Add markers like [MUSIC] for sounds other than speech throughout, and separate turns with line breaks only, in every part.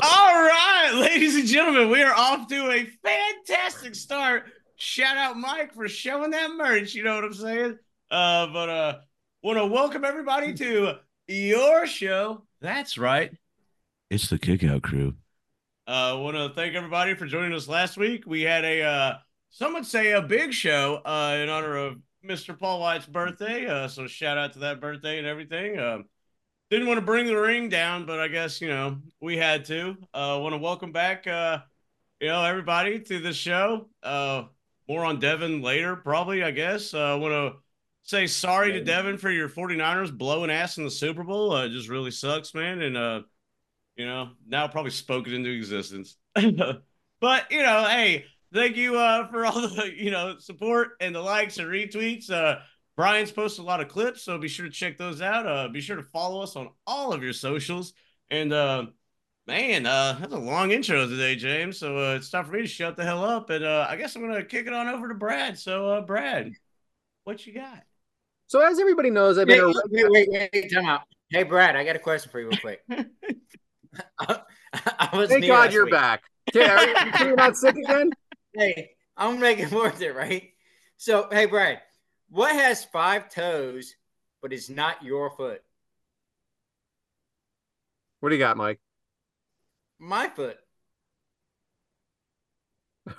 All right, ladies and gentlemen, we are off to a fantastic start. Shout out Mike for showing that merch. You know what I'm saying? Uh, but uh, want to welcome everybody to your show. That's right.
It's the kickout crew.
Uh, want to thank everybody for joining us last week. We had a uh, some would say a big show uh, in honor of Mr. Paul White's birthday. Uh, so shout out to that birthday and everything. Um, didn't want to bring the ring down, but I guess you know we had to. Uh, want to welcome back, uh, you know, everybody to the show. Uh, more on Devin later, probably. I guess. Uh, want to say sorry to Devin for your 49ers blowing ass in the Super Bowl. Uh, it just really sucks, man. And uh, you know, now probably spoken into existence. [LAUGHS] but you know, hey, thank you uh, for all the you know support and the likes and retweets. Uh, Brian's posted a lot of clips, so be sure to check those out. Uh, be sure to follow us on all of your socials. And uh, man, uh, that's a long intro today, James. So uh, it's time for me to shut the hell up. And uh, I guess I'm gonna kick it on over to Brad. So uh, Brad, what you
[LAUGHS]
got?
So as everybody knows, I've been
Wait,
a,
wait, wait, wait, wait, time out. Hey, Brad, I got a question for you, real
[LAUGHS]
quick. [LAUGHS] I, was
thank
new
God
last
you're
week.
back. Yeah, are you sure you're not sick again?
Hey, I'm making worth it, [LAUGHS] right? So, hey, Brad, what has five toes but is not your foot?
What do you got, Mike? [LAUGHS]
My foot.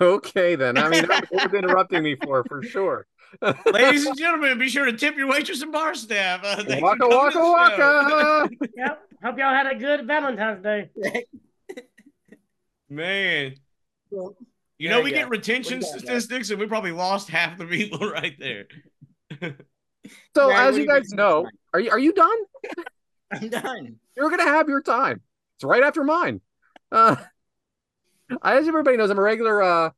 Okay, then. I mean, that's what you're interrupting me for for sure.
Ladies and gentlemen, be sure to tip your waitress and bar staff. Uh, thank you for
Waka
coming to
waka
the show.
waka.
Yep. Hope y'all had a good Valentine's Day.
Man,
Well,
you
there
know
you
we
go.
get retention
We got that.
statistics, and we probably lost half the people [LAUGHS] right there.
So
Brad,
as
what
you
do
guys
think?
know, are you are you done?
[LAUGHS] I'm done.
You're gonna have your time. It's right after mine. Uh, as everybody knows, I'm a regular. Uh,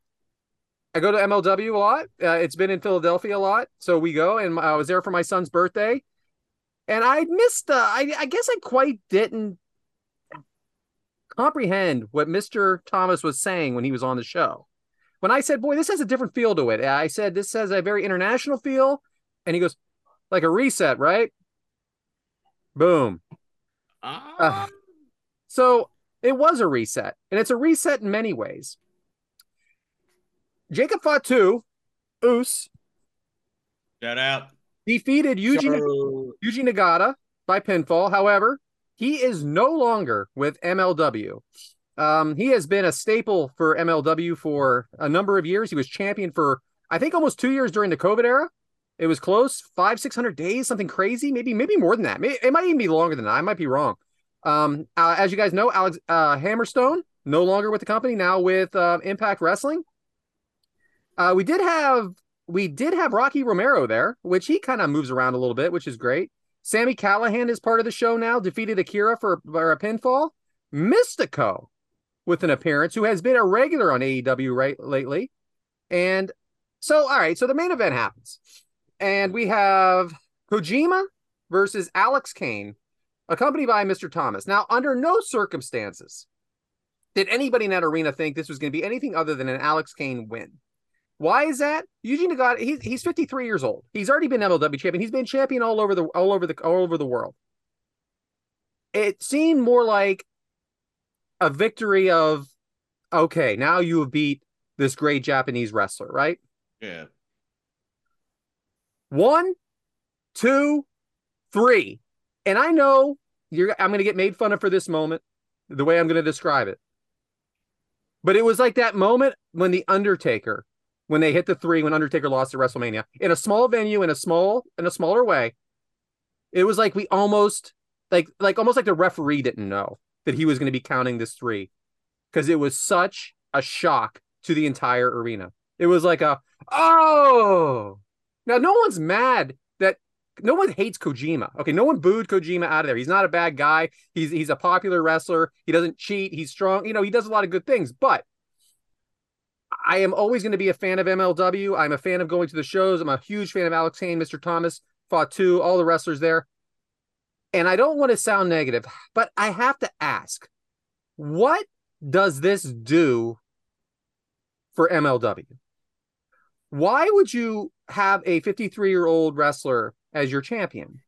I go to MLW a lot. Uh, it's been in Philadelphia a lot, so we go. And I was there for my son's birthday, and I missed. Uh, I I guess I quite didn't comprehend what Mister Thomas was saying when he was on the show. When I said, "Boy, this has a different feel to it," I said, "This has a very international feel," and he goes, "Like a reset, right?" Boom.
Uh.
Ah,
So it was a reset, and it's a reset in many ways. Jacob Fatu, Us,
shout out.
defeated Yuji,
So,
Yuji Nagata by pinfall. However, he is no longer with MLW. Um, he has been a staple for MLW for a number of years. He was champion for, I think, almost two years during the COVID era. It was close, five, 600 days, something crazy, maybe, maybe more than that. May- It might even be longer than that. I might be wrong. Um, uh, as you guys know, Alex uh, Hammerstone, no longer with the company, now with uh, Impact Wrestling. Uh, we did have we did have Rocky Romero there, which he kind of moves around a little bit, which is great. Sammy Callahan is part of the show now, defeated Akira for, for a pinfall. Mystico with an appearance, who has been a regular on AEW right lately. And so, all right, so the main event happens. And we have Kojima versus Alex Kane, accompanied by Mr. Thomas. Now, under no circumstances did anybody in that arena think this was going to be anything other than an Alex Kane win. Why is that? Eugene Nagata, he, he's 53 years old. He's already been MLW champion. He's been champion all over the all over the all over the world. It seemed more like a victory of okay, now you have beat this great Japanese wrestler, right?
Yeah.
One, two, three. And I know you're I'm gonna get made fun of for this moment, the way I'm gonna describe it. But it was like that moment when the Undertaker, when they hit the three, when Undertaker lost at WrestleMania, in a small venue, in a small, in a smaller way, it was like we almost like like almost like the referee didn't know that he was gonna be counting this three. Cause it was such a shock to the entire arena. It was like a oh now no one's mad that no one hates Kojima. Okay, no one booed Kojima out of there. He's not a bad guy. He's he's a popular wrestler. He doesn't cheat. He's strong. You know, he does a lot of good things, but I am always going to be a fan of MLW. I'm a fan of going to the shows. I'm a huge fan of Alex Hayne, Mr. Thomas, Fatu, all the wrestlers there. And I don't want to sound negative, but I have to ask, what does this do for MLW? why would you have a 53 year old wrestler as your champion?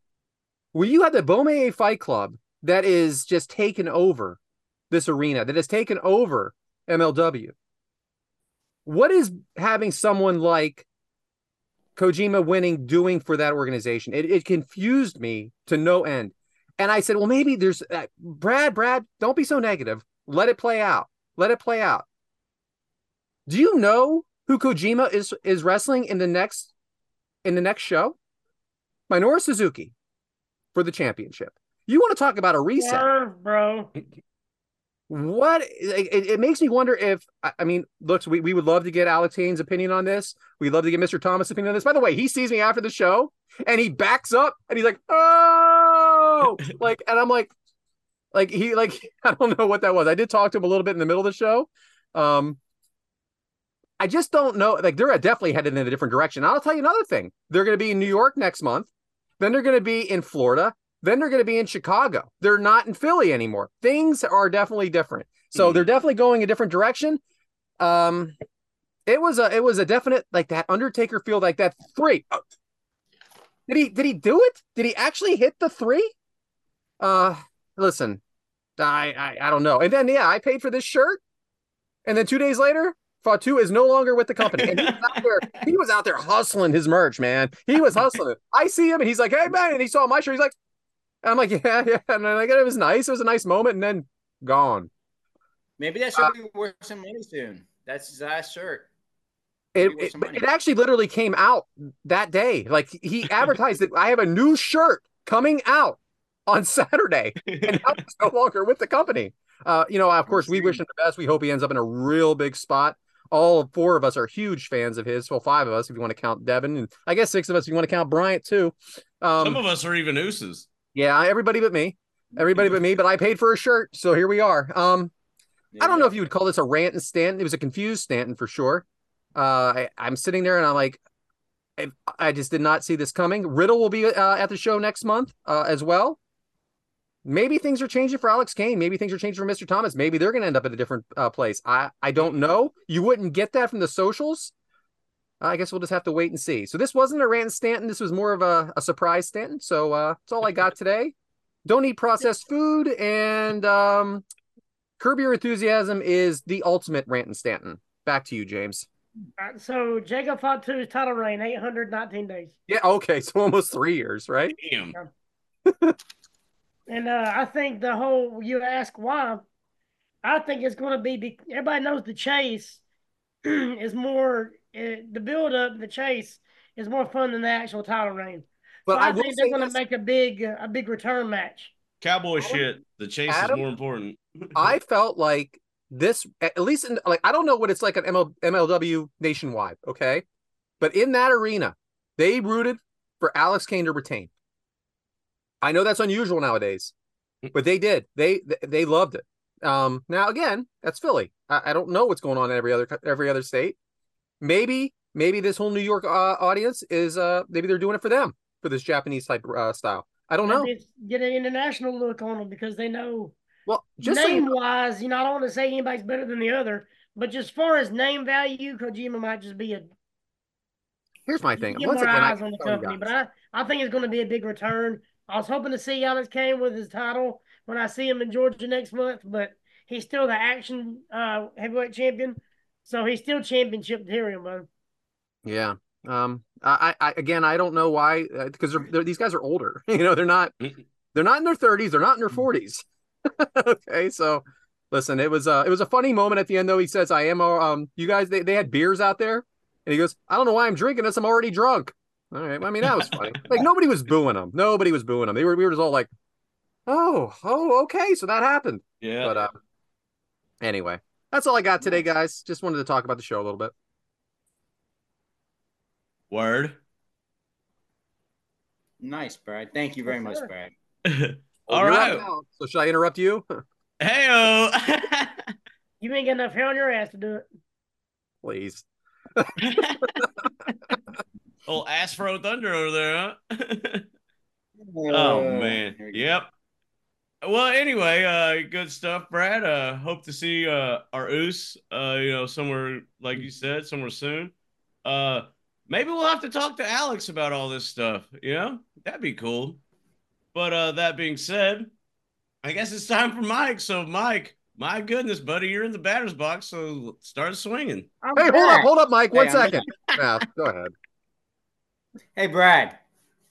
Well, you have the Beaumay Fight Club that is just taken over this arena, that has taken over MLW. What is having someone like Kojima winning doing for that organization? It, it confused me to no end. And I said, well, maybe there's uh, Brad, Brad, don't be so negative. Let it play out. Let it play out. Do you know who Kojima is is wrestling in the next in the next show? Minoru Suzuki for the championship. You want to talk about a reset?
Swerve, bro.
What it, it it makes me wonder if I I mean, looks we, we would love to get Alex Haynes' opinion on this. We'd love to get Mr. Thomas' opinion on this. By the way, he sees me after the show and he backs up and he's like, "Oh!" like, and I'm like, like he like [LAUGHS] I don't know what that was. I did talk to him a little bit in the middle of the show. Um, I just don't know. Like they're definitely headed in a different direction. I'll tell you another thing. They're going to be in New York next month. Then they're going to be in Florida. Then they're going to be in Chicago. They're not in Philly anymore. Things are definitely different. So they're definitely going a different direction. Um, it was a it was a definite like that Undertaker feel like that three. Oh. Did he did he do it? Did he actually hit the three? Uh, listen, I I, I don't know. And then yeah, I paid for this shirt, and then two days later, Fatu is no longer with the company.
[LAUGHS]
And he was out there, he was out there hustling his merch, man. He was hustling it. I see him and he's like, hey man, and he saw my shirt. He's like, I'm like, [LAUGHS] yeah, yeah. And then I got it was nice. It was a nice moment, and then gone.
Maybe that should be worth some money soon. That's his last shirt.
It,
Maybe
it,
with some money.
it actually literally came out that day. Like he advertised that I have a new shirt coming out on [LAUGHS] Saturday, and now he's no longer with the company. Uh, you know, of course, we wish him the best. We hope he ends up in a real big spot. All four of us are huge fans of his. Well, five of us if you want to count Devin, and I guess six of us if you want to count Bryant too.
Some
Um,
of us are even ooses.
yeah, everybody but me, everybody but me. But I paid for a shirt, so here we are. Um, I don't know if you would call this a rant and Stanton. It was a confused Stanton for sure. Uh, I, I'm sitting there and I'm like, I, I just did not see this coming. Riddle will be uh, at the show next month uh, as well. Maybe things are changing for Alex Kane. Maybe things are changing for Mr. Thomas. Maybe they're going to end up at a different uh, place. I, I don't know. You wouldn't get that from the socials. I guess we'll just have to wait and see. So this wasn't a rant and Stanton. This was more of a, a surprise Stanton. So uh, that's all I got today. Don't eat processed food and um, Curb Your Enthusiasm is the ultimate rant and Stanton. Back to you, James.
All right, Uh, so Jacob Fatu's title reign, 819 days.
Yeah, okay, so almost three years, right?
Damn.
And uh, I think the whole you ask why, I think it's going to be, be everybody knows the chase [CLEARS THROAT] is more uh, the build up, the chase is more fun than the actual title reign.
But
so
I,
I,
will
think they're
say
going to
this,
make a big a big return match.
Cowboy shit. The chase
Adam-
is more important.
I felt like this, at least in like I don't know what it's like on ML, MLW nationwide, okay, but in that arena, they rooted for Alex Kane to retain. I know that's unusual nowadays, but they did. They they loved it. Um, now again, that's Philly. I, I don't know what's going on in every other every other state. Maybe maybe this whole New York uh, audience is uh maybe they're doing it for them for this Japanese type uh, style. I don't know.
Maybe it's- Get an international look on them because they know
Well, just so you
name wise, you know, I don't want to say anybody's better than the other, but just as far as name value, Kojima might just be a
here's my thing.
get
Once
more
again, I
eyes on the
keep telling you
company.
guys.
But I, I think it's going to be a big return. I was hoping to see Alex Kane with his title when I see him in Georgia next month, but he's still the action uh, heavyweight champion, so he's still championship material, bro.
Yeah. Um, I, I again, I don't know why because they're, they're, these guys are older. [LAUGHS] You know, they're not they're not in their thirties. They're not in their forties. [LAUGHS] okay, so listen, it was uh, it was a funny moment at the end though. He says, "I am um, you guys they, they had beers out there," and he goes, "I don't know why I'm drinking this. I'm already drunk." All right, well, I mean that was funny. like nobody was booing him. Nobody was booing him. They were we were just all like, "Oh, oh, okay, so that happened."
Yeah.
But uh, anyway, that's all I got today, guys. Just wanted to talk about the show a little bit.
Word. [LAUGHS]
Nice, Brad. Thank you very much,
Sure.
Brad.
All
Oh, You're up
right.
now, so should I interrupt you? [LAUGHS]
[LAUGHS] Hey,
You ain't got enough hair on your ass to do it.
Please.
old Astro Thunder over there, huh? [LAUGHS] Oh
Uh,
man.
There we go.
Yep. Well, anyway, uh, good stuff, Brad. Uh, hope to see uh, our Oos, uh, you know, somewhere like you said, somewhere soon. Uh, maybe we'll have to talk to Alex about all this stuff. You know, that'd be cool. But uh, that being said, I guess it's time for Mike. So, Mike, my goodness, buddy, you're in the batter's box, so start swinging.
I'm
Hey, hold
back.
up, hold up, Mike. One
Hey, I'm-
[LAUGHS] second. Now, go ahead.
Hey, Brad.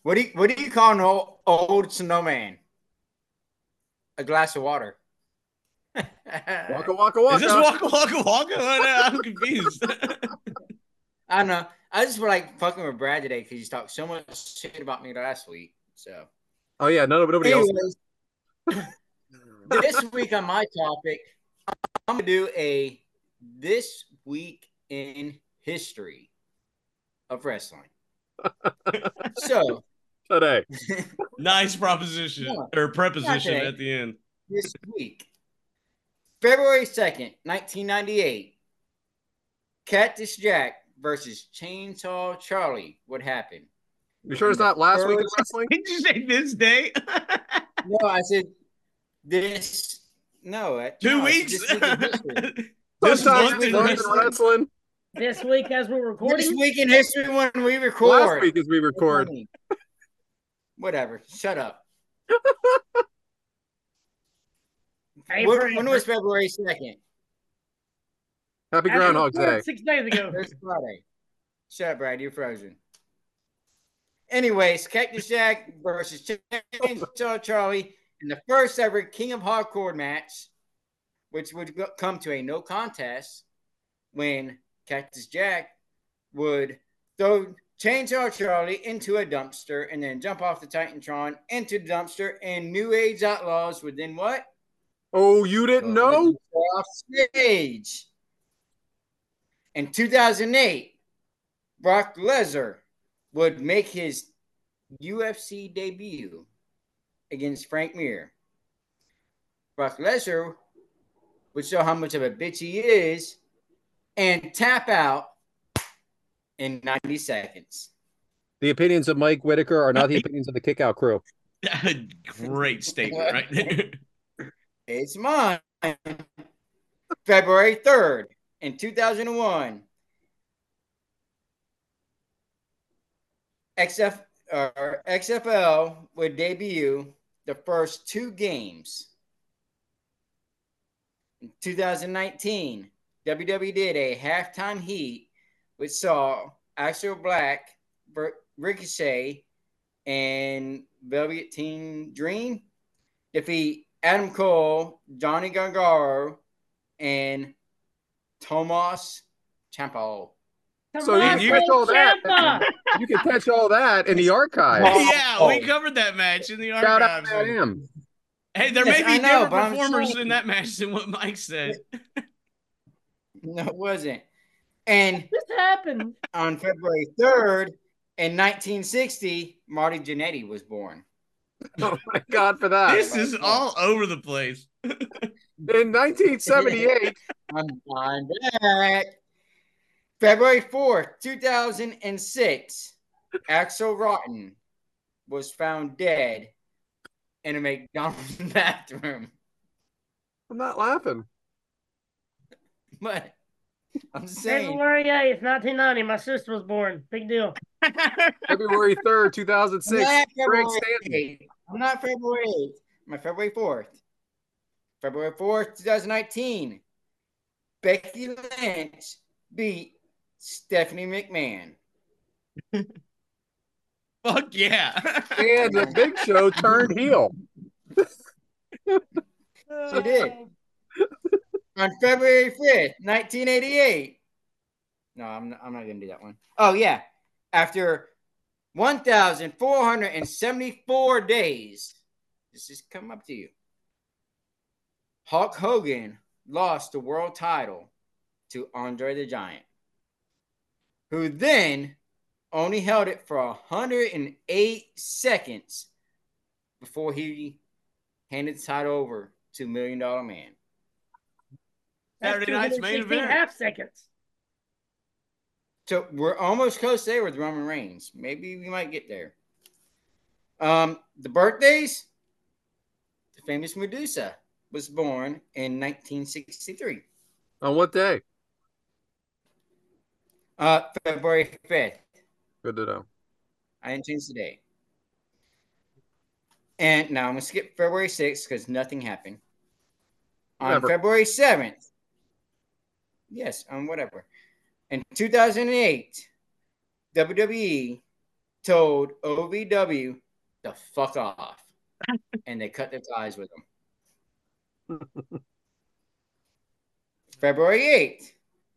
What do you what do you call an old, old snowman? A glass of water.
Waka waka waka.
Is this Waka Waka Waka? [LAUGHS] I'm confused.
[LAUGHS]
[LAUGHS]
I don't know. I just were like fucking with Brad today because you talked so much shit about me last week. So,
oh yeah, no, nobody else.
Anyways,
[LAUGHS]
this week on my topic, I'm gonna do a this week in history of wrestling.
[LAUGHS]
so
today.
nice proposition
Yeah.
or preposition
Okay.
at the end.
this week, February second, nineteen ninety eight, Cactus Jack versus Chainsaw Charlie. What happened?
You sure it's not last week in [LAUGHS] wrestling?
Did you say this day?
No, I said this. No, I-
Two
no, I
week
said This week in history.
[LAUGHS]
This
Sometimes
month
we
in
learn
wrestling.
in wrestling. [LAUGHS]
This week, as we're
This
recording,
week in history when we record.
Last week as we record.
Whatever. Shut up.
Hey,
What-
Brad,
when was February 2nd?
Happy
as we
Groundhog
recorded
Day.
Six
[LAUGHS]
days ago.
First Friday. Shut up, Brad. You're frozen. Anyways, Cactus Jack versus Chainsaw Charlie in the first ever King of Hardcore match, which would go- come to a no contest when Cactus Jack would throw Chainsaw Charlie into a dumpster and then jump off the Titantron into the dumpster, and New Age Outlaws would then what?
Oh, you didn't know?
off stage. In 2008, Brock Lesnar would make his UFC debut against Frank Mir. Brock Lesnar would show how much of a bitch he is and tap out in 90 seconds.
The opinions of Mike Whitaker are not the opinions of the Kick Out crew.
[LAUGHS] Great statement right there.
It's mine. February 3rd in 2001. XF or XFL would debut the first two games. In 2019, WWE E did a halftime heat which saw Axel Black, Ver- Ricochet, and Velvet Team Dream defeat Adam Cole, Johnny Gargaro, and Tomas Champo.
So you
Tommaso
catch all that.
Ciampa.
You can catch all that in the archive.
yeah, we covered that match in the
Oh. Shout out
archives.
to him.
Hey, there
Yes,
may
I
be
know,
different
but I'm
performers
saying-
in that match than what Mike said.
No, it wasn't. And
This happened.
on February 3rd, in 1960, Marty Jannetty was born.
Oh my God for that.
This is all over the place.
In 1978,
I'm, I'm back. February 4th, 2006, Axel Rotten was found dead in a McDonald's [LAUGHS] bathroom.
I'm not laughing.
But I'm saying.
February 8th, 1990. My sister was born. Big deal.
February 3rd, 2006.
I'm not
Greg
February
Stanton.
8th. I'm not February 8th. I'm at February 4th. February 4th, 2019. Becky Lynch beat Stephanie McMahon
Fuck yeah.
And the Big Show turned heel.
She did. on February 5th, 1988. No, I'm not, I'm not going to do that one. Oh, yeah. After 1,474 days, this is coming up to you. Hulk Hogan lost the world title to Andre the Giant, who then only held it for 108 seconds before he handed the title over to Million Dollar Man.
That's
Saturday night's main
216
event.
Half seconds.
So we're almost close there with Roman Reigns. Maybe we might get there. Um, the birthdays. The famous Medusa was born in 1963,
On what day?
uh, February 5th.
Good to know.
I didn't change the date. And now I'm gonna skip February 6th because nothing happened. On
Whatever.
February 7th. Yes, on whatever. In 2008, WWE E told OVW to fuck off. and they cut their ties with them. February 8th,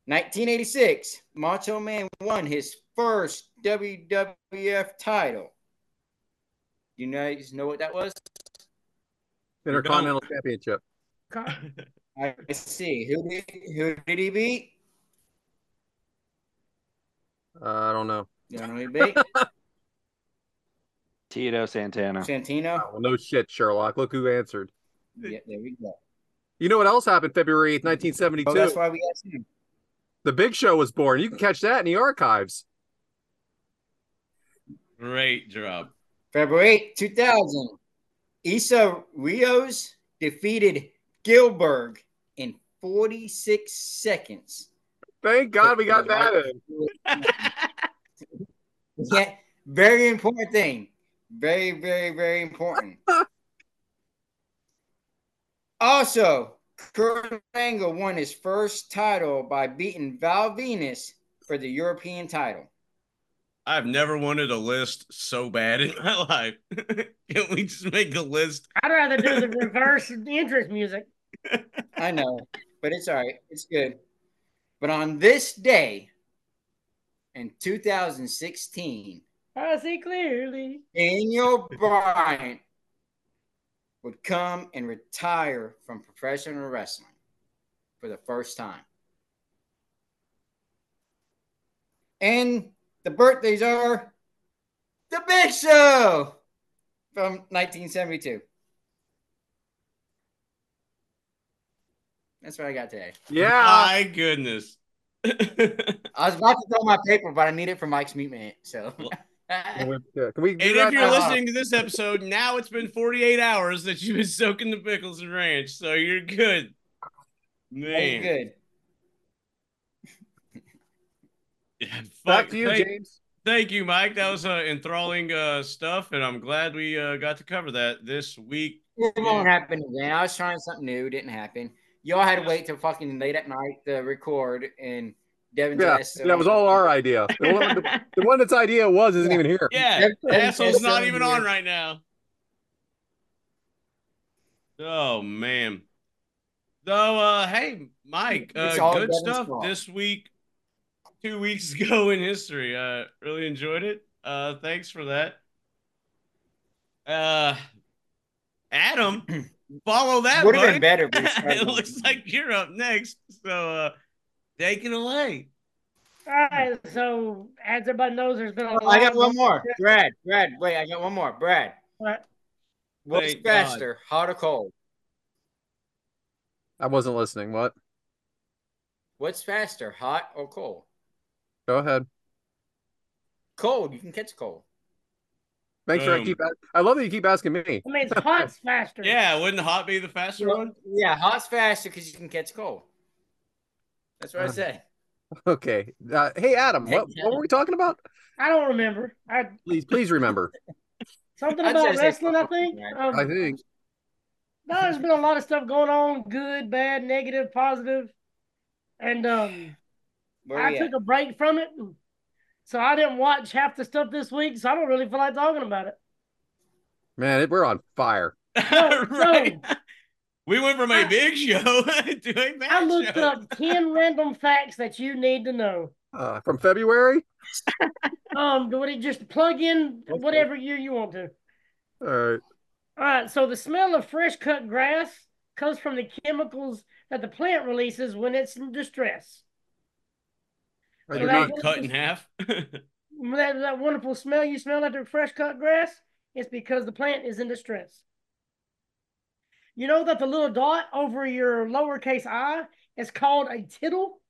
1986, Macho Man won his first WWF title. You guys know what that was?
Intercontinental Championship.
Co-
I see. Who did, who did he beat?
Uh, I don't know.
You don't know who he beat?
[LAUGHS] Tito Santana.
Santino?
Oh, no shit, Sherlock. Look who answered.
Yeah, there we go.
You know what else happened February 8th, 1972?
Oh, that's why we asked him.
the Big Show was born. You can catch that in the archives.
[LAUGHS] Great job.
February 8th, 2000, Issa Rios defeated Gilbert in 46 seconds.
Thank God we got that in.
Yeah, very important thing. Very, very, very important. also, Kurt Angle won his first title by beating Val Venus for the European title.
I've never wanted a list so bad in my life. [LAUGHS] Can we just make a list?
I'd rather do the reverse interest music.
I know, but it's all right. It's good. But on this day in 2016,
I see clearly.
Daniel Bryan would come and retire from professional wrestling for the first time. And the birthdays are The Big Show from 1972. That's what I got today.
Yeah.
My goodness. [LAUGHS]
I was about to throw my paper, but I need it for Mike's meat man. So [LAUGHS]
Can we, yeah, can we do
And
that
if you're
now?
listening to this episode, now it's been 48 hours that you've been soaking the pickles and ranch, so you're good. Man.
good.
Yeah,
Back
fuck-
to you,
thank,
James.
thank you, Mike. That was uh, enthralling uh, stuff, and I'm glad we uh, got to cover that this week.
It
[LAUGHS]
won't happen again. I was trying something new, didn't happen. Y'all had to wait till fucking late at night to record, and Devin.
Yeah, that was all our idea. The one, the, the one that's idea was isn't even here.
Yeah,
[LAUGHS]
Every-
the asshole's
every
not
episode
even
here.
on right now. Oh man. So uh hey Mike,
It's
uh,
all
good
Devin's
stuff
fault.
this week. Two weeks [LAUGHS] ago in history. Uh really enjoyed it. Uh thanks for that. Uh
[CLEARS THROAT]
Adam, follow that
Would have been
buddy.
better.
[LAUGHS]
if we started
it looks
on-
like you're up next. So uh take it away.
All right, so as everybody knows, there's been a
Oh, I got
lot
[LAUGHS]
one more. Brad, Brad, wait, I got one more. Brad,
of-
what's
Thank God.
faster, hot or cold?
I wasn't listening. What?
What's faster, hot or cold?
Go ahead.
Cold, you can catch cold.
Thanks for I
Boom.
keep. a- I love that you keep asking me. [LAUGHS]
I mean, it's hot's faster.
Yeah, wouldn't hot be the faster one? [LAUGHS]
Yeah, hot's faster because you can catch cold. That's what I
Uh,
said.
Okay. Uh, hey, Adam. What, what were we talking about?
I don't remember. I
Please, please
[LAUGHS]
remember.
something
I'd
about
say-
wrestling. I think. Um,
I think.
No, there's been a lot of stuff going on. Good, bad, negative, positive, and um,
Where
I
we at?
took a break from it. and So I didn't watch half the stuff this week, so I don't really feel like talking about it.
Man, it, we're on fire.
[LAUGHS]
No,
right.
no.
We went from a
I-
big show [LAUGHS] to a bad
I looked
show.
up 10 random facts that you need to know.
Uh, from February.
Um, do it just plug in
Okay.
whatever year you want to.
All right.
All right, so the smell of fresh cut grass comes from the chemicals that the plant releases when it's in distress.
I
Like
did
Right.
not-
being cut in [LAUGHS] half.
That, that wonderful smell you smell after fresh cut grass, it's because the plant is in distress. You know that the little dot over your lowercase i is called a tittle?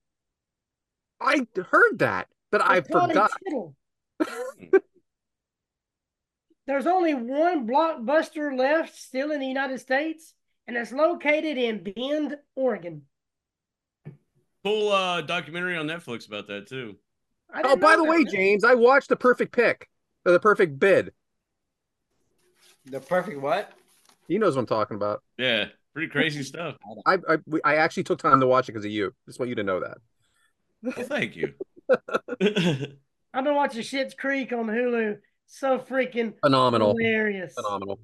I heard that, but I
It's called a
forgot.
tittle. There's only one blockbuster left still in the United States, and it's located in Bend, Oregon.
cool uh, documentary on Netflix about that too.
I
Oh,
didn't
by
know
the
that.
way, James, I watched the perfect pick, or the perfect bid.
The perfect what?
He knows what I'm talking about.
Yeah, pretty crazy stuff.
I I, we- I actually took time to watch it because of you. Just want you to know that.
Well, thank [LAUGHS] you.
I've been watching Shit's Creek on Hulu. So freaking
Phenomenal,
hilarious.
phenomenal,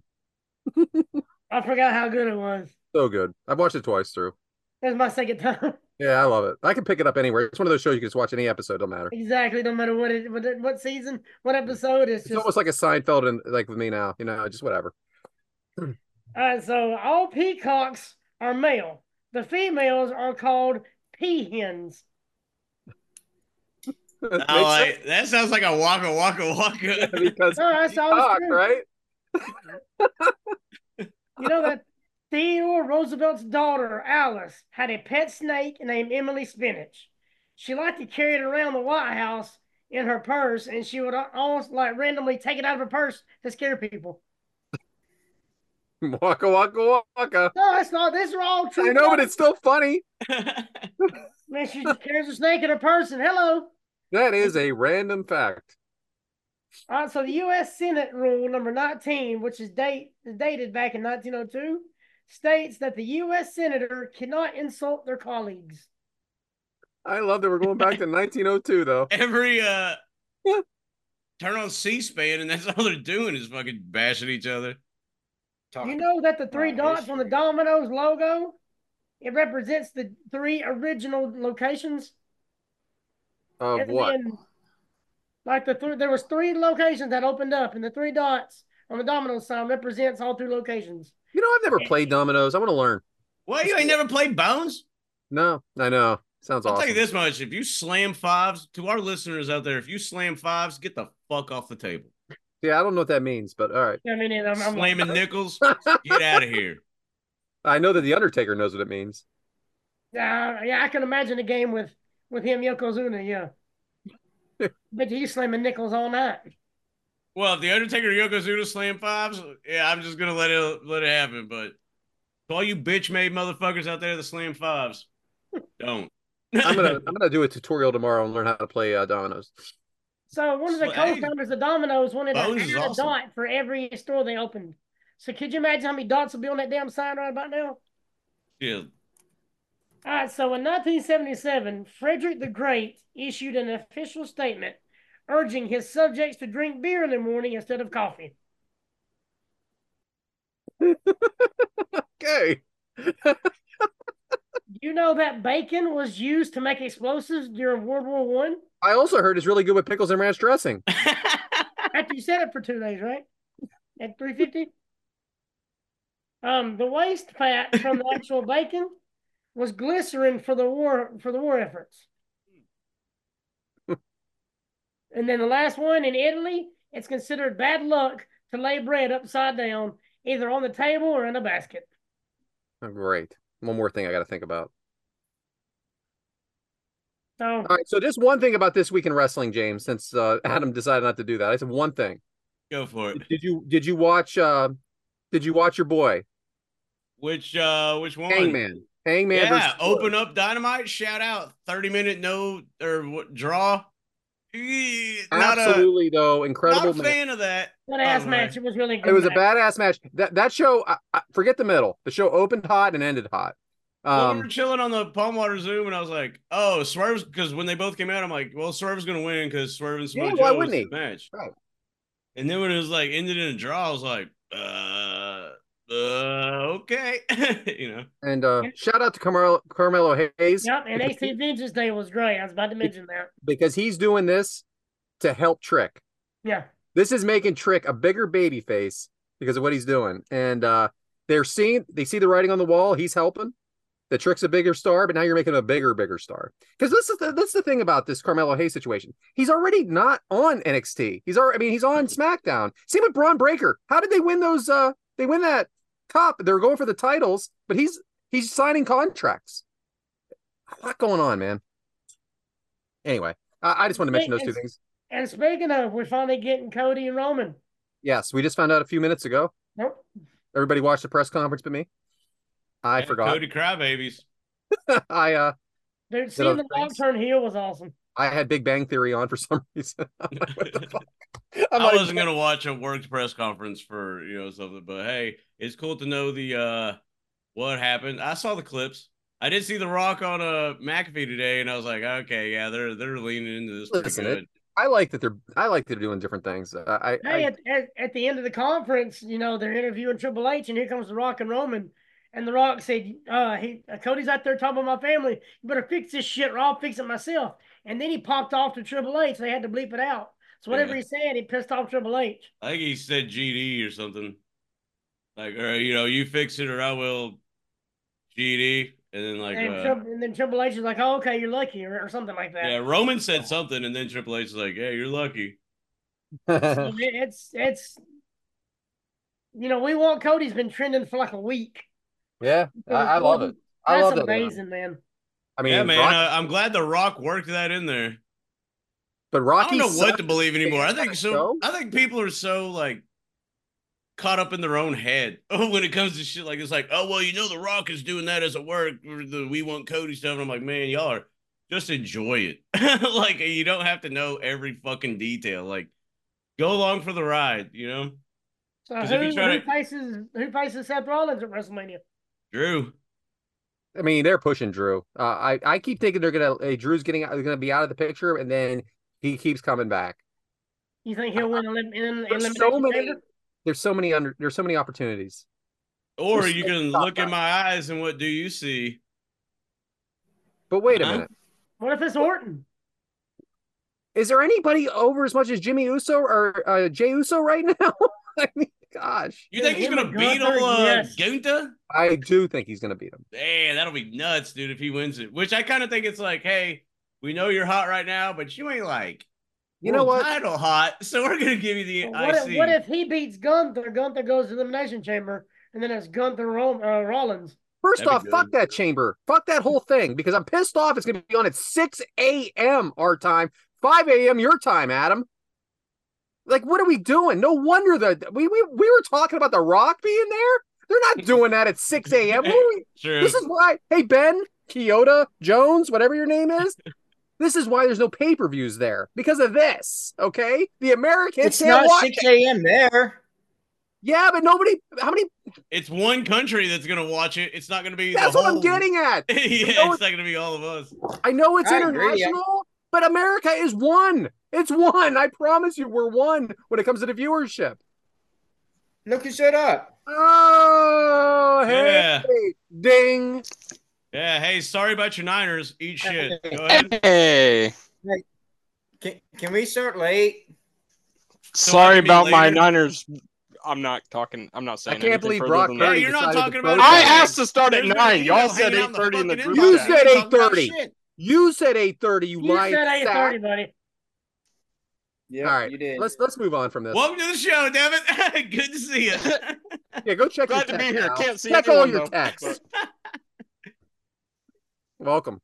I forgot how good it was.
so good. I've watched it twice through.
That's my second time. [LAUGHS]
Yeah, I love it. I can pick it up anywhere. It's one of those shows you can just watch any episode. Don't matter.
exactly. No matter what it, what, it- what season, what episode, it's
It's
just
almost like a Seinfeld, and like with me now, you know, just whatever. [LAUGHS]
All right, so all peacocks are male. The females are called peahens.
Makes
Oh, I
sense
like- that sounds like a waka waka waka.
because
No, that's all
cock,
true.
right?
You
[LAUGHS]
know that Theodore Roosevelt's daughter, Alice, had a pet snake named Emily Spinach. She liked to carry it around the White House in her purse, and she would al- almost like randomly take it out of her purse to scare people.
[LAUGHS] Waka waka
[LAUGHS]
waka.
No, it's not. These are all true.
I know, but
facts.
it's still funny.
man. She just carries a snake in her purse, and hello.
That is a random fact.
All right, so the U.S. Senate Rule Number 19, which is date is dated back in 1902, states that the U.S. senator cannot insult their colleagues.
I love that we're going back to 1902 though.
[LAUGHS] Every uh,
Yeah.
turn on C-SPAN and that's all they're doing is fucking bashing each other.
Talking
You know that the three
about
dots on the
history.
Domino's logo, it represents the three original locations.
Of what?
then, like the three, there was three locations that opened up, and the three dots on the Domino sign represents all three locations.
You know, I've never played dominoes. I want to learn.
What you ain't never played Bones?
No, I know. Sounds
I'll
awesome.
tell you this much: if you slam fives to our listeners out there, if you slam fives, get the fuck off the table.
Yeah, I don't know what that means, but all right.
I mean, and I'm, I'm [LAUGHS]
Slamming nickels, get out of here.
[LAUGHS] I know that the Undertaker knows what it means.
Yeah, yeah, I can imagine a game with with him, Yokozuna.
[LAUGHS]
Yeah, but you slamming nickels all night.
Well, if the Undertaker Yokozuna slam fives, yeah, I'm just gonna let it let it happen. But to all you bitch made motherfuckers out there that slam fives, don't.
I'm gonna
[LAUGHS]
I'm gonna do a tutorial tomorrow and learn how to play uh, dominoes.
So one of the
Well, hey,
co-founders of Domino's wanted to
Bones is
add
awesome.
a dot for every store they opened. So could you imagine how many dots will be on that damn sign right about now?
yeah.
All right, so in 1977, Frederick the Great issued an official statement urging his subjects to drink beer in the morning instead of coffee.
Okay.
Do you know that bacon was used to make explosives during World War One?
I also heard it's really good with pickles and
[LAUGHS]
ranch dressing.
After you said it for two days, right? At three fifty. Um, the waste fat from the actual bacon was glycerin for the war for the war efforts. and then the last one in Italy, it's considered bad luck to lay bread upside down, either on the table or in a basket.
Oh, great. One more thing I got to think about.
So
All right. So just one thing about this week in wrestling, James. Since uh, Adam decided not to do that, I said one thing.
Go for it.
Did you did you watch uh, did you watch your boy
Which uh which one?
Hangman? Hangman.
yeah,
versus
open up dynamite. Shout out thirty minute no or what, draw. Eh, Not a
Absolutely though,
not
incredible
a
match.
fan of that.
what ass
Alright.
match! Oh, It was really good.
It was a
match.
badass match. That that show, I, I, forget the middle. The show opened hot and ended hot.
Well, we
Um,
were chilling on the Palmwater Zoom, and I was like, "Oh, Swerve's," because when they both came out, I'm like, "Well, Swerve's gonna win because Swerve and Samoa
Yeah, why
Joe was
wouldn't
the
he?
match."
Right.
And then when it was like ended in a draw, I was like, "Uh, uh okay," [LAUGHS] you know.
and uh,
Yeah.
shout out to Carmelo, Carmelo Hayes
Yep, [LAUGHS] and AC Vengeance Day was great. I was about to mention that.
because he's doing this to help Trick.
Yeah.
this is making Trick a bigger baby face because of what he's doing. And uh they're seeing they see the writing on the wall, he's helping. The trick's a bigger star, but now you're making him a bigger, bigger star. Because this is the this is the thing about this Carmelo Hayes situation. He's already not on NXT. He's already I mean, he's on SmackDown. Same with Braun Breaker. How did they win those uh they win that cup? They're going for the titles, but he's he's signing contracts. A lot going on, man. Anyway, I, I just wanted to mention those two things.
And speaking of, we're finally getting Cody and Roman.
Yes, we just found out a few minutes ago.
Nope.
Everybody watched the press conference but me. I
Yeah,
forgot.
Cody Crybabies.
[LAUGHS]
[LAUGHS]
I uh
Dude, seeing the
other
dog
things?
turn heel was awesome.
I had Big Bang Theory on for [LAUGHS] some reason. I'm like, what the fuck? I'm
[LAUGHS] I
like,
wasn't gonna watch a worked press conference for you know something, but hey, it's cool to know the uh what happened. I saw the clips. I did see The Rock on uh, McAfee today, and I was like, okay, yeah, they're they're leaning into this pretty
Listen, it-
good.
I like that they're I like that they're doing different things. Uh, I, I
Hey, at, at, at the end of the conference, you know, they're interviewing Triple H, and here comes The Rock and Roman. And The Rock said, uh, he, uh, Cody's out there talking about my family. You better fix this shit, or I'll fix it myself. And then he popped off to Triple H. They had to bleep it out. So whatever
Yeah.
he said, he pissed off Triple H.
I think he said GD or something. Like, or you know, you fix it or I will GD. And then like
and,
uh,
Trip- and then Triple H is like, oh, okay, you're lucky, or, or something like that.
yeah, Roman said something, and then Triple H is like, Yeah, you're lucky.
So it- it's, it's, you know, we want Cody's been trending for like a week.
[LAUGHS] yeah, I, I love it. I
That's
love that.
amazing, man.
I mean,
yeah, man.
Rock-
uh, I'm glad the Rock worked that in there.
but
I
Rocky
don't know what to believe anymore. I think so.
show?
I think people are so like caught up in their own head [LAUGHS] when it comes to shit like it's like, oh well, you know, the Rock is doing that as a work for the We Want Cody stuff, and I'm like, man, y'all are just enjoy it. [LAUGHS] like you don't have to know every fucking detail. Like go along for the ride, you know.
So
'Cause
who,
if you try
who
to-
faces who faces Seth Rollins at WrestleMania?
Drew,
I mean, they're pushing Drew. Uh, I I keep thinking they're gonna hey, Drew's getting out, gonna be out of the picture, and then he keeps coming back.
You think he'll win? elim- in-
There's so
elimination
many.
chamber?
There's so many under. There's so many opportunities.
or
Just
you can
stop
look in
that.
my eyes and what do you see?
But wait a
Huh?
minute.
What if it's Orton?
Is there anybody over as much as Jimmy Uso or uh, Jay Uso right [LAUGHS] now? I mean, gosh,
You think he's
Him
gonna
and
beat
Gunther,
all uh,
yes.
Gunther?
I do think he's going to beat him.
Man, that'll be nuts, dude, if he wins it. Which I kind of think it's like, hey, we know you're hot right now, but you ain't like
You know
world
what?
title hot, [LAUGHS] so we're gonna give you the
But What
IC.
if, what if he beats Gunther? Gunther goes to the elimination chamber, and then it's Gunther Rom- uh, Rollins.
First
That'd be
off, fuck
good.
that chamber. Fuck that whole thing because I'm pissed off. It's going to be on at 6 a.m. our time, 5 a.m. your time, Adam. Like, what are we doing? No wonder that we, we, we were talking about The Rock being there. They're
[LAUGHS]
not doing that at 6 a.m. What are we-
True.
This is why, hey, Ben, Kyoto, Jones, whatever your name is. This is why there's no pay per views there because of this. Okay, the Americans
It's
can't
not
watch.
six a.m. there.
Yeah, but nobody. How many?
it's one country that's gonna watch it. It's not gonna be.
That's
the
what I'm
whole-
getting at.
[LAUGHS] yeah, it's
know
not gonna be all of us.
I know it's
I agree, yeah.
international, but America is one. It's one. I promise you, we're one when it comes to the viewership.
Look who showed up.
Oh, hey,
Yeah,
ding!
yeah. Hey, sorry about your Niners. Eat shit. Go ahead.
Hey,
Can, can we start late?
I
sorry
can be
about my
later?
Niners. I'm not talking. I'm not saying.
I can't
anything
believe
further
Brock
than
Yeah,
that.
Purdy
you're not
decided to
talking
throw
about-
it
I
back.
asked to start at
There's no
nine. Y'all
email
said
hanging out in
eight
the
thirty in the
fucking
group.
inbox.
You
chat.
said
You're talking about
8:30.
shit.
You said eight thirty. You,
You
lying
said eight
sack.
thirty, buddy.
Yeah,
All right,
you did.
Let's let's move on from this.
Welcome to the show, Devin. [LAUGHS] Good to see you.
Yeah, go check
Glad
your
to be
text
here.
now.
Can't see
Check all
anyone,
your
though.
texts. Welcome,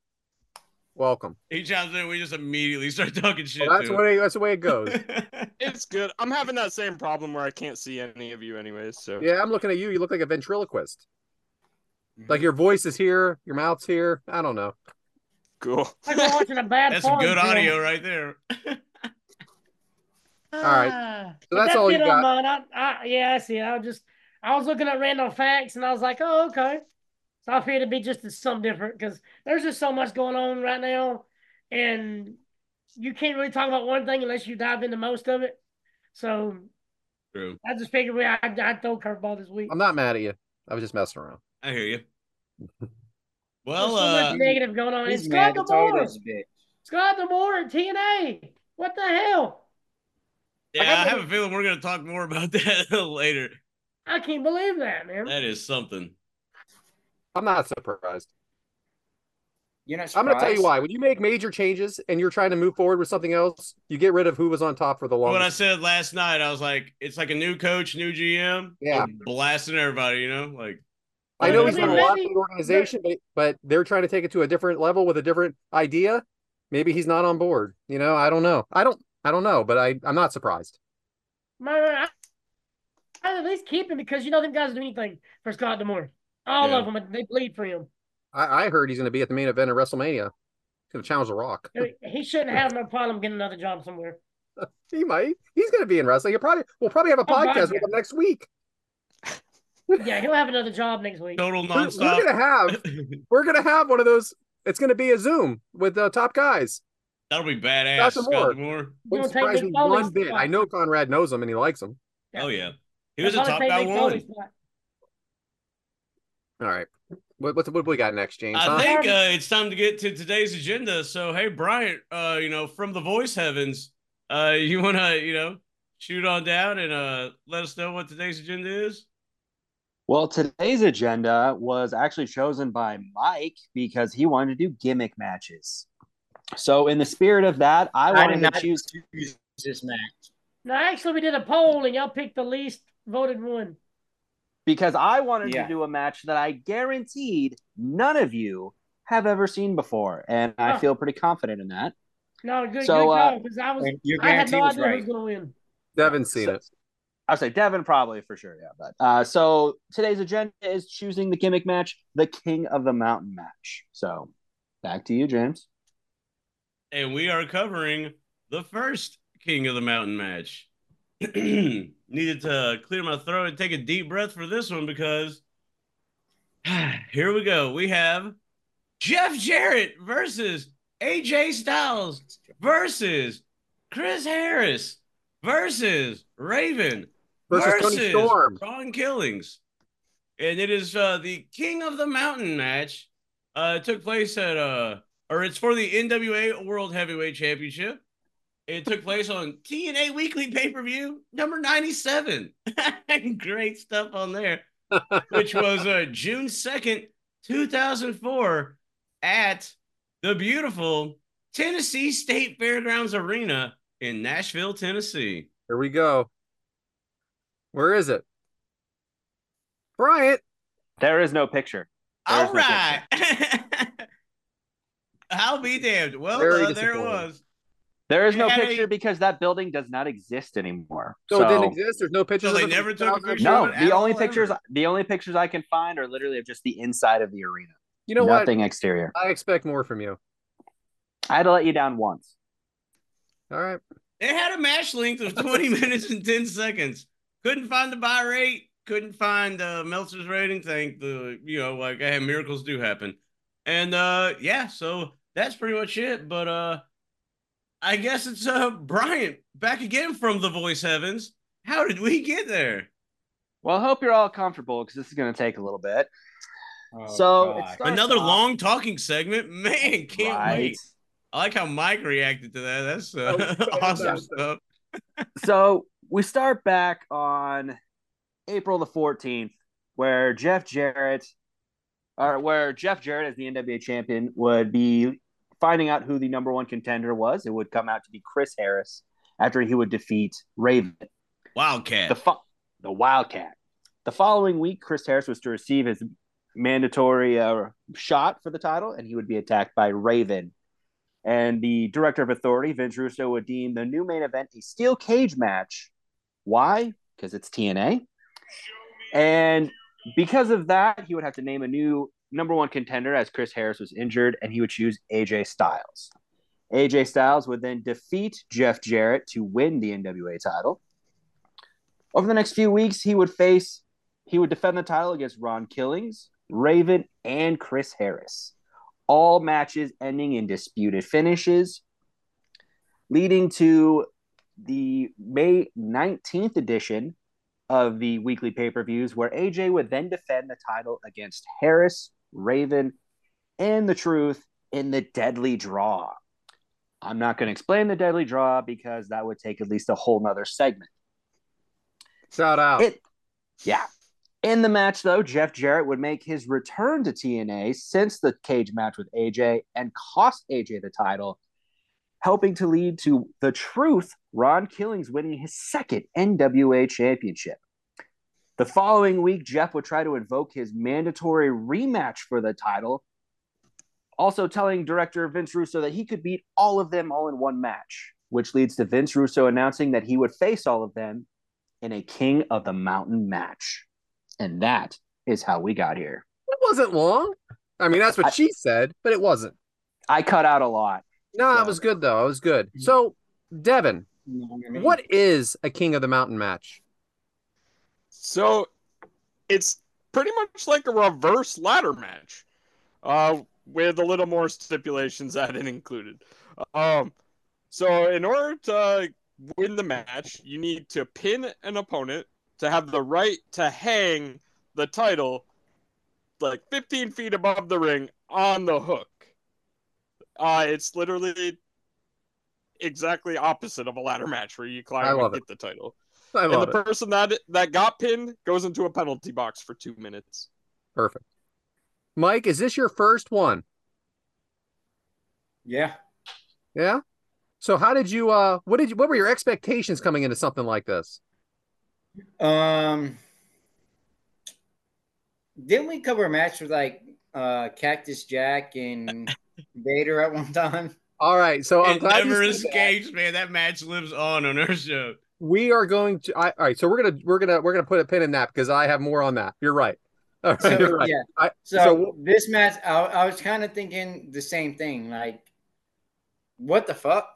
welcome.
he chimes in. We just immediately start talking shit.
Well, that's
to
what it, that's the way it goes.
him. [LAUGHS]
It's good. I'm having that same problem where I can't see any of you, anyways. So
Yeah, I'm looking at you. You look like a ventriloquist. Like your voice is here, your mouth's here. I don't know.
cool.
Like we're watching a
[LAUGHS]
bad.
That's some
porn
good
film.
audio right there.
All
right.
Ah.
So that's all you
it on
got.
mine. I, I, yeah, I see. it. I was just I was looking at random facts, and I was like, oh, okay. So I feel it'd be just something different because there's just so much going on right now, and you can't really talk about one thing unless you dive into most of it. So
True.
I just figured we I I'd throw curveball this week.
I'm not mad at you. I was just messing around.
I hear you.
There's
Well,
so much
uh,
negative going on.
He's
It's
mad
Scott
to all
Demore.
this bitch.
Scott Demore at TNA. What the hell?
yeah,
I
I have a feeling we're going to talk more about [LAUGHS] that later.
I can't believe that, man.
That is something.
I'm not surprised.
You're not
I'm going to tell you
surprised?
why. When you make major changes and you're trying to move forward with something else, you get rid of who was on top for the
What I
longest.
said last night, I was like, it's like a new coach, new GM.
Yeah.
I'm blasting everybody, you know? Like,
I know
I
he's
mean,
done a lot for
maybe-
the organization, but but they're trying to take it to a different level with a different idea. Maybe he's not on board. You know, I don't know. I don't. I don't know, but I I'm not surprised.
My, I, I'd at least keep him because you know them guys do anything for Scott Demore. All
Yeah.
of them, they bleed for him.
I, I heard he's going to be at the main event of WrestleMania. He's going to challenge The Rock.
He shouldn't have no problem getting another job
[LAUGHS]
somewhere.
He might. He's going to be in wrestling. He probably we'll probably have a podcast with
podcast.
him next week.
Yeah, he'll have another job next week.
total
We're,
nonstop. [LAUGHS]
going to have we're going to have one of those. It's going to be a Zoom with the top guys.
That'll be badass.
Got
Scott
some more.
Demore.
Wouldn't
He's gonna
surprise
take
me
Mick Foley's
one bit.
spot.
I know Conrad knows him and he likes him.
Yeah.
Oh, yeah. He was a
He'll
top
probably
guy
take Mick Foley's
one.
spot.
All right. What what, what we got next, James? huh?
I think uh, it's time to get to today's agenda. So, hey, Bryant, uh, you know, from the voice heavens, uh, you want to, you know, shoot on down and uh, let us know what today's agenda is?
Well, today's agenda was actually chosen by Mike because he wanted to do gimmick matches. So, in the spirit of that, I
I
wanted
did not
to choose.
choose this match.
No, actually, we did a poll and y'all picked the least voted one.
because I wanted
Yeah.
to do a match that I guaranteed none of you have ever seen before, and I
Huh.
feel pretty confident in that.
No, good,
So,
good
uh,
call because I was,
And your
I had
guarantee
no
was
idea
right.
who's gonna win.
Devin's seen
So-
it.
I would say Devin probably for sure, yeah. But uh, so today's agenda is choosing the gimmick match, the King of the Mountain match. So back to you, James.
and we are covering the first King of the Mountain match. [CLEARS THROAT] Needed to clear my throat and take a deep breath for this one because [SIGHS] here we go. We have Jeff Jarrett versus AJ Styles versus Chris Harris versus Raven
Versus, Tony Storm.
Ron Killings. And it is uh, the King of the Mountain match. Uh, it took place at, uh, or it's for the NWA World Heavyweight Championship. It took place on TNA Weekly pay per view number 97. [LAUGHS] Great stuff on there, which
[LAUGHS]
was uh, June 2nd, 2004, at the beautiful Tennessee State Fairgrounds Arena in Nashville, Tennessee.
Here we go. Where is it? Bryant.
There is no picture. There's
All
my
right. [LAUGHS] I'll be damned. Well,
Very
uh, there it
disappointing.
was.
There is no
Yeah, they-
picture because that building does not exist anymore.
So, it didn't exist. There's no pictures.
they
of it from
never took a
2000.
picture?
No,
Showed it at
the only
all,
pictures
ever.
the only pictures I can find are literally of just the inside of the arena.
You know what?
Nothing exterior.
I expect more from you.
I had to let you down once.
All right.
It had a match length of 20 [LAUGHS] minutes and 10 seconds. Couldn't find the buy rate. Couldn't find uh, Meltzer's rating. Thank the, you know, like, hey, miracles do happen. And uh, yeah, so that's pretty much it. But uh, I guess it's uh, Brian back again from the voice heavens. How did we get there?
Well, I hope you're all comfortable because this is going to take a little bit.
Oh,
so it
God.
starts
Another
off-
long talking segment. Man, can't
Right.
wait. I like how Mike reacted to that. That's uh,
Oh, yeah,
[LAUGHS] awesome
that's-
stuff.
so we start back on April the 14th, where Jeff Jarrett, or where Jeff Jarrett, as the NWA champion, would be finding out who the number one contender was. It would come out to be Chris Harris after he would defeat Raven.
Wildcat.
The fo- the Wildcat. The following week, Chris Harris was to receive his mandatory uh, shot for the title, and he would be attacked by Raven. And the director of authority, Vince Russo, would deem the new main event a steel cage match. Why? Because it's TNA. And because of that, he would have to name a new number one contender as Chris Harris was injured, and he would choose AJ Styles. AJ Styles would then defeat Jeff Jarrett to win the NWA title. Over the next few weeks, he would face, he would defend the title against Ron Killings, Raven, and Chris Harris. All matches ending in disputed finishes, leading to the May 19th edition of the weekly pay per views, where AJ would then defend the title against Harris, Raven, and The Truth in the deadly draw. I'm not going to explain the deadly draw because that would take at least a whole nother segment.
Shout out.
It, yeah. In the match, though, Jeff Jarrett would make his return to TNA since the cage match with AJ and cost AJ the title, helping to lead to the truth Ron Killings winning his second NWA championship. The following week, Jeff would try to invoke his mandatory rematch for the title, also telling director Vince Russo that he could beat all of them all in one match, which leads to Vince Russo announcing that he would face all of them in a King of the Mountain match. And that is how we got here.
It wasn't long. I mean, that's what
I-
she said, but it wasn't.
I cut out a lot.
No,
Yeah.
it was good though. It was good. So, Devin,
Mm-hmm. You know what I mean?
what is a King of the Mountain match?
So it's pretty much like a reverse ladder match, uh, with a little more stipulations [LAUGHS] added included. Um, so in order to win the match, you need to pin an opponent to have the right to hang the title like 15 feet above the ring on the hook. Uh, it's literally exactly opposite of a ladder match where you
I
climb
love
and
it.
get the title
I
and
love
the
it.
person that that got pinned goes into a penalty box for two minutes.
Perfect. Mike, is this your first one?
Yeah.
Yeah. So, how did you? Uh, what did you? What were your expectations coming into something like this?
Um, didn't we cover a match with like uh Cactus Jack and Vader at one time?
All right. So I'm
it
glad you
never
said that.
escapes, man. That match lives on on our show.
we are going to. I, all right. So we're gonna we're gonna we're gonna put a pin in that because I have more on that. You're right. All right, [LAUGHS]
So,
you're right.
yeah.
I-
so,
so-
this match, I, I was kind of thinking the same thing. Like, what
[LAUGHS]
the fuck?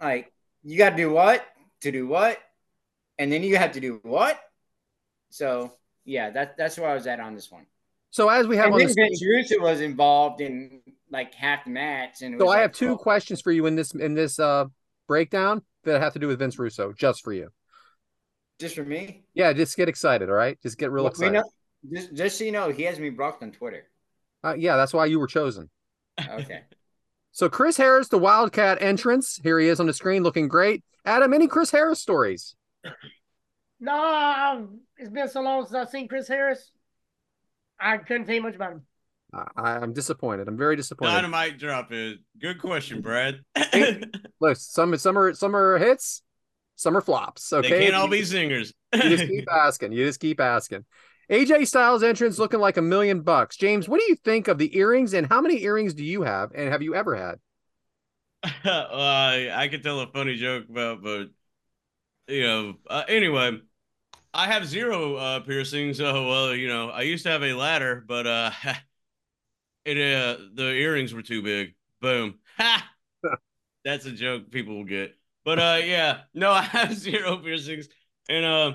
like, you got to do what to do what, and then you have to do what. So yeah, that that's where I was at on this one.
So as we have
And
on
then
the screen,
Vince Russo was involved in like half the match, and it
so
was
I
like,
have two
oh.
questions for you in this in this uh breakdown that have to do with Vince Russo, just for you.
just for me.
Yeah, just get excited, all right? Just get real
Well, we
excited.
know- just, just so you know, he has me blocked
[LAUGHS]
on Twitter.
Uh, yeah, that's why you were chosen.
Okay.
So Chris Harris, the Wildcat entrance. Here he is on the screen, looking great. Adam, any Chris Harris stories?
No, I've, it's been so long since I've seen Chris Harris. I couldn't tell you much about him.
I, I'm disappointed. I'm very disappointed.
Dynamite drop is good question, Brad.
Hey, Look, some some are some are hits, some are flops.
[LAUGHS] They
Okay,
can't all be singers.
You just
[LAUGHS]
keep asking. You just keep asking. AJ Styles entrance looking like a million bucks. James, what do you think of the earrings and how many earrings do you have and have you ever had?
uh, I could tell a funny joke about, but you know, uh, anyway, I have zero uh, piercings. So, well, you know, I used to have a ladder, but uh, [LAUGHS] it uh, the earrings were too big. Boom. Ha! That's a joke people will get. But uh, yeah, no, [LAUGHS] I have zero piercings, and uh,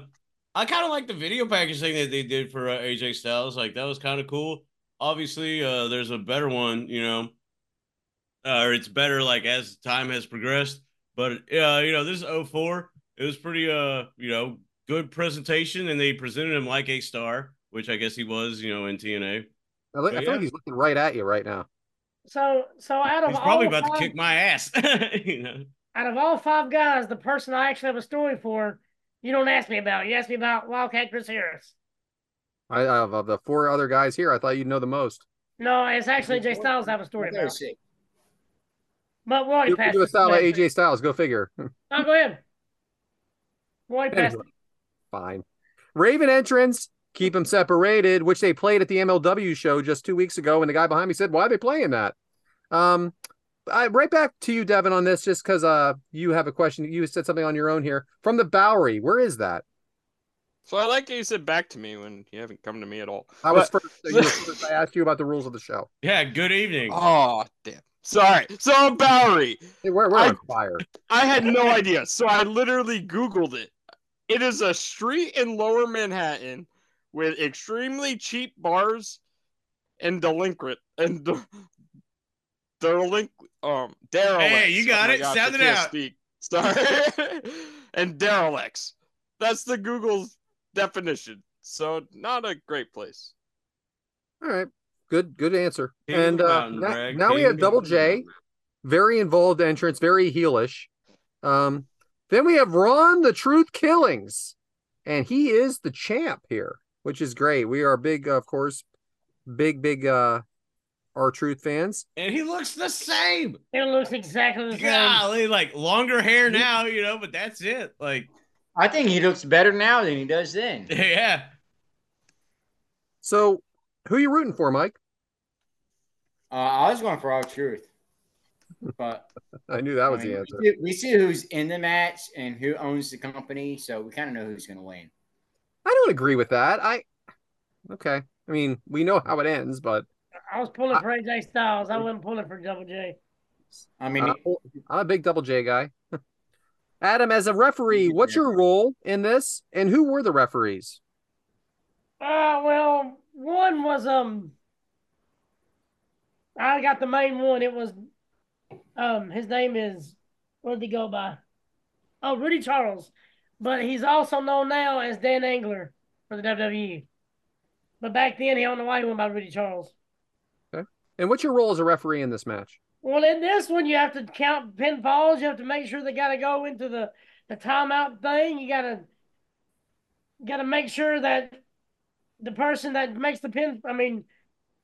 I kind of like the video package thing that they did for uh, AJ Styles. Like that was kind of cool. Obviously, uh, there's a better one, you know uh, or it's better like as time has progressed. But uh, you know, this is 04. It was pretty uh, you know, good presentation, and they presented him like a star, which I guess he was, you know, in TNA.
I, look, I
Yeah,
feel
yeah.
like he's looking right at you right now.
So, so out of
He's
all
probably about to
five-
kick my ass. [LAUGHS] you know.
out of all five guys, the person I actually have a story for, you don't ask me about. You ask me about Wildcat Chris Harris.
I have of the four other guys here. I thought you'd know the most.
No, it's actually Jay Styles I have a story
Another
about.
shit.
But Roy
You
passed.
do a
it.
style like AJ Styles. Go figure. [LAUGHS]
No, go ahead. Roy passed.
Anyway, fine. Raven entrance. Keep them separated, which they played at the MLW show just two weeks ago. And the guy behind me said, "Why are they playing that?" Um, I right back to you, Devin, on this, just because uh you have a question. You said something on your own here from the Bowery. Where is that?
So I like that you said back to me when you haven't come to me at all.
I was
But-
first. so you were first. I asked you about the rules of the show.
Yeah. Good evening.
Oh damn. Sorry. So Bowery,
Hey, We're, we're
I-
on fire.
I had no idea. So I literally Googled it. It is a street in Lower Manhattan with extremely cheap bars and delinquent and de- delinquent um derelicts. Oh
Hey, you got
my
it.
gosh,
Sound
I
it
can't
out.
Speak. Sorry. [LAUGHS] and derelicts. That's the Google's definition. So not a great place.
All right. Good good answer.
King
and
of the
uh,
mountain,
na-
Greg.
now we
King
have
of
Double
the
J,
mountain.
very involved entrance, very heelish. Um, then we have Ron the Truth Killings, and he is the champ here, which is great. We are big, of course, big big uh our Truth fans.
And he looks the same.
It looks exactly the same.
Golly, like longer hair now, you know, but that's it. Like, [LAUGHS]
I think he looks better now than he does [LAUGHS] then.
yeah.
So, who you rooting for, Mike?
Uh, I was going for all truth, but
I knew [LAUGHS] that was
I mean,
the answer.
We see, we see who's in the match and who owns the company, so we kind of know who's going to win.
I don't agree with that. I okay. I mean, we know how it ends, but
I was pulling for AJ Styles. I wasn't pulling for Double J.
I mean,
uh, I'm a big Double J guy. [LAUGHS] Adam, as a referee, what's your role in this, and who were the referees?
Uh, well, one was um, I got the main one. It was um, his name is what did he go by? Oh, Rudy Charles, but he's also known now as Dan Angler for the WWE. But back then, he don't know why he went by Rudy Charles.
And what's your role as a referee in this match?
Well, in this one, you have to count pinfalls. You have to make sure they got to go into the the timeout thing. You gotta gotta make sure that the person that makes the pin, I mean,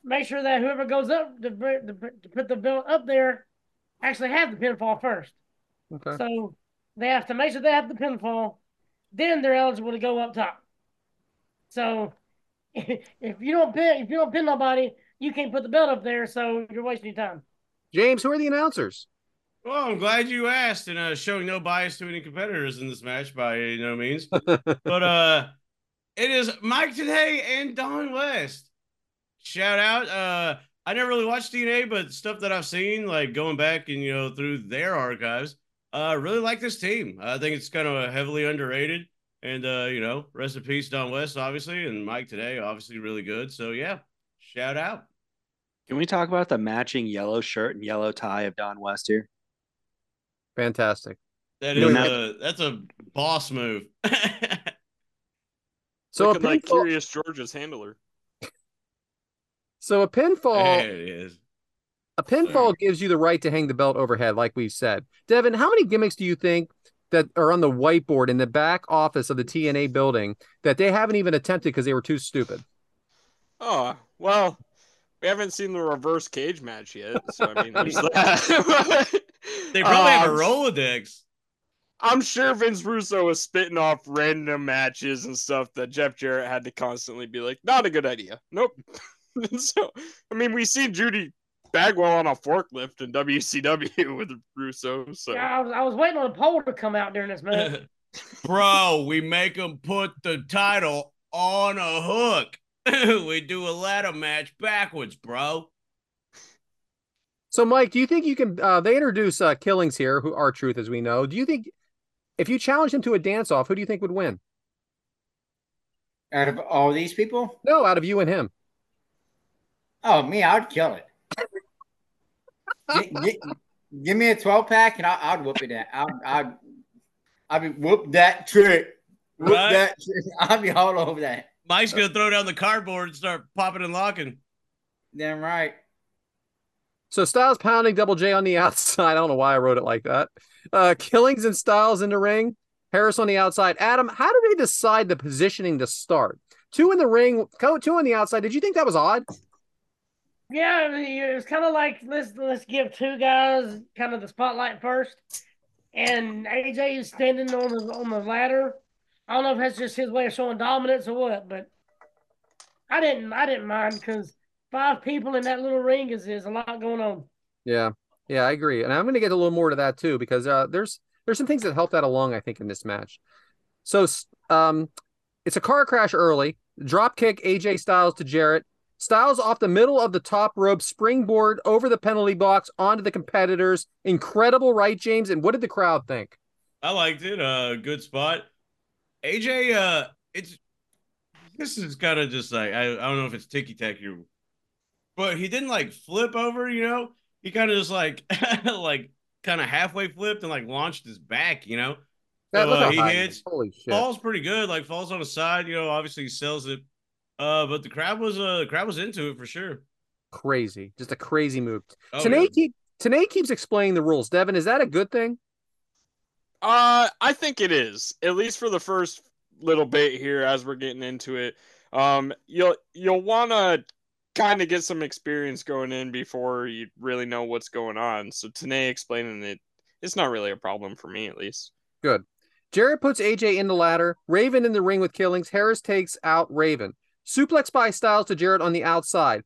make sure that whoever goes up to, br- to, put- to put the belt up there actually have the pinfall first.
Okay.
So they have to make sure they have the pinfall, then they're eligible to go up top. So [LAUGHS] if you don't pin, if you don't pin nobody, you can't put the belt up there. So you're wasting your time.
James, who are the announcers?
Well, I'm glad you asked, and uh, showing no bias to any competitors in this match by no
[LAUGHS]
means. but uh, it is Mike today and Don West. Shout out! Uh, I never really watched DNA, but stuff that I've seen, like going back and you know through their archives, uh, really like this team. I think it's kind of heavily underrated, and uh, you know, rest in peace, Don West, obviously, and Mike today, obviously, really good. So yeah, shout out.
Can we talk about the matching yellow shirt and yellow tie of Don West here?
Fantastic.
That
You
is
know-
a, that's a boss move. [LAUGHS]
So a
Looking like
pinfall.
Curious George's handler.
So a pinfall.
There it is.
A pinfall gives you the right to hang the belt overhead, like we've said. Devin, how many gimmicks do you think that are on the whiteboard in the back office of the TNA building that they haven't even attempted because they were too stupid?
Oh, well, we haven't seen the reverse cage match yet, so I
[LAUGHS]
mean, there's that.
They probably have a
Um,
Rolodex.
I'm sure Vince Russo was spitting off random matches and stuff that Jeff Jarrett had to constantly be like, not a good idea. Nope. [LAUGHS] And so, I mean, we see Judy Bagwell on a forklift in WCW [LAUGHS] with Russo. So,
Yeah, I was, I was waiting on a poll to come out during this match.
[LAUGHS] [LAUGHS] Bro, we make them put the title on a hook. [LAUGHS] we do a ladder match backwards, bro.
So, Mike, do you think you can? Uh, they introduce uh, Killings here, who are Truth, as we know. Do you think if you challenge them to a dance off, who do you think would win?
out of all these people,
No, out of you and him.
oh me, I'd kill it. Gi-
[LAUGHS]
gi- give me a twelve pack, and I, I'd whoop it. Out. I'd, I'd, I'd be whoop that trick. Whoop
Right.
that. Trick. [LAUGHS] I'd be all over that.
Mike's gonna throw down the cardboard and start popping and locking.
Damn right.
So Styles pounding Double J on the [LAUGHS] outside. I don't know why I wrote it like that. Uh, Killings and Styles in the ring. Harris on the outside. Adam, how did they decide the positioning to start? Two in the ring, co- two on the outside. Did you think that was odd?
Yeah, I mean, it was kind of like let's let's give two guys kind of the spotlight first, and AJ is standing on the on the ladder. I don't know if that's just his way of showing dominance or what, but I didn't I didn't mind because five people in that little ring is is a lot going on.
Yeah, yeah, I agree, and I'm going to get a little more to that too because uh, there's there's some things that help that along. I think in this match. So s- um, it's a car crash early. Drop kick AJ Styles to Jarrett. Styles off the middle of the top rope, springboard over the penalty box onto the competitors. Incredible, right, James? And what did the crowd think?
I liked it. Uh, good spot. AJ, uh, it's this is kind of just like I, I don't know if it's ticky tacky or but he didn't like flip over, you know. He kind of just like [LAUGHS] like kind of halfway flipped and like launched his back, you know.
That, look
Uh,
how
he
high it
hits,
is. Holy shit.
Falls pretty good, like falls on the side, you know. Obviously he sells it. Uh, but the crowd was uh the crowd was into it for sure.
Crazy. Just a crazy move.
Oh,
Tanay,
yeah.
keep, Tanay keeps explaining the rules. Devin, is that a good thing?
Uh, I think it is at least for the first little bit here as we're getting into it. Um, you'll you'll wanna kind of get some experience going in before you really know what's going on. So today explaining it, it's not really a problem for me at least.
Jarrett puts AJ in the ladder, Raven in the ring with killings. Harris takes out Raven. Suplex by Styles to Jarrett on the outside.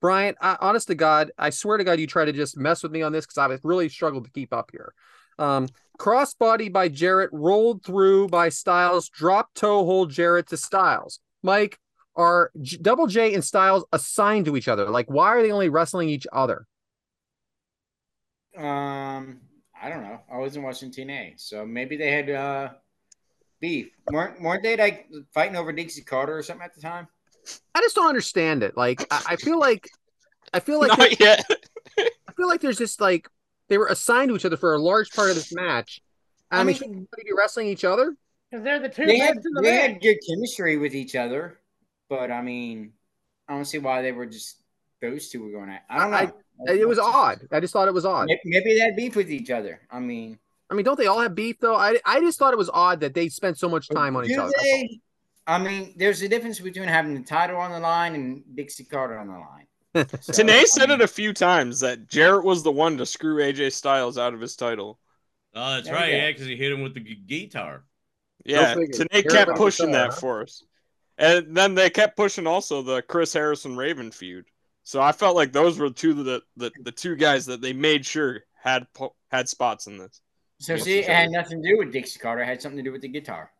Bryant, I, honest to God, I swear to God, you try to just mess with me on this because I've really struggled to keep up here. Um, crossbody by Jarrett, rolled through by Styles, drop toe hold Jarrett to Styles. Mike, are J- Double J and Styles assigned to each other? Like, why are they only wrestling each other?
Um, I don't know. I wasn't watching TNA, so maybe they had uh beef. weren't weren't they like fighting over Dixie Carter or something at the time?
I just don't understand it. Like, I, I feel like, I
[LAUGHS]
feel like
[LAUGHS] Not yet.
I feel like there's just like they were assigned to each other for a large part of this match. I,
I
mean,
mean-
shouldn't they be wrestling each other?
because they're the two
They
best
had
in the
they
match.
had good chemistry with each other, but I mean, I don't see why they were just those two were going at. I don't know.
I- It was odd. I just thought it was odd.
May- Maybe they had beef with each other. I mean,
I mean, don't they all have beef though? I, I just thought it was odd that they spent so much time on each
do
other.
they- I mean, there's a difference between having the title on the line and Dixie Carter on the line. So, I
Tanay said
mean,
it a few times that Jarrett was the one to screw AJ Styles out of his title.
Oh, that's
There you
right,
go.
yeah, because he hit him with the gu- guitar.
Yeah,
figure.
Tanay
Jarrett
kept
was the
pushing
star,
that
huh?
for us. And then they kept pushing also the Chris Harrison Raven feud. So I felt like those were two of the, the, the two guys that they made sure had po- had spots in this.
So see, it had nothing to do with Dixie Carter. It had something to do with the guitar.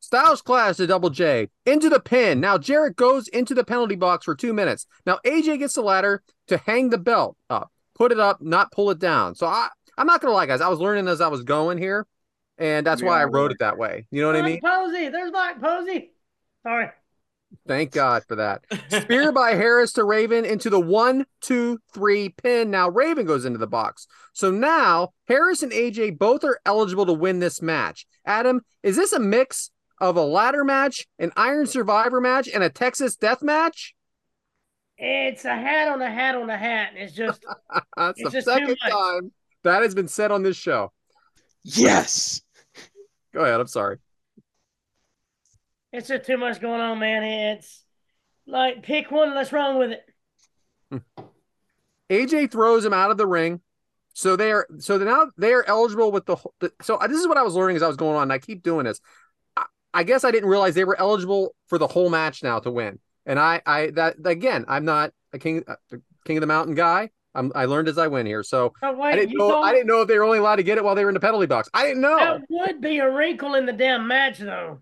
Styles clash to Double J into the pin. Now Jarrett goes into the penalty box for two minutes. Now AJ gets the ladder to hang the belt up, put it up, not pull it down. So I I'm not gonna lie, guys. I was learning as I was going here, and that's
We
why I
all
wrote
were.
it that way. You know what I mean?
Mike Posey, there's Mike Posey. Sorry.
Thank God for that. [LAUGHS] Spear by Harris to Raven into the one, two, three pin. Now Raven goes into the box. So now Harris and AJ both are eligible to win this match. Adam, is this a mix of a ladder match, an Iron Survivor match, and a Texas Death match? [LAUGHS]
It's a hat on a hat on a hat. and It's just
That's
It's
the
just too
second
much.
time that has been said on this show.
Yes.
Go ahead. I'm sorry.
it's just too much going on, man. It's like pick one. Let's run with it.
AJ throws him out of the ring. So they are so they're now they are eligible with the, whole- the so I- this is what I was learning as I was going on. And I keep doing this. I, I guess I didn't realize they were eligible for the whole match now to win. And I I that again I'm not a king a king of the mountain guy. I'm I learned as I went here. So
But wait,
I didn't
you
know
told
I didn't know if they were only allowed to get it while they were in the penalty box. I didn't know
that would be a wrinkle in the damn match, though.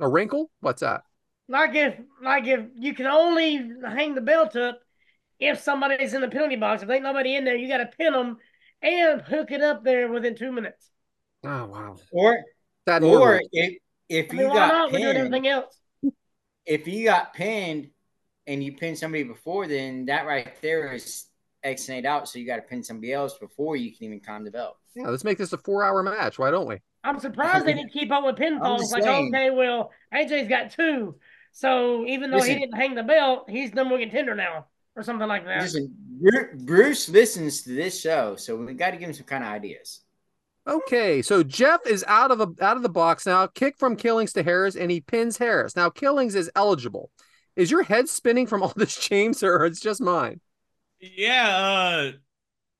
a wrinkle. What's that?
Like if like if you can only hang the belt up if somebody's in the penalty box. If ain't nobody in there, you got to pin them and hook it up there within two minutes.
Oh wow.
Or
That
or if if
I
you
mean, why
got
not? We're doing
pinned,
everything else.
if you got pinned and you pinned somebody before, then that right there is X and eight out. So you got to pin somebody else before you can even climb the belt.
yeah, let's make this a four hour match. Why don't we?
I'm
[LAUGHS]
surprised they didn't keep up with pinfalls.
just
Like,
saying.
okay, well, AJ's got two. So even though
Listen.
he didn't hang the belt, he's number one contender now or something like that.
Listen, Bru- Bruce listens to this show, so we got to give him some kind of ideas.
Okay, so Jeff is out of the out of the box now. Kick from Killings to Harris, and he pins Harris. Now Killings is eligible. Is your head spinning from all [LAUGHS] this, James, or it's just mine?
Yeah, uh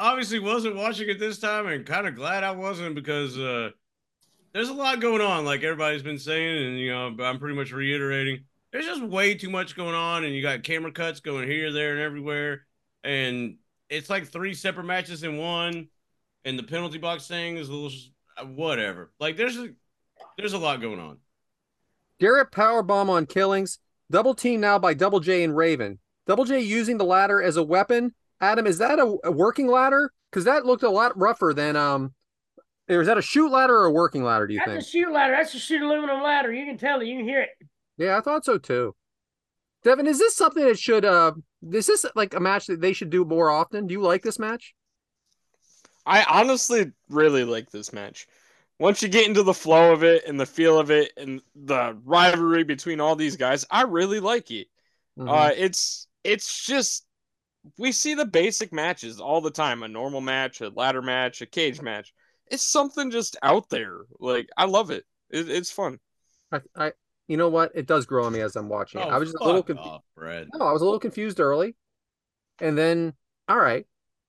obviously wasn't watching it this time and kind of glad I wasn't because uh there's a lot going on like everybody's been saying and you know I'm pretty much reiterating. There's just way too much going on and you got camera cuts going here, there and everywhere and it's like three separate matches in one and the penalty box thing is a little uh, whatever. Like there's a, there's a lot going on.
Garrett powerbomb on Killings. Double team now by Double J and Raven. Double J using the ladder as a weapon. Adam, is that a, a working ladder? Because that looked a lot rougher than um. Or is that a shoot ladder or a working ladder? Do you
That's
think?
a shoot ladder. That's a shoot aluminum ladder. You can tell it. You can hear it.
Yeah, I thought so too. Devin, is this something that should uh is this like a match that they should do more often? Do you like this match?
I honestly really like this match. Once you get into the flow of it and the feel of it and the rivalry between all these guys, I really like it. Uh, it's it's just we see the basic matches all the time: a normal match, a ladder match, a cage match. It's something just out there. Like I love it. it it's fun.
I, I you know what? It does grow on me as I'm watching it. I was just a little
Oh, fuck
confused.
off, Brett.
No, I was a little confused early. And then all right.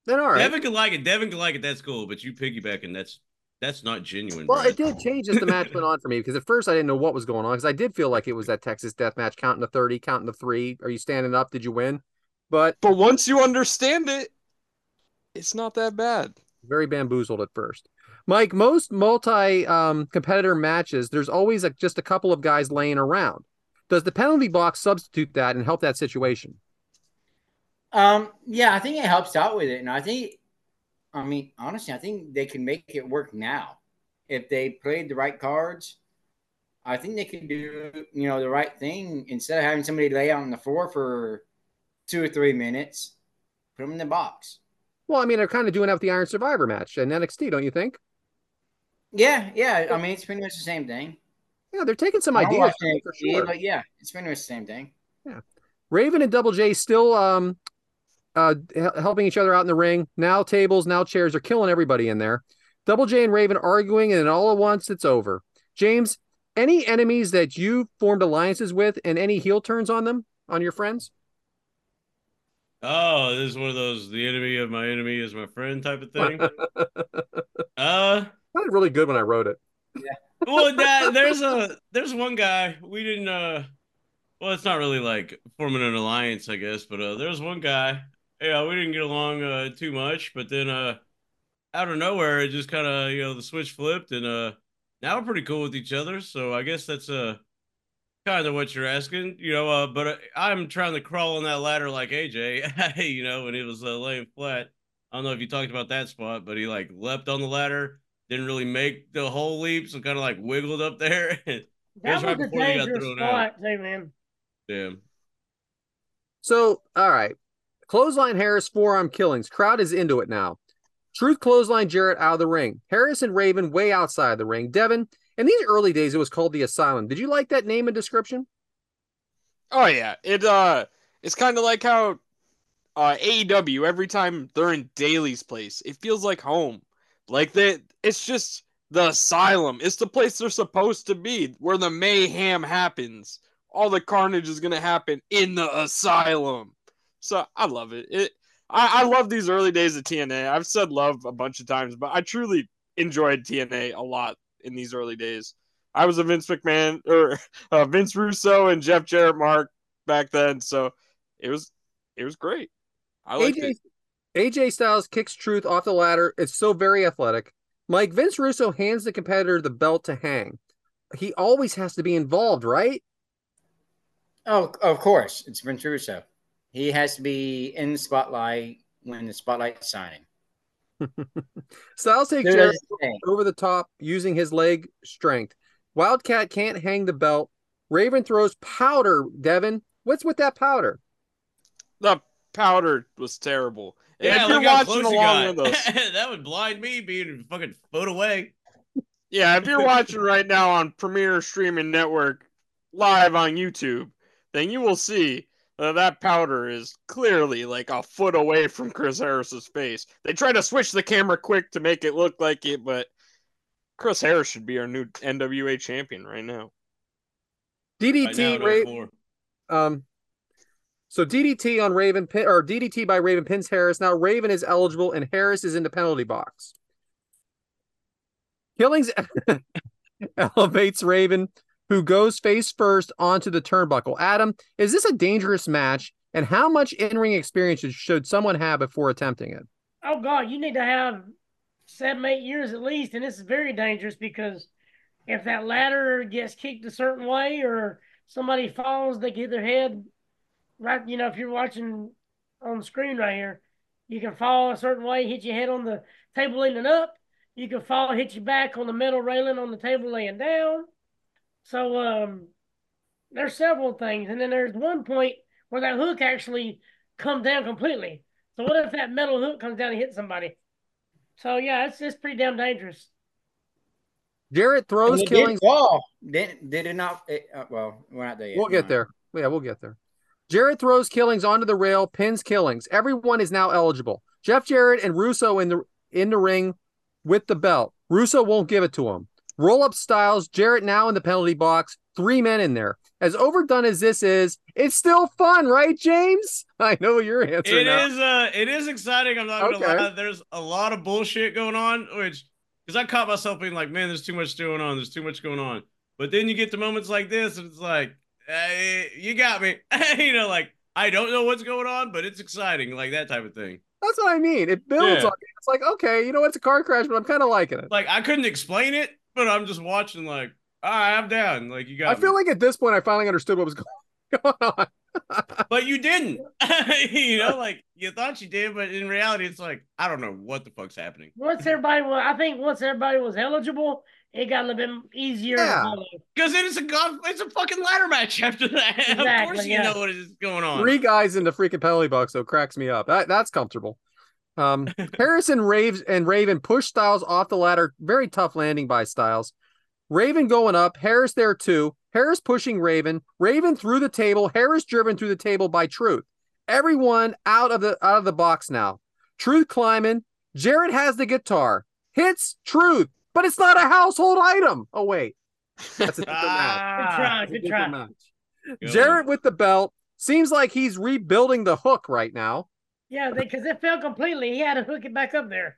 Then all right.
Devin can like it. Devin can like it. That's cool. But you piggybacking, that's that's not genuine.
Well,
Brett.
it did change as the match went on for me because at first I didn't know what was going on because I did feel like it was that Texas death match counting to 30, counting to three. Are you standing up? Did you win? But
But once you understand it, it's not that bad.
very bamboozled at first. Mike, most multi um, competitor matches, there's always a, just a couple of guys laying around. Does the penalty box substitute that and help that situation?
Um, yeah, I think it helps out with it, and I think, I mean, honestly, I think they can make it work now if they played the right cards. I think they can do you know the right thing instead of having somebody lay out on the floor for two or three minutes. Put them in the box.
Well, I mean, they're kind of doing that with the Iron Survivor match and NXT, don't you think?
Yeah, yeah. I mean, it's pretty much the same thing.
Yeah, they're taking some
Oh, I don't
ideas
watch
from it for
NXT,
sure.
but yeah, it's pretty much the same thing.
Raven and Double J still um uh hel- helping each other out in the ring. Now tables, now chairs are killing everybody in there. Double J and Raven arguing, and then all at once it's over. James, any enemies that you formed alliances with, and any heel turns on them on your friends?
Oh, this is one of those the enemy of my enemy is my friend type of thing. uh
That was really good when I wrote it.
well that there's a there's one guy we didn't uh well it's not really like forming an alliance i guess but uh there's one guy yeah we didn't get along uh too much but then uh out of nowhere it just kind of you know the switch flipped and uh now we're pretty cool with each other so i guess that's uh kind of what you're asking you know uh but uh, i'm trying to crawl on that ladder like aj [LAUGHS] you know and it was uh, laying flat i don't know if you talked about that spot but he like leapt on the ladder didn't really make the whole leap so kind of like wiggled up there [LAUGHS]
That
That's right
was a
before they got
dangerous
thrown
spot, too, man.
damn
So, all right. Clothesline Harris, forearm killings. Crowd is into it now. Truth clothesline Jarrett out of the ring. Harris and Raven way outside the ring. Devin, in these early days, it was called the Asylum. Did you like that name and description?
Oh yeah, it uh, it's kind of like how uh AEW every time they're in Daly's place, it feels like home. Like they, it's just the asylum. It's the place they're supposed to be, where the mayhem happens. All the carnage is gonna happen in the asylum. So I love it. It, I, I love these early days of TNA. I've said love a bunch of times, but I truly enjoyed TNA a lot in these early days. I was a Vince McMahon or [LAUGHS] uh, Vince Russo and Jeff Jarrett Mark back then, so it was it was great. I liked
AJ,
it.
AJ Styles kicks Truth off the ladder. It's so very athletic. Mike Vince Russo hands the competitor the belt to hang. He always has to be involved, right? [LAUGHS]
Oh, of course, it's Vince Russo. He has to be in the spotlight when the spotlight's shining.
Styles takes
Dude,
Jarrett
that's the thing.
over the top using his leg strength. Wildcat can't hang the belt. Raven throws powder. Devin, what's with that powder?
The powder was terrible.
Yeah,
if
look
you're
how
watching
close you got.
along with
[LAUGHS]
us,
that would blind me being a fucking foot away.
yeah, if you're watching right now on Premier Streaming Network live on YouTube, then you will see that that powder is clearly like a foot away from Chris Harris's face. They try to switch the camera quick to make it look like it, but Chris Harris should be our new NWA champion right now.
Right now,
DDT,
at
Ra-
04.
Um, so DDT on Raven pin, or DDT by Raven pins Harris. Now Raven is eligible and Harris is in the penalty box. Killings [LAUGHS] elevates Raven, who goes face first onto the turnbuckle. Adam, is this a dangerous match? And how much in-ring experience should- should someone have before attempting it?
Oh God, you need to have seven, eight years at least, and this is very dangerous because if that ladder gets kicked a certain way or somebody falls, they get their head right. You know, if you're watching on the screen right here, you can fall a certain way, hit your head on the table leaning up. You can fall, hit your back on the metal railing on the table laying down. So um, there's several things, and then there's one point where that hook actually comes down completely. So what if that metal hook comes down and hits somebody? So yeah, it's it's pretty damn dangerous.
Jarrett throws
And it
killings.
Did fall. Did, did it not? It, uh, well, we're not there yet.
We'll get there. Yeah, we'll get there. Jarrett throws killings onto the rail, pins killings. Everyone is now eligible. Jeff Jarrett and Russo in the in the ring with the belt. Russo won't give it to him. Roll up Styles, Jarrett now in the penalty box. Three men in there. As overdone as this is, it's still fun, right, James? [LAUGHS] I know your answer
It
now.
is uh it is exciting. I'm not gonna
Okay.
lie. There's a lot of bullshit going on, which because I caught myself being like, man, there's too much going on, there's too much going on. But then you get to moments like this, and it's like, hey, you got me. [LAUGHS] you know, like I don't know what's going on, but it's exciting, like that type of thing.
That's what I mean. It builds
Yeah.
on it. It's like, okay, you know what? It's a car crash, but I'm kind of liking it.
Like I couldn't explain it, but I'm just watching, like, all right, I'm down. Like you got
I feel
me.
like at this point, I finally understood what was [LAUGHS] going on.
but you didn't. [LAUGHS] you
[LAUGHS]
know, like you thought you did, but in reality, it's like, I don't know what the fuck's happening.
Once everybody was, I think once everybody was eligible, it got a little bit easier.
Yeah.
To follow.
Because it is a golf, it's a fucking ladder match [LAUGHS] after that. of
Exactly,
course, you
yeah.
know what is going on.
Three guys in the freaking penalty box, though, cracks me up. That, that's comfortable. Um, Harrison raves and Raven push Styles off the ladder. Very tough landing by Styles. Raven going up. Harris there too. Harris pushing Raven. Raven through the table. Harris driven through the table by Truth. Everyone out of the out of the box now. Truth climbing. Jared has the guitar. Hits Truth, but it's not a household item. Oh wait, that's a
[LAUGHS]
different match.
Uh, Good
Ah,
try,
That's a
good
different
try.
match. Jarrett with the belt seems like he's rebuilding the hook right now.
Yeah, because it fell completely. He had to hook it back up there.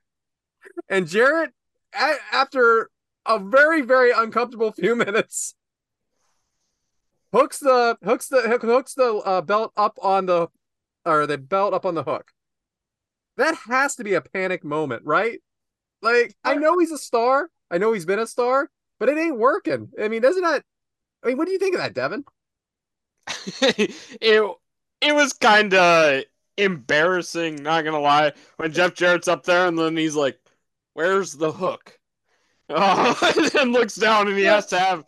And Jarrett, a- after a very very uncomfortable [LAUGHS] few minutes, hooks the hooks the hook- hooks the uh, belt up on the or the belt up on the hook. That has to be a panic moment, right? Like I know he's a star. I know he's been a star, but it ain't working. I mean, doesn't that? I mean, what do you think of that, Devin?
[LAUGHS] it it was kind of embarrassing, not gonna lie, when Jeff Jarrett's up there and then he's like, "Where's the hook?" [LAUGHS] Oh, and then looks down and he has to have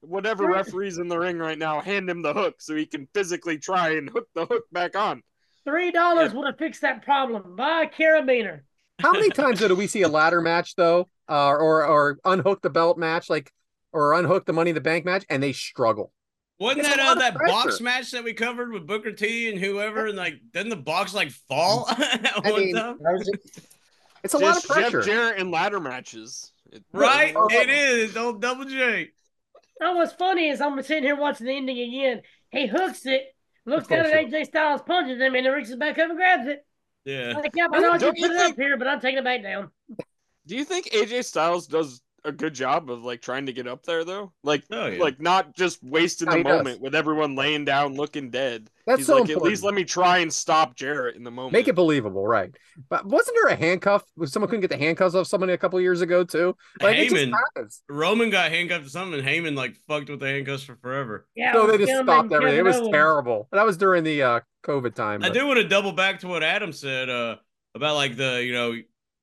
whatever
Right.
referees in the ring right now hand him the hook so he can physically try and hook the hook back on.
Three dollars would have fixed that problem. Buy a carabiner.
How
[LAUGHS]
many times do we see a ladder match though, uh, or or unhook the belt match, like or unhook the Money in the Bank match, and they struggle?
Wasn't
It's
that
a
uh,
lot of
that box
pressure.
match that we covered with Booker T and whoever? And like, doesn't the box like fall [LAUGHS] at one
mean,
time?
That was it.
It's a lot of
Just
pressure.
Jeff Jarrett in ladder matches. It-
Right?
Oh.
It is. Old Double J.
Now, what's funny is I'm sitting here watching the ending again. He hooks it, looks
Of
down
course
at AJ Styles, punches him, and then reaches back up and grabs it.
Yeah.
Like, yeah, I know I
Don't
just
you
put it up here, but I'm taking it back down.
Do you think AJ Styles does a good job of like trying to get up there though? Like
Oh, yeah.
like not just wasting
Yeah,
the
he does.
moment with everyone laying down looking dead.
That's
He's
so
like,
important.
at least let me try and stop Jarrett in the moment.
Make it believable, right? But wasn't there a handcuff? Was Someone couldn't get the handcuffs off somebody a couple years ago too. Like it just
Heyman.
happens.
Roman got handcuffed to something, and Heyman like fucked with the handcuffs for forever.
Yeah,
No,
it
they
was
just
him
stopped
and
everything. It
Kevin
was
Owens.
terrible. That was during the uh, COVID time.
I
but-
do want to double back to what Adam said uh, about like the you know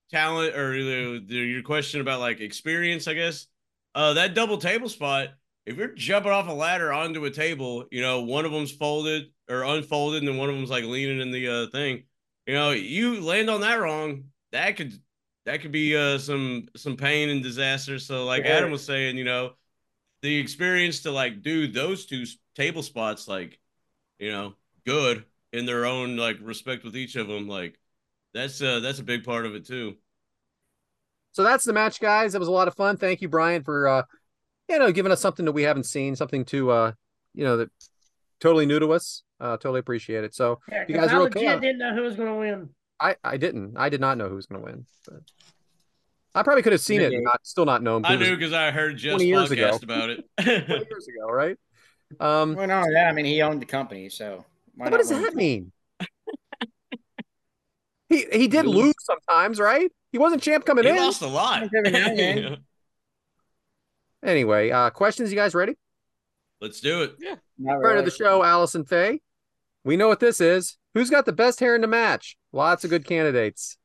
talent or the, the, your question about like experience. I guess uh, that double table spot. If you're jumping off a ladder onto a table, you know one of them's folded or unfolded, and then one of them's like leaning in the uh, thing. You know, you land on that wrong, that could that could be uh, some some pain and disaster. So like
Yeah.
Adam was saying, you know, the experience to like do those two s- table spots like you know good in their own like respect with each of them like that's uh that's a big part of it too
So that's the match, guys. It was a lot of fun. Thank you, Brian, for uh, you know, giving us something that we haven't seen, something to uh, you know, that totally new to us. Uh, totally appreciate it. So
Yeah,
You
'cause
guys
I
are okay
legit
on-
didn't know who was going to win.
I I didn't. I did not know who was going to win. But I probably could have seen it and not still not known.
i
but it
knew
was
because i heard jeff's
20 years ago.
podcast about it [LAUGHS]
20 years ago, right? Um,
Well, not only that, I mean, he owned the company, so. why
what
not
does
win?
that mean? he he did
Lose.
lose sometimes, right? He wasn't champ coming
he
in.
lost a lot
Every now and
[LAUGHS]
then.
Anyway, uh, questions. You guys ready?
let's do
[LAUGHS]
it
Not
Part of
really.
the show, Allison Faye. We know what this is. Who's got the best hair in the match? Lots of good candidates.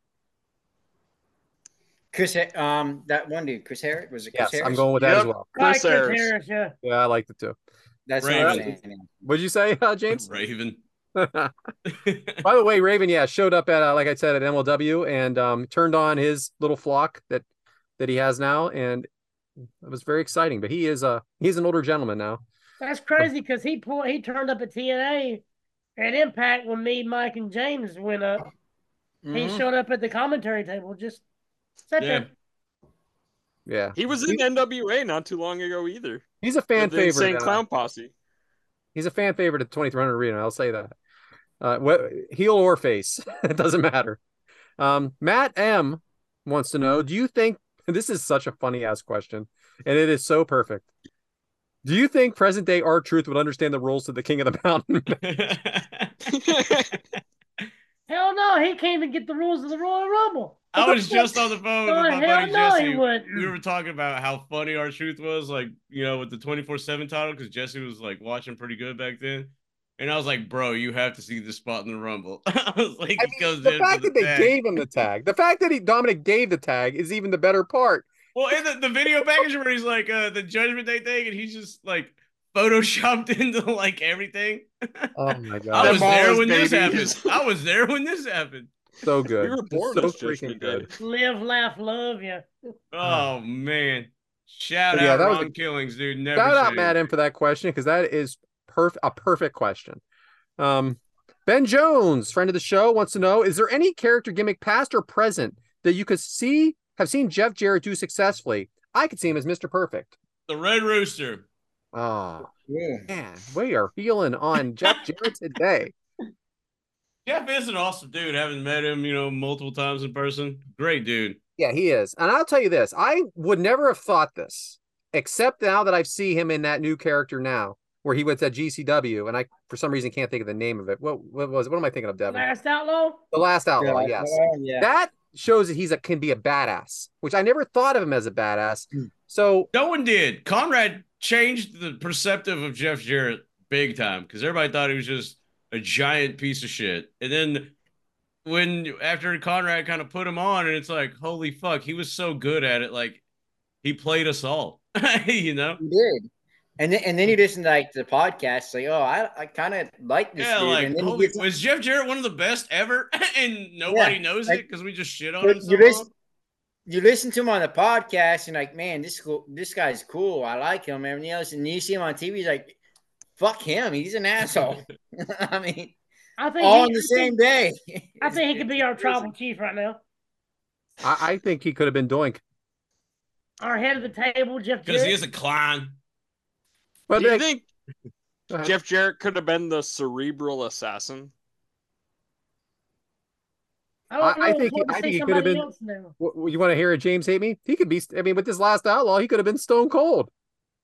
Chris, Ha- um, that one dude, Chris Harris, was it Chris
Yes,
Harris?
I'm going with that as
Yep.
well.
Like
Chris
Chris
Harris.
Harris, yeah.
Yeah, I liked it too.
That's
Raven.
what I'm saying. [LAUGHS]
What'd you say, uh, James?
raven [LAUGHS]
By the way, Raven, yeah, showed up at uh, like I said at MLW and um, turned on his little flock that that he has now, and it was very exciting. But he is a he's an older gentleman now.
That's crazy because he pulled, he turned up at TNA at Impact when me, Mike, and James went up. He
Mm-hmm.
Mm-hmm.
Mhm.
showed up at the commentary table. Just such
Yeah.
a
Yeah,
He was in NWA not too long ago either.
he's a fan
with the
favorite.
Insane
uh,
Clown Posse.
He's a fan favorite of 2300 Arena. I'll say that. Uh, wh- heel or face, [LAUGHS] it doesn't matter. Um, Matt M wants to know: Do you think this is such a funny ass question, and it is so perfect? Do you think present day R Truth would understand the rules to the King of the [LAUGHS] Mountain?
hell no. He can't even get the rules of the Royal Rumble.
I
[LAUGHS]
was just on the phone
Oh,
with my
hell
buddy
no,
Jesse.
he wouldn't.
we were talking about how funny our truth was, like you know, with the twenty four seven title, because Jesse was like watching pretty good back then. And I was like, bro, you have to see this spot in the rumble. [LAUGHS] I was like,
I
he goes
the
in
fact
for
that they
tag.
gave him the tag, the fact that he Dominic gave the tag is even the better part.
Well, in the, the video package where he's like uh, the Judgment Day thing, and he's just like photoshopped [LAUGHS] into like everything.
[LAUGHS] Oh my
I
god,
was
Them all
there
as
when this
babies.
happened. I was there when this happened.
so good.
[LAUGHS] We were born
so
this
freaking
Judgment
good.
Day.
Live, laugh, love you.
Oh man! Shout
Uh-huh. But yeah,
out
that was
Ron
a-
Killings, dude. Never
Shout out
change.
Matt M for that question because that is perf- a perfect question. Um, ben Jones, friend of the show, wants to know: Is there any character gimmick, past or present, that you could see have seen Jeff Jarrett do successfully? I could see him as Mister Perfect.
the Red Rooster.
Oh
Yeah.
man, we are feeling on Jeff Jarrett today.
Jeff is an awesome dude. Haven't met him, you know, multiple times in person. Great dude.
Yeah, he is, and I'll tell you this: I would never have thought this, except now that I see him in that new character now, where he was at GCW, and I for some reason can't think of the name of it. What, what was? What am I thinking of, Devin?
Last outlaw.
The Last Outlaw, Oh, yes.
"Oh, Yeah.
That shows that he's a can be a badass, which I never thought of him as a badass. So
No one did. Conrad changed the perceptive of Jeff Jarrett big time because everybody thought he was just a giant piece of shit. And then when after Conrad kind of put him on, and it's like, holy fuck, he was so good at it. Like he played us all, [LAUGHS] you know?
He did. And then, and then you listen to like the podcast, like, oh, I, I kind of like this
Yeah,
dude.
like
and then he
holy,
gets-
was Jeff Jarrett one of the best ever, [LAUGHS] and nobody knows it
like-
because we just shit on
You-
him. So
you just-
long?
you listen to him on the podcast, and like, man, this cool, this guy's cool. I like him. Everything else, and you see him on TV, he's like, fuck him. He's an asshole. [LAUGHS] I mean,
I think
all
he-
on the same day.
I think he could be our tribal chief right now.
I, I think he could have been Doink.
Our head of the table, Jeff
Because he
Jarrett.
is a clown.
But
Do you
like,
think
Go ahead.
Jeff Jarrett could have been the cerebral assassin?
I, don't
I- I
know,
think
it's
he- I
hard to see
think he could have
somebody
been-
else now.
w- w- you want to hear a James hate me? He could be. I mean, with this Last Outlaw, he could have been Stone Cold.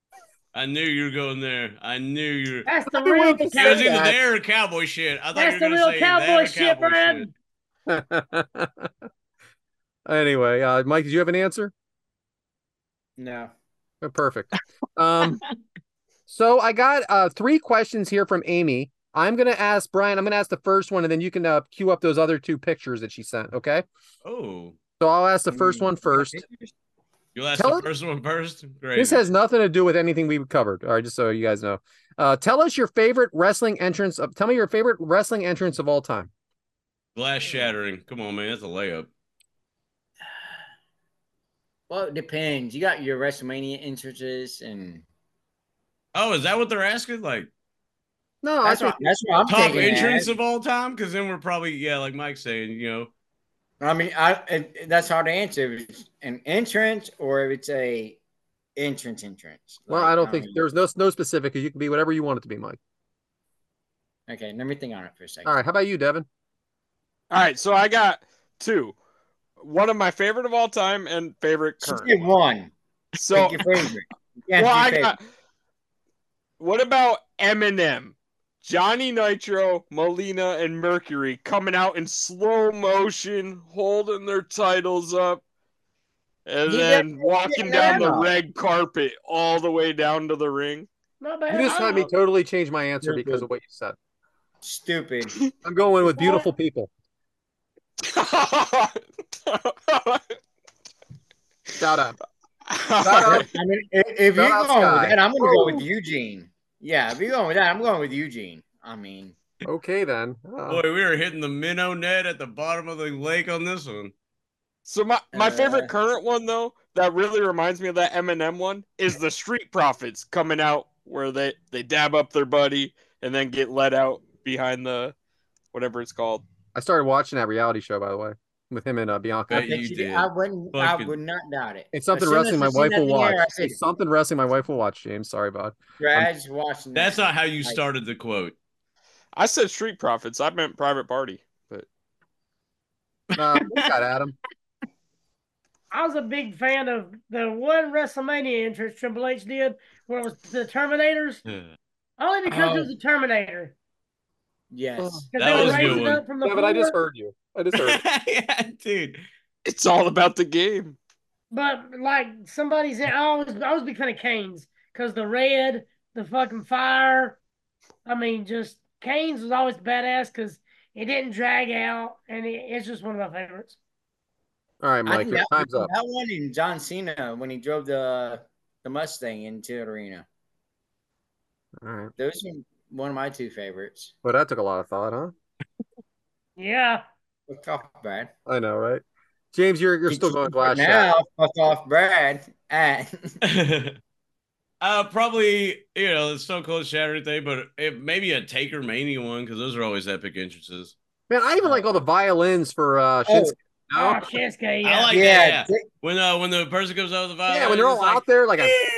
[LAUGHS]
I knew you were going there. I knew you were.
That's the
I've been
real
waiting to
It was
say
either
cowboy.
that.
there or cowboy shit. I thought
That's
you
the
were going
real
to say
cowboy
that or
shit,
cowboy
Brad.
shit.
anyway, uh, Mike, did you have an answer?
no.
Oh, Perfect. Um, so I got uh three questions here from Amy. I'm gonna ask Brian. I'm gonna ask the first one, and then you can uh, queue up those other two pictures that she sent. Okay.
Oh,
So I'll ask the first
Mm,
one first.
you asked
Tell
the
us-
first one first. Great.
This has nothing to do with anything we've covered. All right, just so you guys know. Uh, tell us your favorite wrestling entrance of tell me your favorite wrestling entrance of all time.
glass shattering. Come on, man, that's a layup.
Well, it depends. You got your WrestleMania entrances, and
Oh, is that what they're asking? Like
No,
Oh, that's
I
what, that's what I'm
top
taking.
entrance
Entrance
of all time? Because then we're probably yeah, like Mike's saying, you know,
I mean, I it, that's hard to answer. If it's an entrance or if it's a entrance entrance.
well,
Like, um,
I don't think
mean-
there's no no specific. You can be whatever you want it to be, Mike.
Okay, let me think on it for a second.
All right, how about you, Devin?
All right, so I got two. One of my favorite of all time and favorite
Just
current.
give one.
So,
Pick your favorite. [LAUGHS] You can't
well,
do
I
favorite.
got. What about Eminem, Johnny Nitro, Molina, and Mercury coming out in slow motion, holding their titles up, and
He
then
did-
walking
did
down the
Eminem.
red carpet all the way down to the ring? [LAUGHS]
Not
You
bad.
just
I
had me
don't-
totally change my answer
You're
because
good.
of what you said.
stupid. [LAUGHS]
I'm going with beautiful people.
[LAUGHS]
Shout out.
I mean, if, if you're
Shout out
going
Sky. Oh.
with that, I'm going to go
Whoa.
with Eugene. Yeah, if you're going with that, I'm going with Eugene. I mean,
Okay then.
Boy,
Uh,
we are hitting the minnow net at the bottom of the lake on this one.
So my, my
Uh.
favorite current one though that really reminds me of that Eminem one is the Street Profits coming out where they they dab up their buddy and then get let out behind the whatever it's called.
I started watching that reality show by the way with him and uh, Bianca.
Bet
bet
you
you-
did.
I wouldn't.
Fucking-
I would not doubt it.
It's something
As
wrestling
soon as
my
I seen
wife
that
will
in the air,
watch.
I said,
It's something wrestling my wife will watch. James, sorry, bud.
Brad's watching.
That's
that.
not how you started the quote.
I said Street Profits. I meant Private Party. But
[LAUGHS] Uh, we got
[LAUGHS]
Adam.
I was a big fan of the one WrestleMania entrance Triple H did, where it was the Terminators,
[LAUGHS]
only because it was the Terminator.
Oh.
yes.
'Cause
Oh. That
they were
was a good
raising
one.
up from the
Yeah, but I
floor.
just heard you. I just
[LAUGHS]
heard.
[LAUGHS] yeah, dude.
it's all about the game.
But like somebody said, I always I always be kind of Canes because the red, the fucking fire. I mean, just Canes was always badass because it didn't drag out, and it, it's just one of my favorites.
All right,
I
Mike,
think
your
that,
time's up.
that one in John Cena when he drove the the Mustang into the arena.
All right.
Those are one of my two favorites.
Well, that took a lot of thought, huh?
Yeah,
Fuck off, Brad.
I know, right? James, you're you're still going glass
now.
shot.
Fuck off, Brad. At
[LAUGHS] uh, probably you know the Stone Cold Shatter thing, but it, maybe a Taker Mania one because those are always epic entrances.
Man, I even like all the violins for uh Shinsuke.
oh,
No?
oh, Shinsuke,
I [LAUGHS]
yeah.
like that.
yeah,
Yeah. When uh, when the person comes out with the violin,
yeah, when they're all
it's like,
out there like a
"Eh."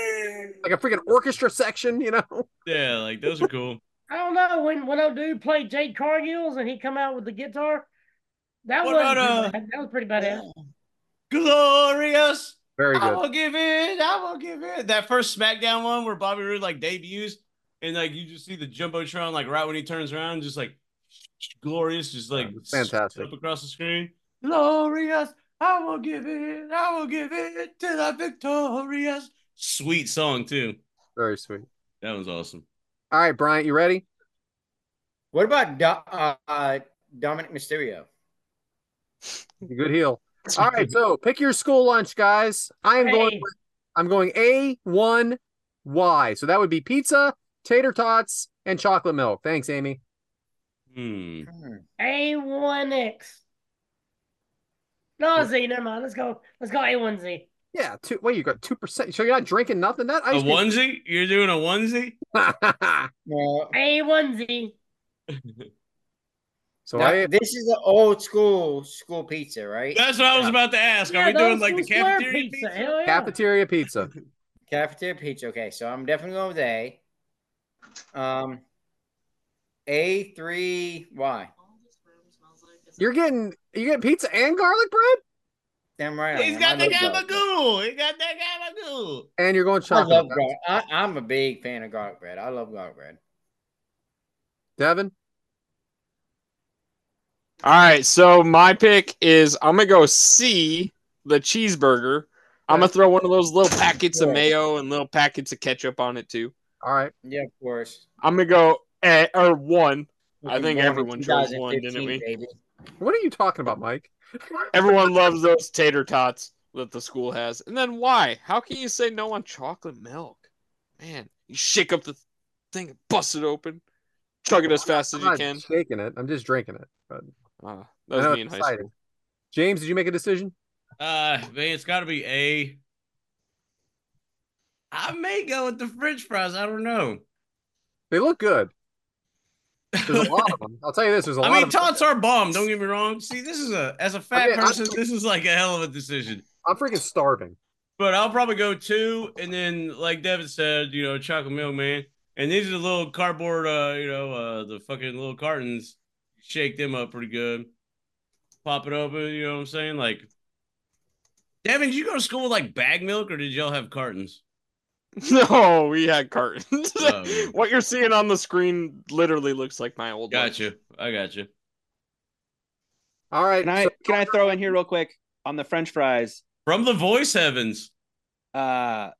[LAUGHS] like a freaking orchestra section, you know.
[LAUGHS]
[LAUGHS]
yeah, like those are cool.
I don't know when when old dude played Jade Cargill's and he come out with the guitar. That
What
was
about, uh,
that was pretty badass.
Glorious.
Very
I
good.
will give it. I will give it. That first SmackDown one where Bobby Roode like debuts and like you just see the jumbotron like right when he turns around, just like glorious, just like
Yeah, it's fantastic.
up across the screen. Glorious. I will give it. I will give it to the victorious. Sweet song too.
Very sweet.
That was awesome.
All right, Bryant, you ready?
What about Do- uh, uh, Dominic Mysterio?
You Good heel. All right, so pick your school lunch, guys. I am going
Hey.
with- I'm going A one Y. So that would be pizza, tater tots, and chocolate milk. Thanks, Amy.
Hmm.
Hmm.
A1X. No Z, never mind. Let's go. Let's go A1Z.
Yeah, two wait, you got two percent. So you're not drinking nothing? That
A
ice cream.
onesie? You're doing a onesie?
No.
A1Z.
[LAUGHS] so
Now,
I
this is an old school school pizza, right?
That's what I was
Yeah.
about to ask. Are
Yeah,
we doing
those
like the
was square
cafeteria pizza?
Hell yeah.
cafeteria
[LAUGHS]
pizza.
Cafeteria pizza. Okay, so I'm definitely going with A. Um, A three. Why?
You're getting you getting pizza and garlic bread?
Damn right. I
He's
am.
got
I
the
love garlic bread.
gabagool. He got the gabagool.
And you're going
I
chocolate.
love
milk.
garlic. I, I'm a big fan of garlic bread. I love garlic bread.
Devin?
All right, so my pick is I'm gonna go C, the cheeseburger. I'm gonna throw one of those little packets of
Yeah.
mayo and little packets of ketchup on it too.
All right.
Yeah, of course.
I'm gonna go eh, or one. I
Fucking
think
born in
everyone chose one, didn't
2015,
we?
baby.
What are you talking about, Mike?
Everyone loves those tater tots that the school has. And then why? How can you say no on chocolate milk? Man, you shake up the thing and bust it open, chug it as fast as
I'm
you
not
can.
shaking it. I'm just drinking it. But
Uh,
I
that was
know
me in
it's
high
exciting.
school.
James, did you make a decision?
Uh, man, it's got to be A. I may go with the French fries. I don't know.
They look good. There's a lot of them. I'll tell you
[LAUGHS]
this. There's a lot
I mean,
of
tots are bomb. Don't get me wrong. See, this is a as a fat
Okay, I-
person, this is like a hell of a decision.
I'm freaking starving.
But I'll probably go two, and then like Devin said, you know, chocolate milk, man. And these are the little cardboard, uh, you know, uh, the fucking little cartons. Shake them up pretty good. Pop it open. You know what I'm saying? Like, Devin, did you go to school with like bag milk, or did y'all have cartons?
[LAUGHS] No, we had cartons. [LAUGHS]
Oh, yeah.
what you're seeing on the screen literally looks like my old. lunch.
Gotcha. I gotcha.
All right.
Can I
so-
can I throw in here real quick on the French fries?
From the voice heavens.
Uh,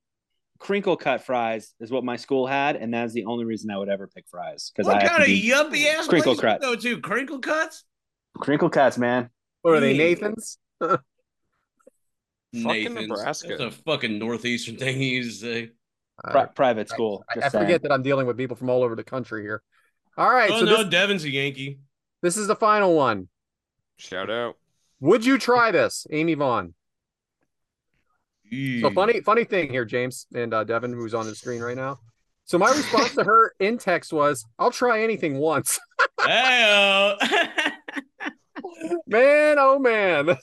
crinkle cut fries is what my school had, and that's the only reason I would ever pick fries because
What
I have
kind
to
of
be-
yuppie ass
crinkle
place
cut.
you go to? Crinkle cuts?
crinkle cuts, man.
what are they,
E?
Hmm.
Nathan's?
Fucking
Nathan's.
Nebraska.
That's a fucking northeastern thing you used to say.
Pri- private school.
I, I
just saying.
forget that I'm dealing with people from all over the country here. All right.
oh
so
no,
this,
Devin's a Yankee.
this is the final one.
Shout out.
Would you try this, Amy Vaughn? So
Ew. [LAUGHS]
funny, funny thing here, James and uh, Devin, who's on the screen right now. So my response to her in text was, "I'll try anything once." [LAUGHS]
Hey-o.
man, oh man.
[LAUGHS]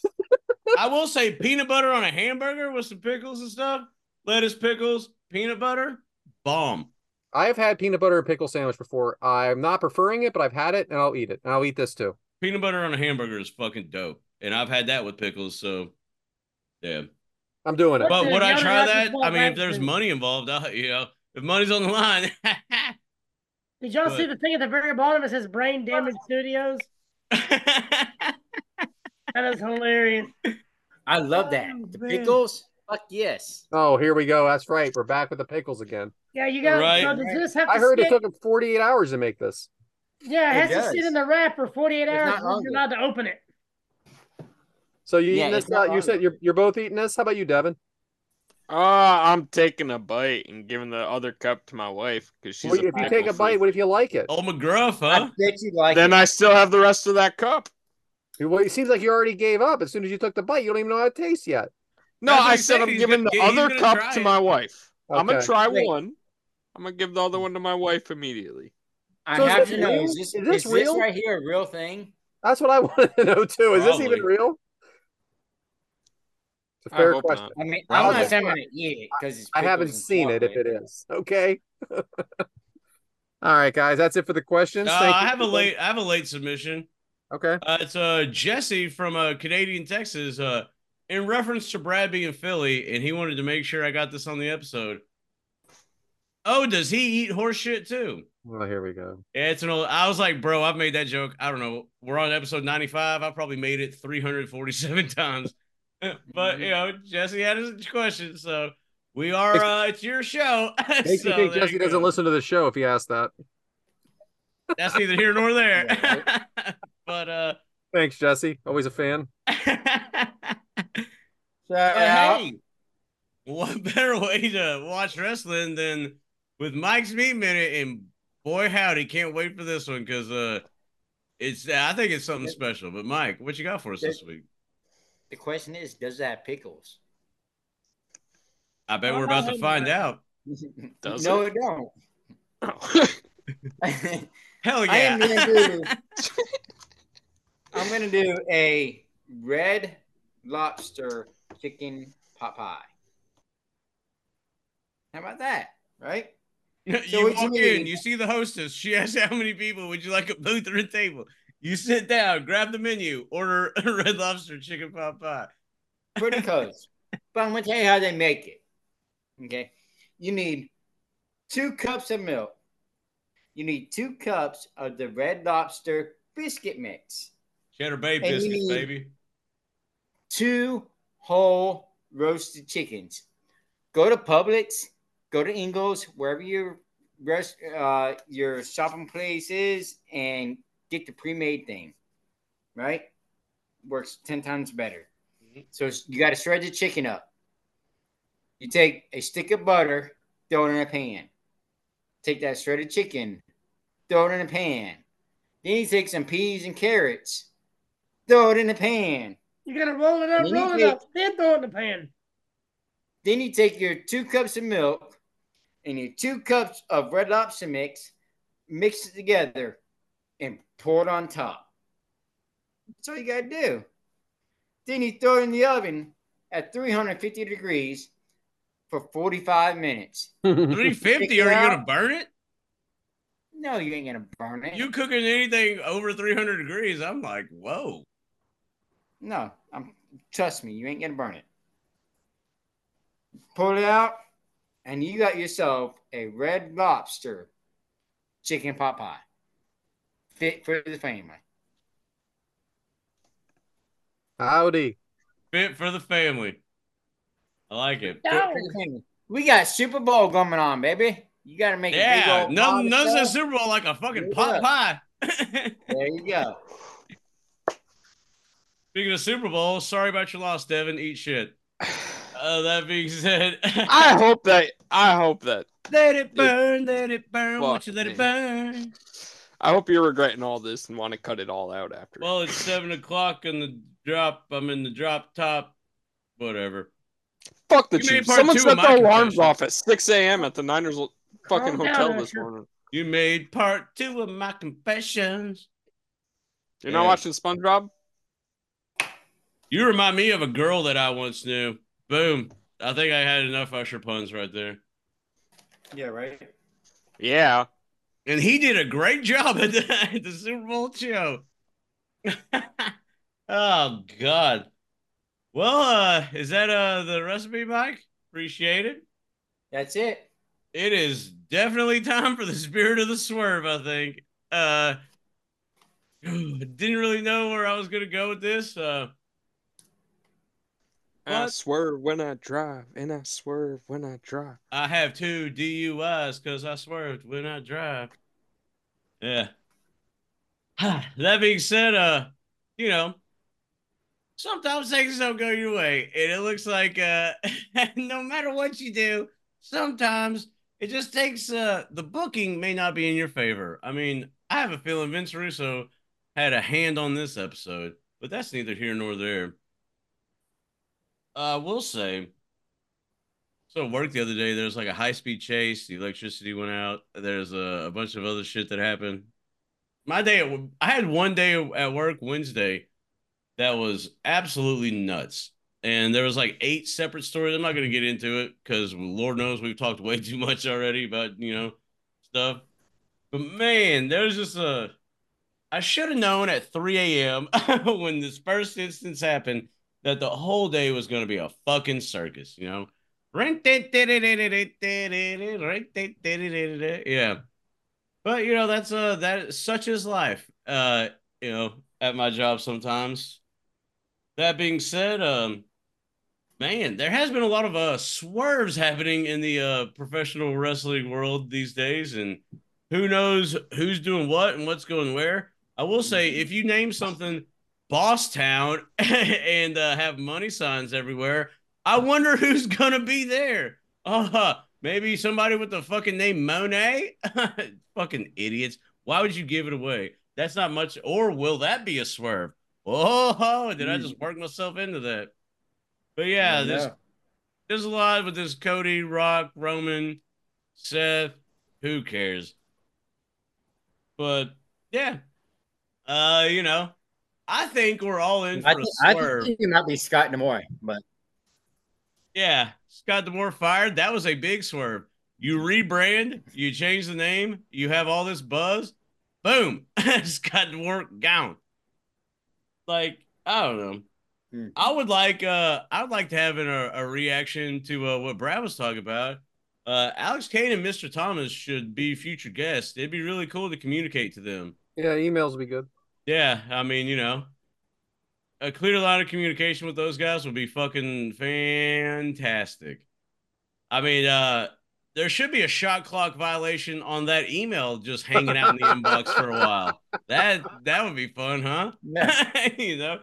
[LAUGHS]
I will say peanut butter on a hamburger with some pickles and stuff. Lettuce, pickles, peanut butter, bomb.
I have had peanut butter and pickle sandwich before. I'm not preferring it, but I've had it, and I'll eat it, and I'll eat this too.
Peanut butter on a hamburger is fucking dope, and I've had that with pickles. So, yeah.
I'm doing it.
Well-
But
dude,
would I
y'all
try
don't have to
that? I mean, if
fall
there's
back to-
money involved, I, you know, if money's on the line, [LAUGHS]
Did y'all see
But-
the thing at the very bottom? It says Brain Damage Studios. That is hilarious.
I love that.
Oh,
The
man.
pickles, fuck yes.
Oh, here we go. That's right. We're back with the pickles again.
Yeah, you got.
Right.
So does this have to?
I heard
sit,
it took them 48 hours to make this.
Yeah,
It
it has to sit
does.
in the wrapper 48
It's
hours.
not
before You're
longer.
allowed to open it.
So you
Yeah,
eating this?
it's not
uh, you said
longer.
you're you're both eating this. How about you, Devin?
Uh, I'm taking a bite and giving the other cup to my wife because she's.
What-
a
if you take a
pickle
bite,
freak.
what if you like it?
oh McGruff, huh?
I bet you like
then
it.
I still have the rest of that cup.
Well, it seems like you already gave up as soon as you took the bite. You don't even know how it tastes yet.
No,
That's what
I
he
said
said,
I'm
he's
giving
gonna-
the
he's
other
gonna
cup
try
to
it.
my wife. I'm gonna
Okay.
try
Wait.
one. I'm gonna give the other one to my wife immediately.
I
So is
have
this
to know.
real?
Is this,
Is
is
this
this,
real?
right here a real thing?
That's what I [LAUGHS] wanted to know too. Is this even
Probably.
real? It's a
I
fair
hope
question.
not.
I mean,
Well,
I'm
I-
not saying I'm gonna eat it because it's.
I haven't
pickles and
seen it if
chocolate.
it is. Okay. [LAUGHS] All right, guys. That's it for the questions.
Uh,
Thank
I
you
have a
everyone.
late, I have a late submission.
Okay.
Uh, it's uh, Jesse from uh, Canadian, Texas. Uh, in reference to Brad being Philly, and he wanted to make sure I got this on the episode. Oh, does he eat horse shit too?
Well, Oh, here
[LAUGHS]
we go.
Yeah, it's an old. I was like, bro, I've made that joke. I don't know. We're on episode 95. I probably made it 347 [LAUGHS] times.
Mm-hmm.
but, you know, Jesse had his question. So we are, uh, it's your show. [LAUGHS]
Makes
So
me think
there you
Jesse doesn't
go.
listen to the show if he asked that.
That's neither here nor there.
[LAUGHS] Yeah,
[LAUGHS] but, uh,
Thanks, Jesse. Always a
[LAUGHS]
fan.
Shout
But
out.
hey, what better way to watch wrestling than with Mike's Meat Minute? And boy, howdy, can't wait for this one because uh, it's I think it's something special. But Mike, what you got for us this week?
The question is, does that have pickles?
I bet we're about to find out.
Does
no, it,
it?
don't. [LAUGHS]
Hell
I am gonna
yeah!
[LAUGHS]
do. I'm gonna do a red lobster chicken pot pie. How about that? Right? So
[LAUGHS] you
what you
walk in,
mean?
you see the hostess. She asks how many people would you like a booth or a table. You sit down, grab the menu, order [LAUGHS] a red lobster chicken pot pie.
[LAUGHS]
Pretty close. but I'm gonna tell you how they make it. Okay. You need two cups of milk. You need two cups of the red lobster biscuit mix.
Cheddar Bay
And you
biscuits,
need-
baby.
two whole roasted chickens. Go to Publix, go to Ingles, wherever your rest, uh, your shopping place is, and get the pre-made thing. Right, works ten times better. So it's- you got to shred the chicken up. You take a stick of butter, throw it in a pan. Take that shredded chicken, throw it in a pan. Then you take some peas and carrots, throw it in a pan.
You gotta roll it up,
Mini
roll it
cake.
up, then throw it in the pan.
Then you take your two cups of milk and your two cups of red lobster mix, mix it together, and pour it on top. That's all you gotta do. Then you throw it in the oven at 350 degrees for 45 minutes.
Three
[LAUGHS]
fifty?
it
Are you
out.
gonna burn it?
No, you ain't gonna burn it.
You cooking anything over 300 degrees? I'm like, whoa.
no, I'm trust me, you ain't gonna burn it. Pull it out, and you got yourself a red lobster chicken pot pie. Fit for the family.
Howdy.
Fit for the family. I like it.
Fit
No.
for the family. We got Super Bowl going on, baby. You got to make a
Yeah,
big old
no,
pot
no
of
says
stuff.
Super Bowl like a fucking
Yeah.
pot pie. [LAUGHS]
There you go. [LAUGHS]
Speaking of Super Bowl, sorry about your loss, Devin. Eat shit. Uh, that being said,
[LAUGHS]
[LAUGHS]
I hope that. I hope that.
let it burn, let it burn, won't
Fuck
you let it
me.
burn?
I hope you're regretting all this and want to cut it all out after.
Well, it's seven o'clock and the drop. I'm in the drop top. Whatever.
Fuck the
you made
Chiefs.
part
Someone
two of
set
my
the alarms
confession.
off at 6 a.m. at the Niners l- fucking
Calm down,
hotel this
Usher.
morning.
You made part two of my confessions.
You're
Yeah.
not watching SpongeBob?
You remind me of a girl that I once knew. Boom. I think I had enough Usher puns right there.
Yeah, right.
Yeah.
And he did a great job at the, [LAUGHS] at the Super Bowl show. [LAUGHS] oh God. Well, uh, is that uh the recipe, Mike? Appreciate it.
That's it.
It is definitely time for the spirit of the swerve, I think. Uh [SIGHS] didn't really know where I was gonna go with this. Uh
I
What?
swerve when I drive, and I swerve when I drive.
I have two DUIs because I swerved when I drive. Yeah. [SIGHS] that being said, uh, you know, sometimes things don't go your way, and it looks like uh, [LAUGHS] no matter what you do, sometimes it just takes uh the booking may not be in your favor. I mean, I have a feeling Vince Russo had a hand on this episode, but that's neither here nor there. I will say. So at work the other day, there was like a high speed chase. The electricity went out. There's a, a bunch of other shit that happened. My day, at, wo- I had one day at work Wednesday that was absolutely nuts, and there was like eight separate stories. I'm not gonna get into it because Lord knows we've talked way [LAUGHS] too much already about you know stuff. But man, there was just a. I should have known at 3 a.m. [LAUGHS] when this first instance happened that the whole day was gonna be a fucking circus, you know. [LAUGHS] Yeah. But you know, that's uh that such is life. Uh, you know, at my job sometimes. That being said, um man, there has been a lot of uh swerves happening in the uh professional wrestling world these days, and who knows who's doing what and what's going where. I will say if you name something Boss Town [LAUGHS] and uh, have money signs everywhere, I wonder who's gonna be there. Uh, maybe somebody with the fucking name Monet. [LAUGHS] fucking idiots. Why would you give it away? That's not much. Or will that be a swerve? Oh, did I just work myself into that? But yeah, this there's a lot with this Cody, Rock, Roman, Seth. Who cares? But yeah, uh, you know, I think we're all in for
I
a
think, I
swerve.
think it might be Scott Nemoy, but
Yeah, Scott DeMore fired. That was a big swerve. You rebrand, you change the name, you have all this buzz. Boom, [LAUGHS] Scott DeMore gone. Like I don't know.
Hmm.
I would like uh I would like to have in a, a reaction to uh, what Brad was talking about. Uh, Alex Kane and Mr. Thomas should be future guests. It'd be really cool to communicate to them.
Yeah, emails will be good.
Yeah, I mean, you know, a clear line of communication with those guys would be fucking fantastic. I mean, uh, there should be a shot clock violation on that email just hanging out in the inbox for a while. That that would be fun, huh? [LAUGHS] you know.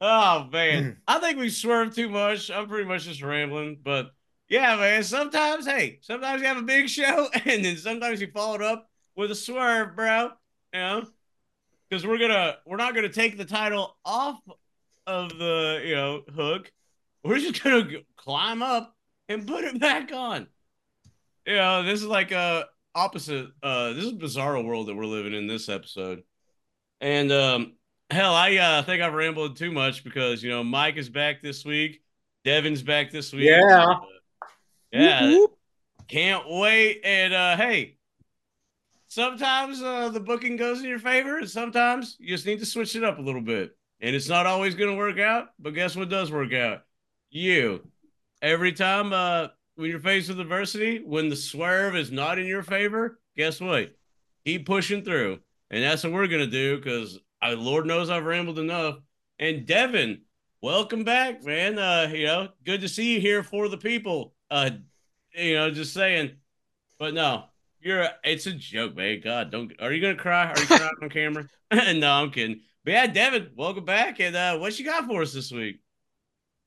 Oh man, I think we swerved too much. I'm pretty much just rambling, but yeah, man. Sometimes, hey, sometimes you have a big show, [LAUGHS] and then sometimes you follow it up with a swerve, bro. You know, because we're gonna we're not gonna take the title off of the you know hook. We're just gonna g- climb up and put it back on. You know, this is like a opposite. Uh, this is bizarro world that we're living in this episode, and um, hell, I uh, think I've rambled too much because you know Mike is back this week, Devin's back this week.
Yeah.
yeah. Can't wait. And uh hey, sometimes uh the booking goes in your favor, and sometimes you just need to switch it up a little bit. And it's not always gonna work out, but guess what does work out? You. Every time uh when you're faced with adversity, when the swerve is not in your favor, guess what? Keep pushing through. And that's what we're gonna do because I Lord knows I've rambled enough. And Devin, welcome back, man. Uh, you know, good to see you here for the people. Uh you know, just saying. But no, you're it's a joke, man. God, don't are you gonna cry? Are you crying on camera? [LAUGHS] no, I'm kidding. But yeah, Devin, welcome back. And uh what you got for us this week?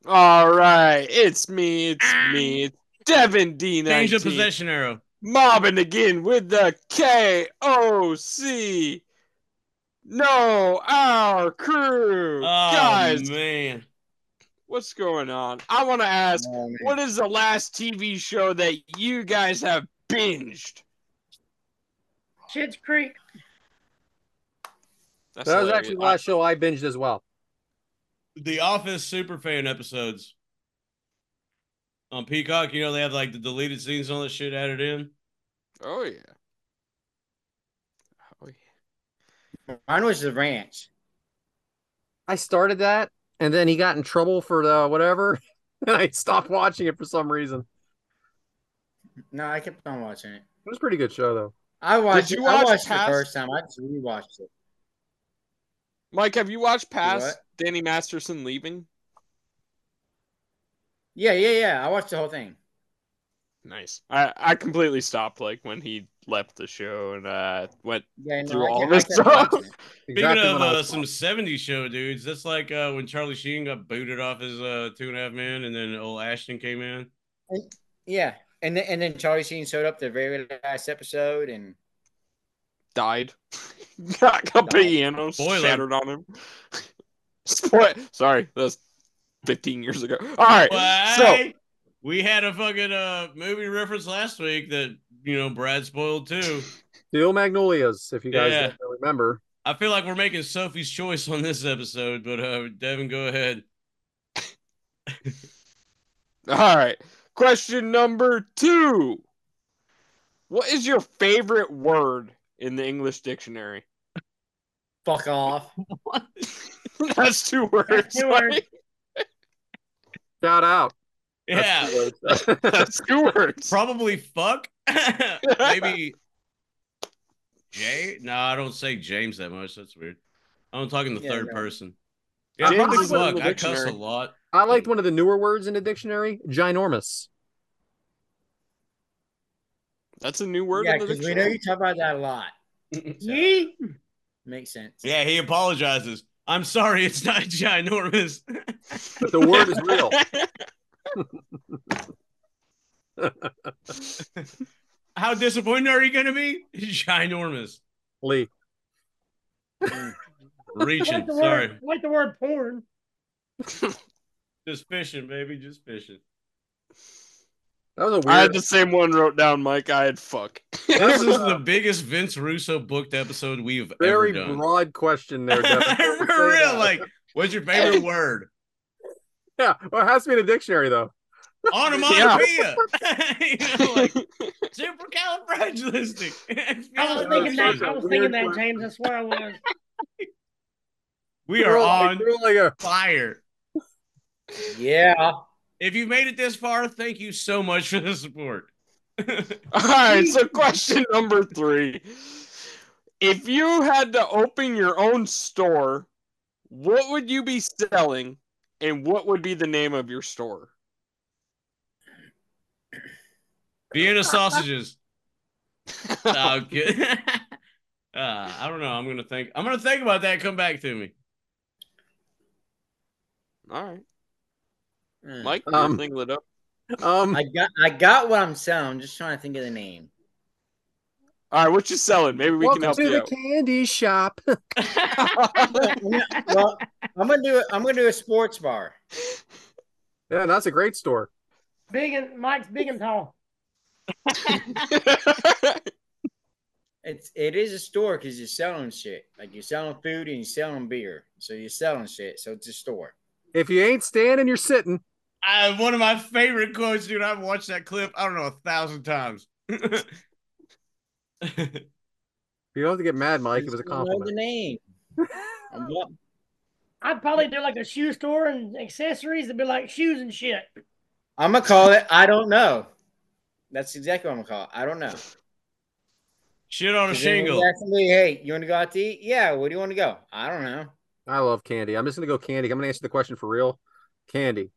All right. It's me. It's me. Devin D19.
Ah. Change the possession arrow.
mobbing again with the KOC. No, our crew.
Oh
Guys,
man,
what's going on? I want to ask
Oh, man.
what is the last TV show that you guys have binged?
Shit's Creek.
That's
that was
hilarious.
actually the last show I binged as well.
The Office Superfan episodes on Peacock. You know they have like the deleted scenes and all that shit added in.
Oh, yeah. Oh, yeah.
Mine was the ranch.
I started that, and then he got in trouble for the whatever, [LAUGHS] and I stopped watching it for some reason. It
No, I kept on watching it.
was a pretty good show though.
I watched.
you
it. I
watch
watched it
Past-
the first time. I just rewatched it.
Mike, have you watched past
What?
Danny Masterson leaving?
Yeah, yeah, yeah. I watched the whole thing.
Nice. I, I completely stopped like when he left the show and uh went
Yeah, no,
Through
I
all
kept-
this
I kept
stuff.
watching it.
Speaking
Exactly
of
when I
uh,
was-
some '70s show dudes, that's like uh, when Charlie Sheen got booted off his uh, Two and a Half Men, and then old Ashton came in.
Yeah, and then, and then Charlie Sheen showed up the very last episode, and
died. [LAUGHS] Got a piano
Spoiler.
shattered on him. [LAUGHS] Spoil sorry, that's fifteen years ago. Alright. So
Why? we had a fucking uh, movie reference last week that you know Brad spoiled too.
Steel Magnolias, if you guys
Yeah.
don't remember.
I feel like we're making Sophie's choice on this episode, but uh, Devin, go ahead.
alright. Question number two. What is your favorite word in the English dictionary? [LAUGHS]
fuck off.
That's two words.
two
Mike.
words.
Shout out.
Yeah,
[LAUGHS]
[LAUGHS]
That's two words.
probably fuck. [LAUGHS] Maybe Jay. No, I don't say James that much. That's weird. I'm talking the
Yeah,
third
no.
person.
James
Yeah, probably
is in
fuck.
the
I cuss a
dictionary.
lot.
[LAUGHS] I liked one of the newer words in the dictionary, ginormous.
That's a new word
yeah,
in the
because we know
dictionary.
you talk about that a lot.
Yeet.
Makes sense.
Yeah, he apologizes. I'm sorry, it's not [LAUGHS] ginormous.
But the word is
[LAUGHS]
real.
How disappointed are you going to be? [LAUGHS] Ginormous.
Lee.
Reaching.
[LAUGHS] Like the
sorry.
word, like the word porn.
Just fishing, baby. Just fishing.
That was a
I had
weird
the same one wrote down, Mike. I had fuck.
[LAUGHS] This is the biggest Vince Russo booked episode we've
Um, very
ever [LAUGHS] done.
broad question there, Devin.
For real, like, what's your
[LAUGHS]
favorite word?
Yeah. Well it has to be in the dictionary though.
Onomatopoeia. [LAUGHS] you know, like, supercalifragilistic. [LAUGHS]
I was
Yeah,
thinking
that's
that. I
a
was
weird
thinking that,
word.
James. I swear I was.
We are on
We're like a,
fire.
Yeah.
[LAUGHS]
If you made it this far, thank you so much for the support.
All
[LAUGHS]
right, so question number three. If you had to open your own store, what would you be selling and what would be the name of your store?
Vienna
[LAUGHS]
sausages. No, I'm kidding. [LAUGHS] uh, I don't know. I'm gonna think. I'm gonna think about that. Come back to me.
[LAUGHS] All right.
Mm.
Mike,
Um,
you're thinking it up.
um
I got I got what I'm selling. I'm just trying to think of the name.
All right, what you selling? Maybe we
welcome
can help
to
you
the
out.
candy shop. [LAUGHS]
well, I'm gonna do it. I'm gonna do a sports bar.
yeah, that's a great store.
Big and Mike's big and tall.
It's it is a store because you're selling shit. Like you're selling food and you're selling beer, so you're selling shit. So it's a store.
If you ain't standing, you're sitting.
I, one of my favorite quotes, dude. I've watched that clip. I don't know a thousand [LAUGHS] times.
You don't have to get mad, Mike. It
Just
was a
don't know the
compliment.
[LAUGHS]
name. I'm not-
I'd probably do like a shoe store and accessories. It'd be like shoes and shit.
I'm gonna call it. I don't know. That's exactly what I'm gonna call it. I don't know.
Shit on a shingle.
Asking me, hey, you want to go out to eat? Yeah. Where do you want to go? I don't know.
I love candy. I'm just gonna go candy. I'm gonna answer the question for real. Candy.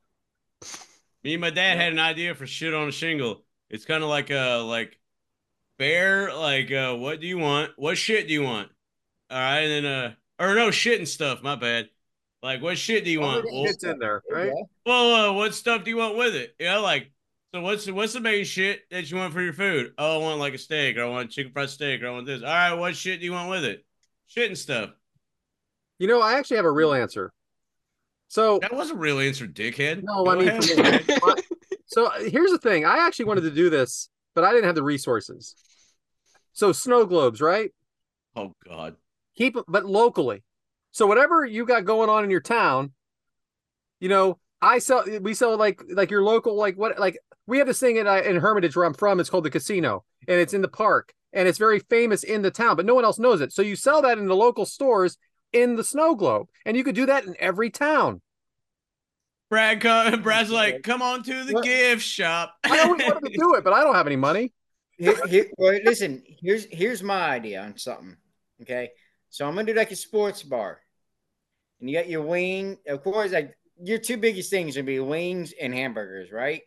Me and my dad had an idea for shit on a shingle. It's kind of like uh like bear like uh what do you want? What shit do you want? All right, and then uh or no shit and stuff. My bad. Like what shit do you want? Well,
It's in there, right?
well, uh, what stuff do you want with it? Yeah, like So what's what's the main shit that you want for your food? Oh, I want like a steak, or I want chicken fried steak, or I want this. All right, what shit do you want with it? Shit and stuff.
You know, I actually have a real answer. So
That was a real answer, dickhead.
No,
Go
I mean,
ahead.
for me. So uh, here's the thing. I actually wanted to do this, but I didn't have the resources. So snow globes, right?
[LAUGHS] oh god,
Keep but locally. So whatever you got going on in your town, you know, I sell we sell like like your local like what like we have this thing in uh, in Hermitage where I'm from. It's called the casino, and it's in the park, and it's very famous in the town, but no one else knows it. So you sell that in the local stores in the snow globe, and you could do that in every town.
Brad, come, [LAUGHS] Brad's like, come on to the
What?
gift shop.
I always wanted to do it, but I don't have any money.
Here- here- well, listen, here's here's my idea on something. Okay, so I'm gonna do like a sports bar, and you got your wing. Of course, like your two biggest things would be wings and hamburgers, right?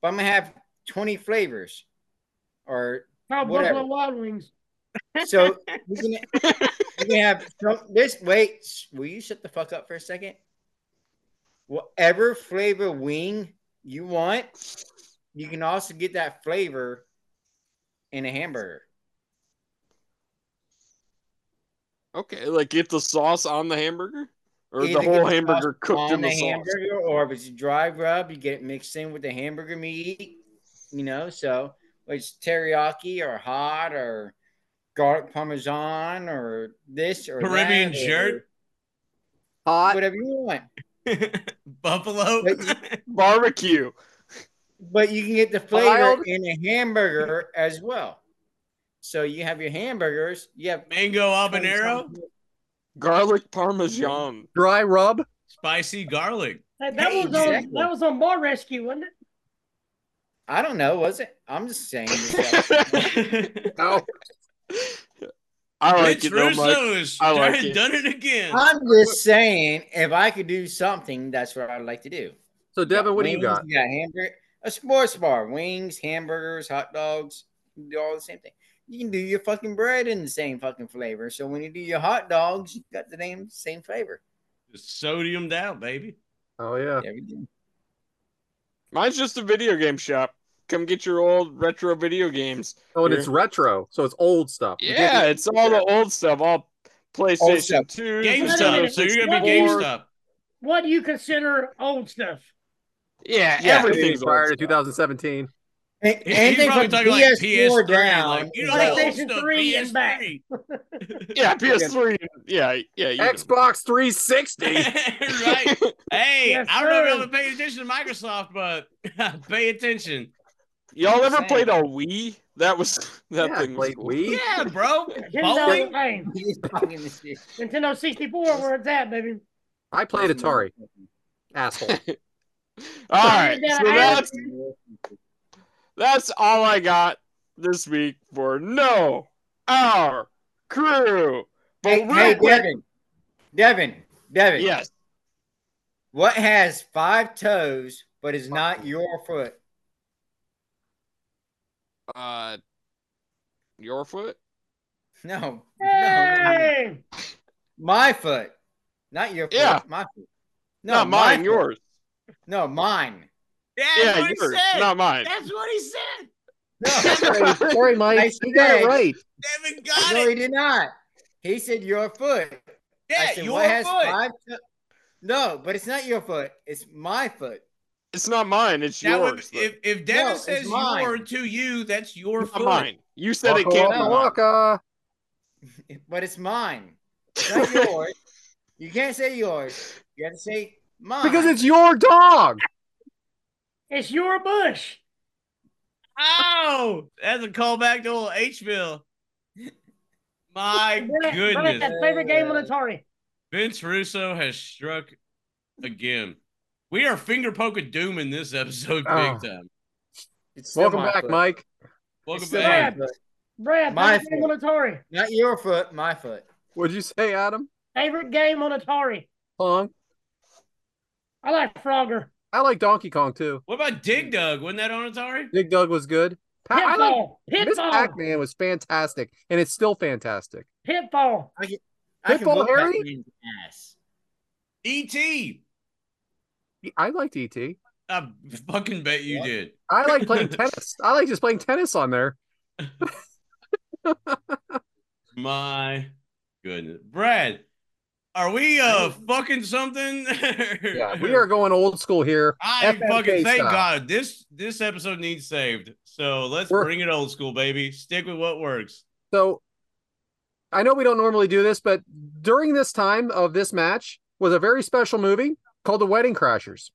But I'm gonna have 20 flavors, or
Oh,
Whatever.
Buffalo Wild Wings.
so we can, we can have so this. Wait, s- will you shut the fuck up for a second? Whatever flavor wing you want, you can also get that flavor in a hamburger.
[LAUGHS] Okay, like get the sauce on the hamburger, or
Either
the
get
whole
the
hamburger
sauce
cooked
on
in the,
the
sauce.
hamburger, or if it's a dry rub, you get it mixed in with the hamburger meat. You know, so whether it's teriyaki or hot or garlic parmesan or this or that
Caribbean
or
jerk.
Hot
whatever you want.
[LAUGHS] Buffalo.
Barbecue.
But you can get the flavor
Wild.
in a hamburger as well. So you have your hamburgers. You have
[LAUGHS] Mango habanero,
garlic parmesan.
dry rub.
spicy garlic.
Hey, that was
Exactly.
on that was on Bar Rescue, wasn't it?
I don't know. Was it? I'm just
[LAUGHS]
saying.
[LAUGHS]
No.
I like
Vince
it no much.
Russo's
I like
done-
it.
done it again.
I'm just saying. If I could do something, that's what I'd like to do.
So Devin, what do you
Wings,
got?
You got hamburger, a sports bar, wings, hamburgers, hot dogs, you can do all the same thing. You can do your fucking bread in the same fucking flavor. So when you do your hot dogs, you got the same same flavor.
Just sodiumed out, baby.
Oh yeah.
Uh,
There we go.
Mine's just a video game shop. Come get your old retro video games.
Oh, and
Here.
it's retro, so it's old stuff. You can't
Yeah, it's all the old stuff. All
Old
PlayStation
stuff.
2.
GameStop. So you're gonna be
Four.
GameStop.
What do you consider old stuff?
Yeah,
Yeah.
do anything
everything's
prior
old
to
stuff.
2017.
And,
He's
anything
probably
from
talking like
PS4
PS3,
down,
like you
is
know, the
old.
old
PlayStation
stuff,
3 and back.
PS3.
Yeah, PS3. Yeah, yeah. You know.
Xbox
[LAUGHS]
[LAUGHS]
360.
right. Hey,
Yes,
I don't know if y'all
sir.
been paying attention to Microsoft, but [LAUGHS] pay attention.
Y'all ever
Same.
played a Wii? That was [LAUGHS] that
Yeah, I
thing. Was
played
cool.
Wii.
[LAUGHS] Yeah, bro.
Nintendo,
Bowling.
hey,
He's talking this shit.
Nintendo 64, where it's at, baby.
I played Atari.
[LAUGHS]
Asshole.
All right,
Yeah,
so
I-
that's that's all I got this week for no our crew. But
Hey,
real
hey,
quick,
Devin, Devin, Devin.
yes,
What has five toes but is not your foot?
uh, your foot.
No, no,
Hey,
my foot, not your foot.
Yeah.
my foot.
No, Not
my
mine,
foot.
yours.
No, mine.
Yeah, that's
Yeah,
what he
yours,
said.
[LAUGHS] not mine.
That's what he said.
No,
Sorry, sorry,
I
Mike. You got
said-
it right.
Devin got
no,
it.
he did not. He said your foot.
Yeah,
I said,
your
what has
foot.
five? To- no, but it's not your foot. It's my foot.
It's not mine. It's
That would-
yours. though.
if if
No,
Devin
it's
says
mine.
your to you, that's your
not
foot.
mine. You said it can't be
Waka,
mine.
waka.
But it's mine.
[LAUGHS]
It's not yours. You can't say yours. You have to say mine.
Because it's your dog.
it's your bush.
Ow! Oh, That's a callback to old Hville. My
Brett-
goodness.
Brett's favorite game on Atari.
Vince Russo has struck again. We are finger poking doom in this episode
Oh.
big time.
It's still
Welcome
my
back,
foot.
Mike.
Welcome
It's still my
back.
foot.
Brad,
My
favorite game on Atari.
Not your foot, my foot.
What'd you say, Adam?
Favorite game on Atari.
Pong.
I like Frogger.
I like Donkey Kong too.
What about Dig Dug? Wasn't that on Atari?
Big Doug was good. Pa- I like
Pitfall.
Miss
Pitfall.
Pac-Man was fantastic, and it's still fantastic.
Pitfall.
I can
Pitbull
whoop
Harry?
E
that man's ass.
E.T.
I liked ET.
Uh, I fucking bet you
Yeah.
did.
I like
[LAUGHS]
playing tennis. I like just playing tennis on there.
My goodness, Brad, are we uh fucking something?
Yeah,
[LAUGHS]
we are going old school here.
I
FFK
fucking thank
style.
God this this episode needs saved. So let's
We're-
bring it old school, baby. Stick with what works.
So I know we don't normally do this, but during this time of this match was a very special movie called The Wedding Crashers.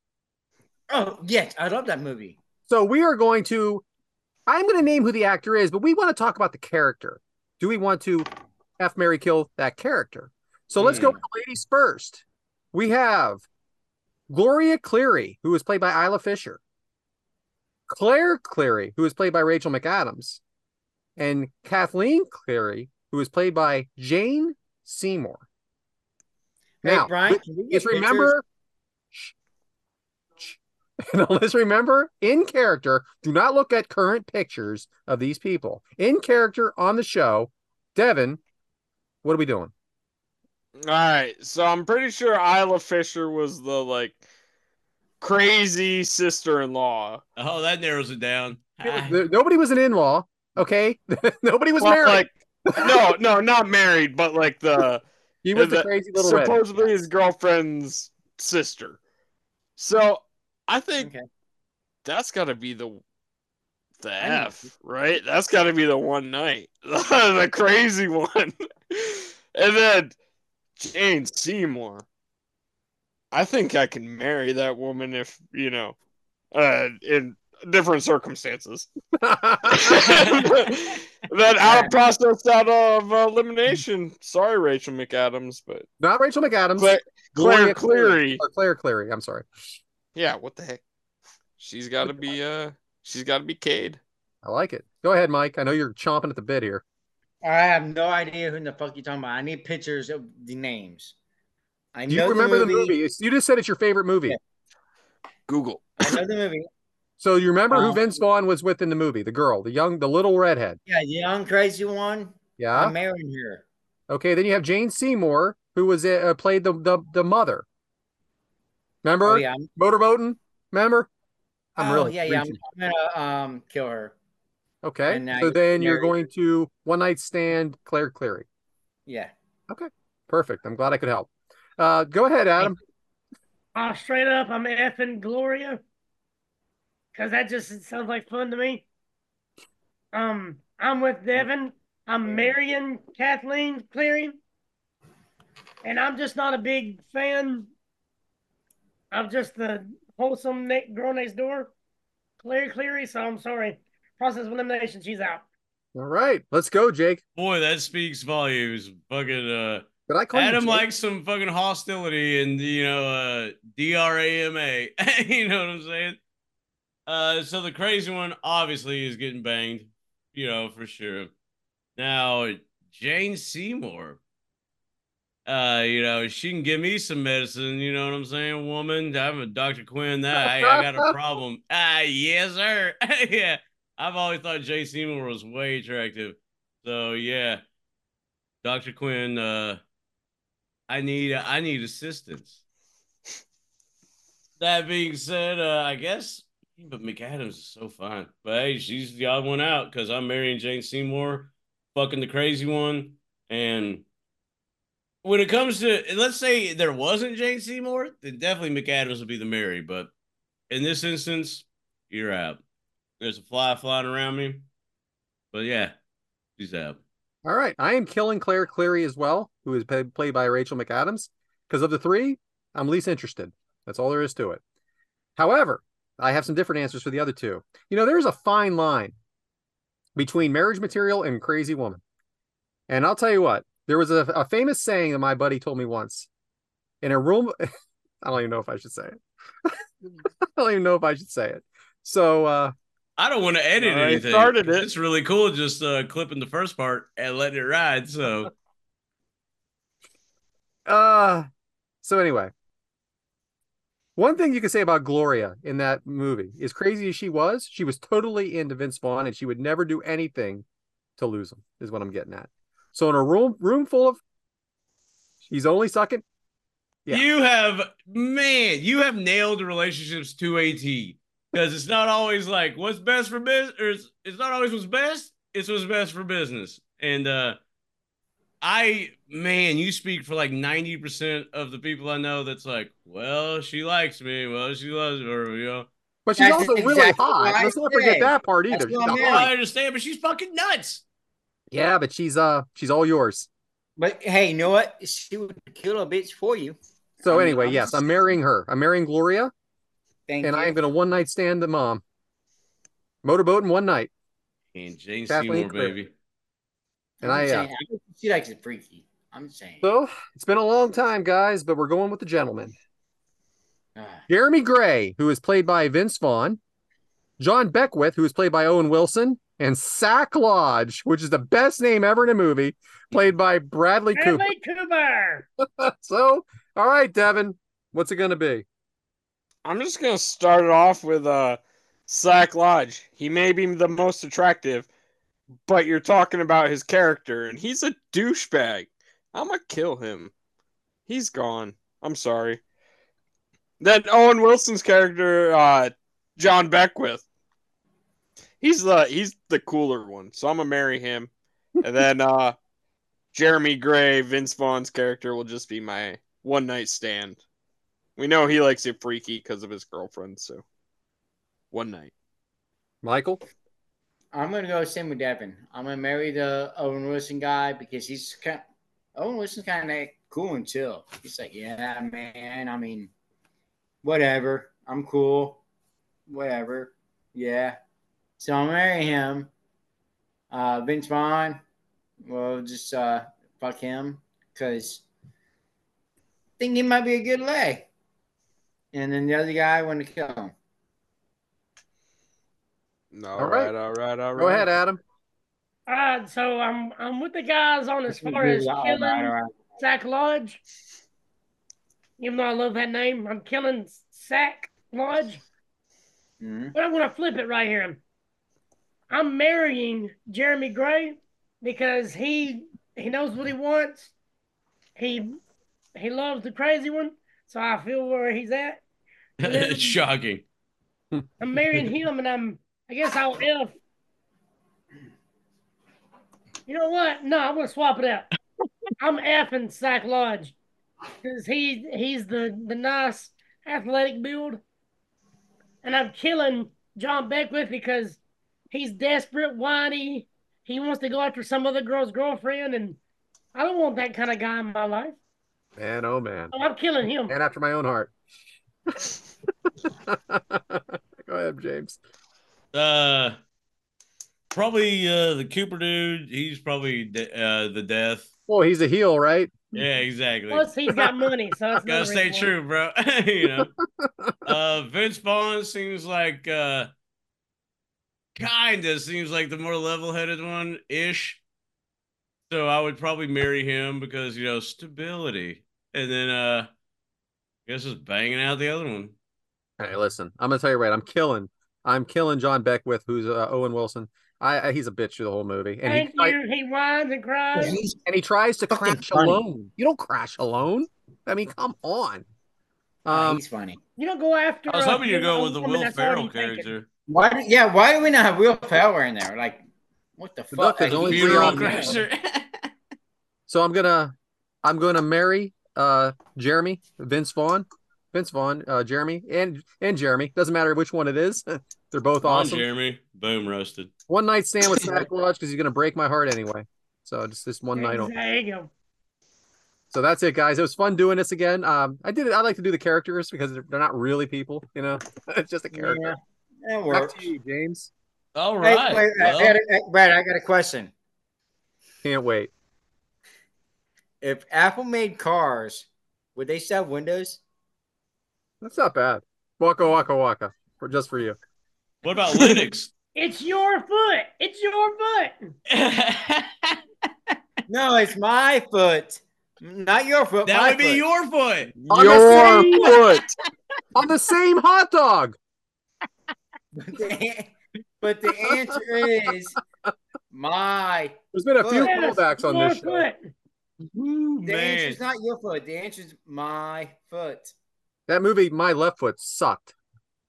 Oh yes, I love that movie.
So we are going to, I'm going to name who the actor is, but we want to talk about the character. Do we want to F Mary kill that character? So let's go
Hmm.
with the ladies first. We have Gloria Cleary, who was played by Isla Fisher, Claire Cleary, who was played by Rachel McAdams, and Kathleen Cleary, who was played by Jane Seymour.
Hey,
Now,
Brian, can we get
is
pictures?
remember Shh. Shh. [LAUGHS] now let's remember in character do not look at current pictures of these people in character on the show devin what are we doing
All right, so I'm pretty sure Isla Fisher was the like crazy sister-in-law.
Oh, that narrows it down.
There- nobody was an in-law okay [LAUGHS] nobody was
Well,
married [LAUGHS]
like no, no, not married, but like the
he was the
the-
crazy little redhead.
supposedly his girlfriend's sister. So I think
Okay.
that's got to be the the
I know.
F, right? That's got to be the one night, [LAUGHS] the crazy one. and then Jane Seymour. I think I can marry that woman if you know, uh, in different circumstances. [LAUGHS] that
[LAUGHS]
out process out of uh, elimination. Sorry, Rachel McAdams, but
[LAUGHS] not rachel mcadams
Claire, Claire
Gloria
Cleary.
or claire cleary i'm sorry
Yeah, what the heck? She's got to be uh, she's got to be Cade.
i like it go ahead mike i know you're chomping at the bit here
I have no idea who in the fuck you're talking about. I need pictures of the names. I
do
know
you remember the movie, It's- you just said it's your favorite movie
Yeah.
Google.
I know the movie.
so you remember who
Um,
vince vaughn was with in the movie the girl the young the little redhead
Yeah, the young crazy one.
yeah
I'm marrying her.
Okay, then you have Jane Seymour, who was uh, played the, the the mother. Remember
Oh yeah, I'm,
motorboating? Remember? I'm
oh,
really
yeah, yeah. I'm,
reaching.
I'm gonna um kill her.
Okay,
And now
so
you're
then you're
married.
going to one night stand Claire Cleary.
Yeah.
Perfect. I'm glad I could help. Uh, go ahead, Adam.
Uh, straight up, I'm effing Gloria. Because that just sounds like fun to me. Um, I'm with Devin. I'm marrying Kathleen Cleary. And I'm just not a big fan of just the wholesome ne- girl next door, Claire Cleary. So I'm sorry. Process of elimination, she's out.
All right, let's go, Jake.
Boy, that speaks volumes. Fucking uh
Did I call
Adam
you? Jake?
likes some fucking hostility and you know uh DRAMA. [LAUGHS] you know what I'm saying? Uh so the crazy one obviously is getting banged, you know, for sure. Now Jane Seymour. Uh, you know, she can give me some medicine, you know what I'm saying, woman. I'm a Dr. Quinn. That hey, I got a problem. Ah, yes, sir. [LAUGHS] yeah. I've always thought Jane Seymour was way attractive. So yeah. Dr. Quinn, uh I need I need assistance. That being said, uh, I guess but McAdams is so fine. But hey, she's the odd one out because I'm marrying Jane Seymour, fucking the crazy one. And when it comes to let's say there wasn't Jane Seymour, then definitely McAdams would be the Mary. But in this instance, you're out. There's a fly flying around me. But yeah, she's out.
All right, I am killing Claire Cleary as well, who is pa- played by Rachel McAdams, because of the three, I'm least interested. That's all there is to it. However, I have some different answers for the other two. You know, there's a fine line between marriage material and crazy woman. And I'll tell you what, there was a, a famous saying that my buddy told me once in a room. [LAUGHS] I don't even know if I should say it. [LAUGHS] I don't even know if I should say it. So, uh,
I don't want to edit
All right,
anything.
started it.
It's really cool just uh, clipping the first part and letting it ride. So
Uh so anyway. One thing you can say about Gloria in that movie, as crazy as she was, she was totally into Vince Vaughn and she would never do anything to lose him, is what I'm getting at. So in a room room full of he's only sucking, Yeah.
You have man, you have nailed relationships to a T because it's not always like what's best for business, or it's, it's not always what's best. It's what's best for business. And uh I man, you speak for like ninety percent of the people I know. That's like, well, she likes me. Well, she loves her. You know,
But she's
That's
also really
exactly
hot.
what I
Let's not
said.
forget that part either.
That's
She's
what I
not
meant.
well, I
hot.
understand, but she's fucking nuts.
Yeah, but she's uh she's all yours.
But hey, you know what? She would kill a bitch for you.
So
I'm-
anyway,
I'm
yes, I'm
just-
marrying her. I'm marrying Gloria,
Thank
and
you.
I am gonna one night stand the mom. Motorboat in one night,
And Jane
Kathleen
Seymour,
Clear.
baby.
and
I'm
I uh,
saying, I don't think she likes it freaky. I'm saying.
so it's been a long time, guys, but we're going with the gentleman.
Ah,
Jeremy Gray, who is played by Vince Vaughn, John Beckwith, who is played by Owen Wilson, and Sack Lodge, which is the best name ever in a movie, played by Bradley Cooper.
Bradley Cooper.
so, all right, Devin, what's it going to be?
I'm just gonna start it off with uh Sack Lodge. He may be the most attractive, but you're talking about his character, and he's a douchebag. I'm gonna kill him. He's gone. I'm sorry. Then Owen Wilson's character, uh, John Beckwith. He's the he's the cooler one, so I'm gonna marry him. And then uh, Jeremy Gray, Vince Vaughn's character, will just be my one night stand. We know he likes it freaky because of his girlfriend, so one night.
Michael?
I'm gonna go same with Devin. I'm gonna marry the Owen Wilson guy because he's kind. Owen Wilson's kind of cool and chill. He's like, yeah, man. I mean, whatever. I'm cool. Whatever. Yeah. So I'll marry him. Uh, Vince Vaughn. Well, just uh, fuck him because I think he might be a good lay. And then the other guy, I want to kill him.
all
right.
right, all right, all right.
Go ahead, Adam.
All right, so I'm I'm with the guys on as far as
All
killing
right, all right.
Sack Lodge. Even though I love that name, I'm killing Sack Lodge.
Mhm.
But I'm gonna flip it right here. I'm marrying Jeremy Gray because he he knows what he wants. He he loves the crazy one, so I feel where he's at. And then
it's [LAUGHS] shocking.
I'm marrying him, and I'm I guess I'll if. You know what? No, I'm gonna swap it out. I'm effing Sack Lodge because he he's the the nice athletic build, and I'm killing John Beckwith because he's desperate, whiny. He wants to go after some other girl's girlfriend, and I don't want that kind of guy in my life.
Man, oh man.
So I'm killing him.
And after my own heart. [LAUGHS] Go ahead, James.
Uh, probably uh, the Cooper dude. He's probably de- uh, the death.
Well, Oh, he's a heel, right?
Yeah, exactly.
Plus, he's
[LAUGHS]
got money, so
Gotta
it's another
stay
reason why.
true, bro. [LAUGHS] you
[LAUGHS]
know, uh, Vince Vaughn seems like uh, kinda seems like the more level-headed one ish. So I would probably marry him because you know stability, and then uh, I guess just banging out the other one.
Hey, listen, I'm gonna tell you right. I'm killing. I'm killing John Beckwith, who's uh, Owen Wilson. I, I he's a bitch through the whole movie, and he
Thank
tri-
you. He whines and cries.
he's- and he tries to
Fucking
crash
funny.
alone. You don't crash alone. I mean, come on.
Ah,
Um,
he's funny.
You don't go after.
I was
a-
hoping you'd
a
go with the
woman
Will
that's
Ferrell
already taken.
character.
Why? do- Yeah, why do we not have Will Power in there? Like, what the
Look,
fuck?
there's
Like,
only
he's
three
Funeral
on
wrong.
there.
[LAUGHS]
crasher.
so I'm gonna, I'm gonna marry uh Jeremy Vince Vaughn, Vince Vaughn, uh, Jeremy and and Jeremy. Doesn't matter which one it is. [LAUGHS] They're both
Come on,
awesome.
Jeremy. Boom, roasted.
One night stand with Sack Lodge because he's gonna break my heart anyway. So just this one night only.
There you go.
So that's it, guys. It was fun doing this again. Um, I did. I like to do the characters because they're, they're not really people. You know, [LAUGHS] it's just a character.
That
Back
works.
to you, James.
All
Hey,
right.
wait, I-
well,
I got a- I- Brad, I got a question.
Can't wait.
If Apple made cars, would they sell windows? [LAUGHS]
That's not bad. Waka waka waka for just for you.
what
[LAUGHS]
about Linux?
It's your foot. It's your foot.
that
No, it's my foot, not your foot. my
would be
foot.
your foot.
On the
Your
same-
foot.
On the same hot dog.
but the answer is my.
There's been a few
Yes,
callbacks on
your
this show.
foot.
Ooh,
The
man.
answer's not your foot. The answer's my foot.
That movie, My Left Foot, sucked.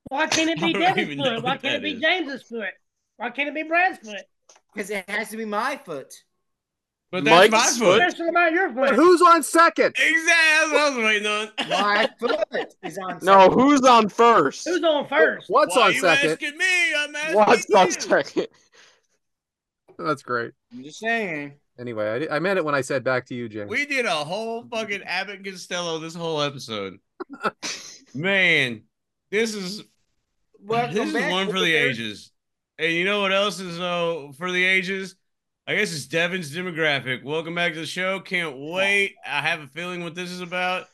Why can't it
[LAUGHS] I
be
don't
Devin's
even know
foot? Why
what
can't it
that
be
is.
James's foot? Why can't it be Brad's foot?
Because it has to be my foot.
But that's my
Mike's
foot.
foot.
Especially about your
But
foot.
who's on second?
Exactly. That's what I was waiting
[LAUGHS]
on.
[LAUGHS]
My foot is on.
No, who's on first?
Who's on first?
What's
Why
on
you
second?
asking me? I'm asking
What's
you.
on second?
Oh, That's great.
I'm just saying.
Anyway, I, di- I meant it when I said back to you, James.
We did a whole fucking Abbott and Costello this whole episode. Man, this is
Welcome
this is
back,
one for the
listeners.
ages. And you know what else is uh, for the ages? I guess it's Devin's demographic. Welcome back to the show. Can't wait. I have a feeling what this is about.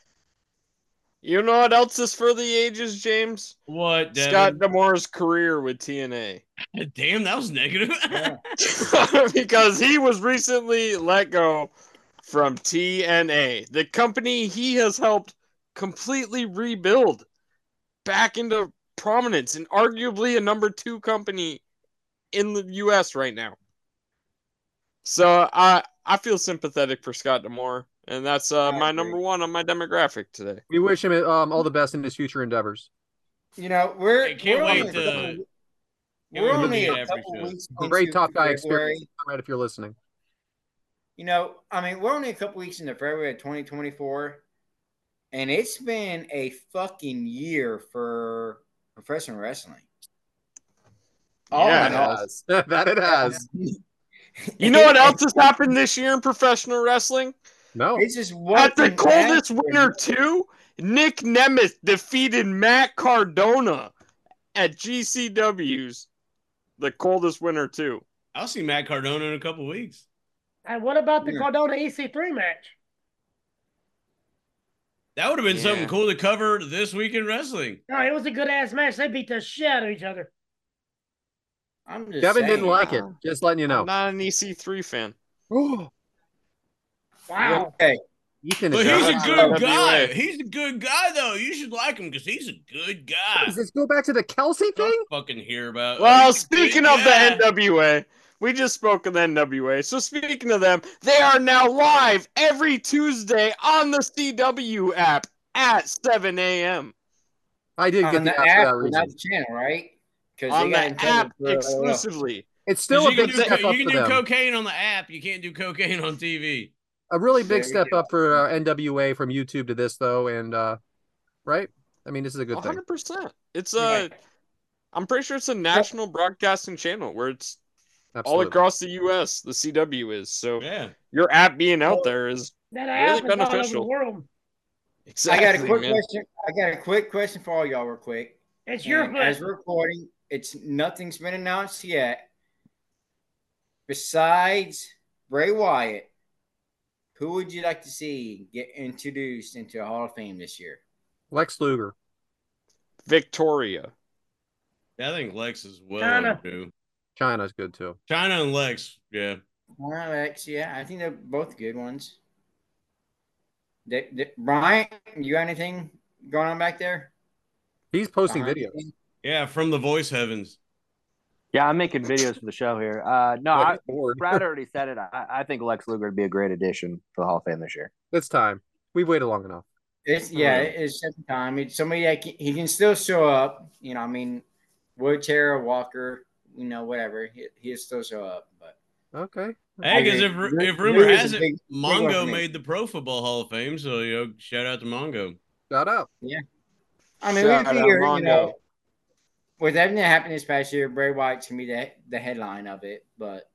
You know what else is for the ages, James?
What, Devin?
Scott Demore's career with TNA.
Damn, that was negative. [LAUGHS]
Yeah.
[LAUGHS] because he was recently let go from TNA, the company he has helped completely rebuild back into prominence and arguably a number two company in the US right now. So I I feel sympathetic for Scott Demore, and that's uh,
I
my
agree.
number one on my demographic today.
We wish him um, all the best in his future endeavors.
You know, we're
I can't
we're
wait
only a
to-
couple-
can't
we're
wait to
only
do
a
that
couple
every show.
weeks.
Great
into
Top Guy
February.
experience. All right, if you're listening.
You know, I mean, we're only a couple weeks into February of 2024, and it's been a fucking year for professional wrestling. Oh,
Yeah,
That it has. [LAUGHS] that it
[LAUGHS]
has.
You know what else has happened this year in professional wrestling?
No.
It's just one
At the
thing
coldest
after
winter too, Nick Nemeth defeated Matt Cardona at GCW's the coldest winter too.
I'll see Matt Cardona in a couple weeks.
And what about the
Yeah.
Cardona EC3 match?
That would have been something
Yeah.
cool to cover this week in wrestling.
No, Oh, it was a good ass match. They beat the shit out of each other.
I'm just
Devin
saying.
didn't like it.
wow.
Just letting you
I'm
know.
not an EC3 fan.
[GASPS]
Wow.
Okay,
Ethan is
But he's a
Wow.
good guy.
WWF.
He's a good guy, though. You should like him because he's a good guy.
Does this go back to the Kelsey thing?
Don't fucking hear about.
Well,
He's a good
speaking of the
guy.
NWA, we just spoke of the NWA. So speaking of them, they are now live every Tuesday on the CW app at 7 a.m.
I did
on
get
the
the app
app,
for that
not
reason.
the channel, right? Because
On the app
uh,
exclusively.
It's
'Cause
still a
you can
big
do
step
co-
up
You
for
can do
them.
cocaine on the app. You can't do cocaine on TV.
a really
There
big
you
step
go.
up for uh, NWA from YouTube to this though, and uh, right? I mean, this is a good thing.
100%. It's a. I'm pretty sure it's a national broadcasting channel where it's all
Absolutely.
across the U.S. The CW is so
Yeah.
your app being out there is
That
Really
app is all over the
beneficial.
world.
I
exactly.
got a quick
man.
question. I got a quick question for all y'all, real quick.
It's your
And
foot.
as we're recording, it's nothing's been announced yet. Besides Bray Wyatt, who would you like to see get introduced into the Hall of Fame this year?
Lex Luger.
Victoria.
I think Lex is well
China.
overdue.
China's good too.
China and Lex. Yeah.
Alex, yeah, I think they're both good ones. Th- th- Brian, you got anything going on back there?
He's posting
Behind
videos.
you?
Yeah. From the voice heavens.
Yeah, I'm making videos for the show here. Uh, no,
Like,
I,
he's bored.
Brad already said it. I, I think Lex Luger would be a great addition for the Hall of Fame this year.
It's time. We've waited long enough.
It's yeah, it- it's second time. It's somebody that can, he can still show up. You know, I mean, wheelchair, or walker, you know, whatever. He he'll still show up. But
Okay.
Hey, because
Okay,
if,
Ru-
if rumor
Rudy's
has
a
it,
big- big one for
Mongo
me.
made the Pro Football Hall of Fame. So you know, shout out to Mongo.
Shout out.
I mean,
Shout
we
out
figure, you
Mongo.
know, with everything that happened this past year, Bray Wyatt's gonna be the the headline of it. But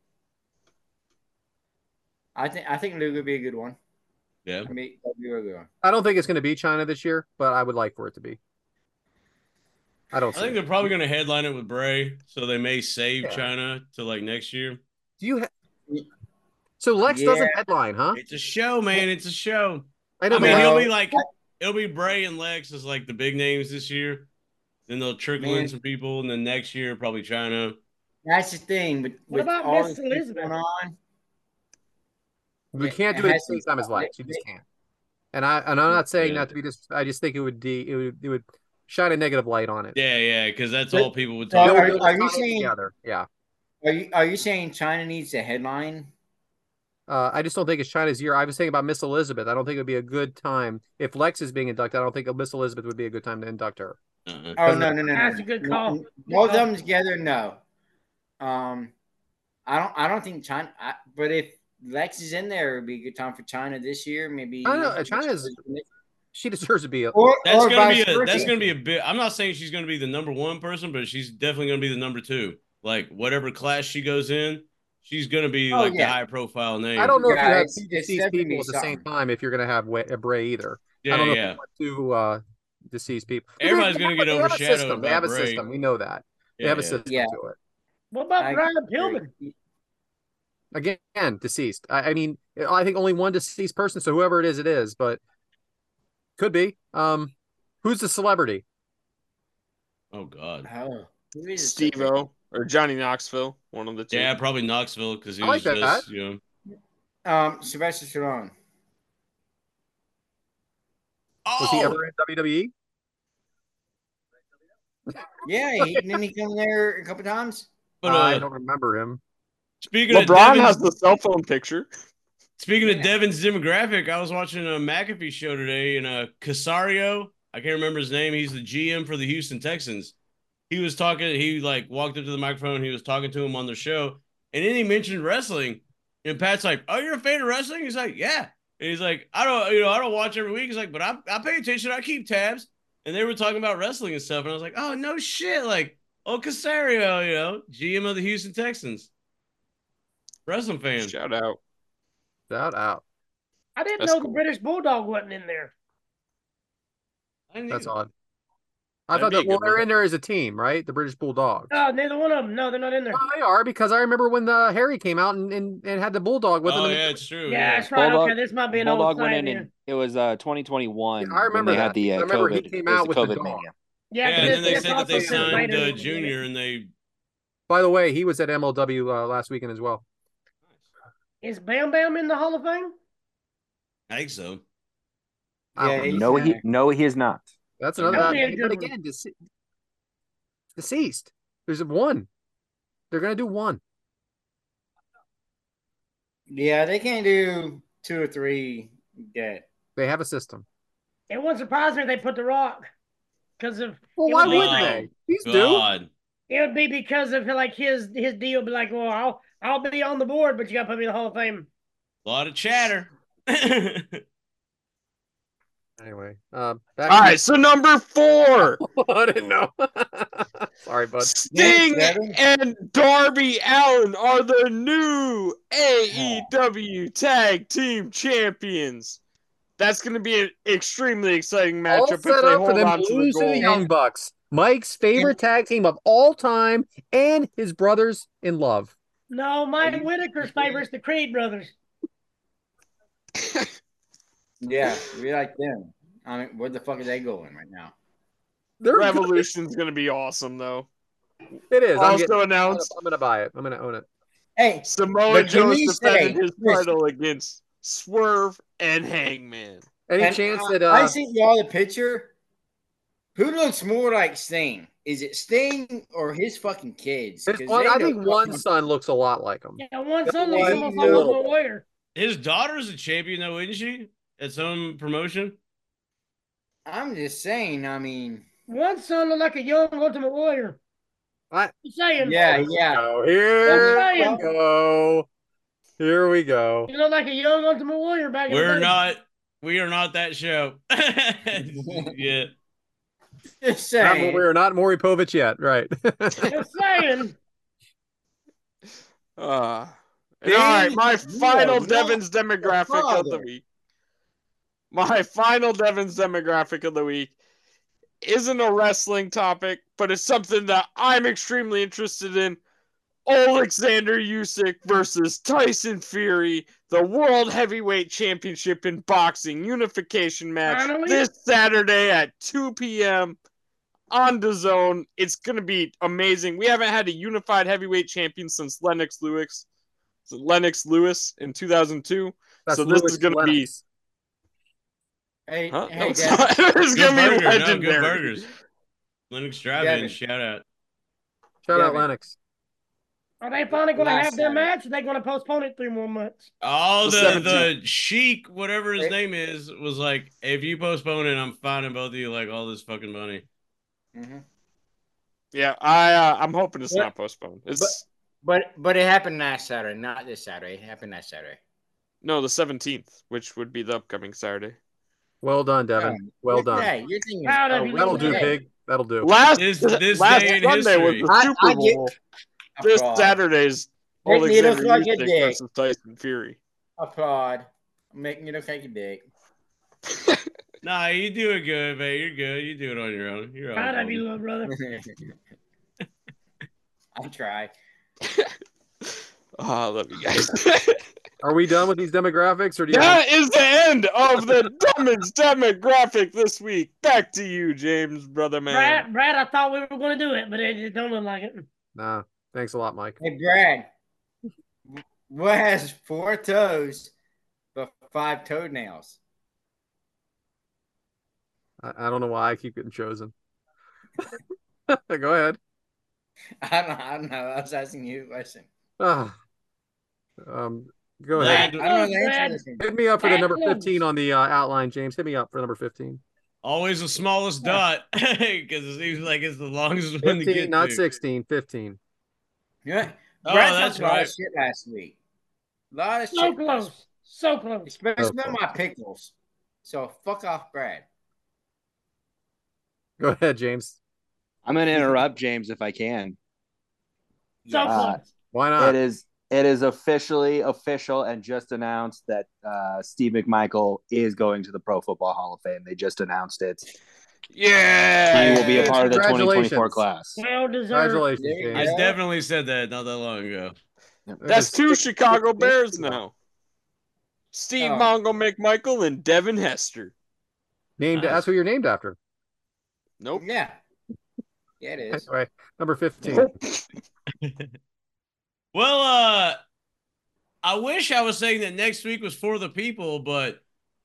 I think I think Luke would be a good one.
Yeah.
I mean, that'd be a good one.
I don't think it's going to be China this year, but I would like for it to be. I don't
I
see
think
it.
they're probably going to headline it with Bray, so they may save
Yeah.
China to like next year.
Do you? Ha- so Lex doesn't headline, huh?
It's a show, man. It's a show.
I
I
know.
mean,
but-
he'll be like, it'll be Bray and Lex as like the big names this year. Then they'll trickle in
Man.
some people, and then next year probably China.
That's the thing. But
What
with
about
all
Miss
this
Elizabeth?
going on,
we can't do it at the same time as Lex. You just can't. And I and I'm not saying that to be just. I just think it would de- it would it would shine a negative light on it.
Yeah, yeah, because that's
But-
all people would
Are-
talk.
are-
about.
are you
Tie it
saying-
together? Yeah.
are you are you saying China needs a headline?
Uh, I just don't think it's China's year. I was thinking about Miss Elizabeth. I don't think it would be a good time if Lex is being inducted. I don't think Miss Elizabeth would be a good time to induct her.
Uh-uh.
Oh no, no, no, no.
That's
no.
a good
No,
call.
n- Both of them together, no. Um, I don't. I don't think China. I, but if Lex is in there, it would be a good time for China this year. Maybe.
I know, China's- She deserves to be. A,
Or,
That's
or
gonna be
vice
a, that's
versa.
gonna be a bit. I'm not saying she's gonna be the number one person, but she's definitely gonna be the number two. Like whatever class she goes in, she's gonna be
Oh,
like
yeah.
the high profile name.
I don't know
Guys,
if you have
it's
deceased
definitely
people at the same
something.
time if you're going to have Wa- uh, Bray either.
Yeah,
I don't know
yeah.
if you want to uh, deceased people. But they-
Everybody's
they
gonna
have-
get
they have a
overshadowed
system. They
by
have a
Bray.
system. We know that they
Yeah,
have a
yeah.
system
Yeah.
to it.
What about
I
Brian
agree.
Pillman?
again deceased I, I mean i think only one deceased person so whoever it is it is but could be um who's the celebrity
Oh god.
Oh, who is it?
Steve O or Johnny Knoxville, one of the two.
Yeah, probably Knoxville because he
I
was
like that.
just you know.
Um, Sylvester Stallone.
Oh,
was he ever in E? wwe
Yeah, he, didn't he come there a couple times?
but,
i
uh,
don't remember him
speaking of
LeBron
Devin's,
has the cell phone picture.
speaking
Yeah.
of Devin's demographic, I was watching a McAfee show today, and uh, Casario, I can't remember his name. He's the GM for the Houston Texans. He was talking. He like walked up to the microphone. He was talking to him on the show, and then he mentioned wrestling. And Pat's like, "Oh, you're a fan of wrestling?" He's like, "Yeah." And he's like, "I don't, you know, I don't watch every week." He's like, "But I, I pay attention. I keep tabs." And they were talking about wrestling and stuff, and I was like, "Oh no shit!" Like, oh Casario, you know, GM of the Houston Texans, wrestling fan.
Shout out.
shout out
I didn't
That's
know
cool.
the British Bulldog wasn't in there.
I didn't
that's
either.
odd i
That'd
thought
be a
that well
good
they're
one.
in there as a team right the british bulldogs
Oh, neither one of them. No, they're not in there.
Oh, they are because i remember when the harry came out and and, and had the bulldog with
Oh
him
yeah, it's true.
yeah,
Yeah,
that's right.
Bulldog-
okay, this might be an
Bulldog
old
went
thing.
in
then.
and it was uh 2021.
Yeah, I remember
when they
that,
had the uh,
I remember
COVID.
he came
it was
out with the
COVID
dog.
mania.
yeah.
Yeah, because
And then they
this
said that they
also said
signed
later.
uh, Junior, and they
by the way he was at mlw uh, last weekend as well
Is Bam Bam in the Hall of Fame?
I think so.
I don't
Yeah,
know.
he's
No,
in
he
there.
no, he is not.
that's
That
another
would be a
but
good one.
again dece- deceased there's one they're gonna do one
Yeah, they can't do two or three dead.
They have a system.
It wouldn't surprise me if they put The Rock because of
Well,
It
why
would be-
would they? These do.
God,
it would be because of like his his deal. Be like, well, I'll I'll be on the board, but you got to put me in the Hall of Fame.
a lot of chatter. [LAUGHS] I
Anyway, um,
All
back
right, so number four,
[LAUGHS] I didn't know. [LAUGHS] Sorry, bud.
Sting
Yeah, Devin.
and Darby Allen are the new AEW Tag Team Champions. That's going to be an extremely exciting
All
matchup if
set
they
up for
hold
them
on
to
to the
lose to the
gold.
Young Bucks, Mike's favorite tag team of all time, and his brothers in love.
No, Mike Whitaker's favorite's the Creed brothers.
Yeah, we like them. I mean, where the fuck are they going right now?
They're good.
Revolution's going to be awesome, though.
It is. I'm,
also
getting, I'm, gonna,
announced,
I'm gonna buy it. I'm gonna own it.
Hey,
Samoa
But can
Joe
we
defended
say-
his title against Swerve and Hangman.
Any
and
chance
I,
that uh,
I sent y'all the picture. Who looks more like Sting? Is it Sting or his fucking kids?
his
'Cause
one,
they
I
look
think one
fucking-
son looks a lot like him.
Yeah, one
Good
son looks
one.
almost
A
like a
little
little
bit.
warrior.
His daughter's a champion though, isn't she? At some promotion.
I'm just saying. I mean, [LAUGHS]
One son looked like a young Ultimate Warrior.
What?
Just saying.
yeah, yeah.
Oh, here
Brian.
we go. Here we go.
He looked like a young Ultimate Warrior back in the
We're
day.
not. We are not that
[LAUGHS]
show. [LAUGHS] yeah.
Just
Not,
saying.
we're not Moripovich yet, right? [LAUGHS]
Just saying.
Uh, and
Dang,
all right, my
you are
final
not
Devon's demographic of
father.
the week. My final Devon's demographic of the week isn't a wrestling topic, but it's something that I'm extremely interested in. Alexander Usyk versus Tyson Fury, the World Heavyweight Championship in boxing unification match
Finally?
this Saturday at 2 p.m. on the zone. It's going to be amazing. We haven't had a unified heavyweight champion since Lennox Lewis, Lennox Lewis in 2002. So this is gonna be-
Hey,
Huh? No,
hey,
it's
Dad.
not. [LAUGHS] it's
Good
going to
burger.
be
No, good
legendary.
burgers. Linux Drive-In.
Devin.
Shout out.
Shout out
Yeah,
Lennox.
Are they finally going to
Last
have their
Saturday.
match? Or are they going to postpone it three more months?
Oh, the
The
the Sheik, whatever his
Right.
name is, was like, if you postpone it, I'm finding both of you like all this fucking money.
Mhm.
Yeah, I uh, I'm hoping it's
Yeah.
not postponed. It's
But but it happened last Saturday, not this Saturday. It happened last Saturday.
no the 17th, which would be the upcoming Saturday.
Well done, Devin.
Yeah.
Well
Good
done.
day. You're thinking,
Proud of
oh,
you.
well
That'll do,
done.
pig. That'll do.
Last
This- this
last
day in
Sunday was
history.
the
I-
Super
I get-
Bowl. this
Applaud. Make
Saturday's
Oh, me look
Alexander
like a
Usyk
dick.
versus Tyson Fury.
Applaud. Making you look like a dick. [LAUGHS]
Nah, you do it good, man. You're good. You do it on your own. You're
Proud
on
of you,
[LAUGHS]
little brother.
I try.
[LAUGHS] Ah, I love you [LAUGHS] guys.
Are we done with these demographics, or do you?
that is the end of the dumbest demographic this week. Back to you, James, brother man.
Brad, Brad, I thought we were going to do it, but it, it don't look like it.
Nah. Thanks a lot, Mike.
Hey, Brad. What has four toes but five toenails? [LAUGHS]
I, I don't know why I keep getting chosen. [LAUGHS] Go ahead.
I don't, I don't know. I was asking you a question.
Ah. Um. Go
Nah.
ahead.
I don't know the answer to this one.
Hit me up for the
That
number
is-
15 on the uh, outline, James. Hit me up for number 15.
Always the smallest dot [LAUGHS] because it seems like it's the longest one to
15,
get
not
to.
16, 15.
Yeah.
Oh,
Brad
that's
talked a lot
right.
of shit last week. A lot of shit.
So
last
close. So close.
Especially
Okay.
my pickles. So fuck off, Brad.
Go ahead, James.
I'm going to interrupt James if I can.
So
Uh,
close.
Why
It
not?
is it is officially official and just announced that uh, Steve McMichael is going to the Pro Football Hall of Fame. They just announced it.
Yeah,
He will be a part of the
Congratulations.
2024 class.
Well deserved.
Congratulations,
There you
I
James.
go.
definitely said that not that long ago.
That's
There's-
two Chicago Bears now. Steve
Oh.
Mongo McMichael and Devin Hester.
Named, That's who you're named after.
Nope.
Yeah. Yeah, it is.
All right. Number 15.
Well, uh, I wish I was saying that next week was for the people, but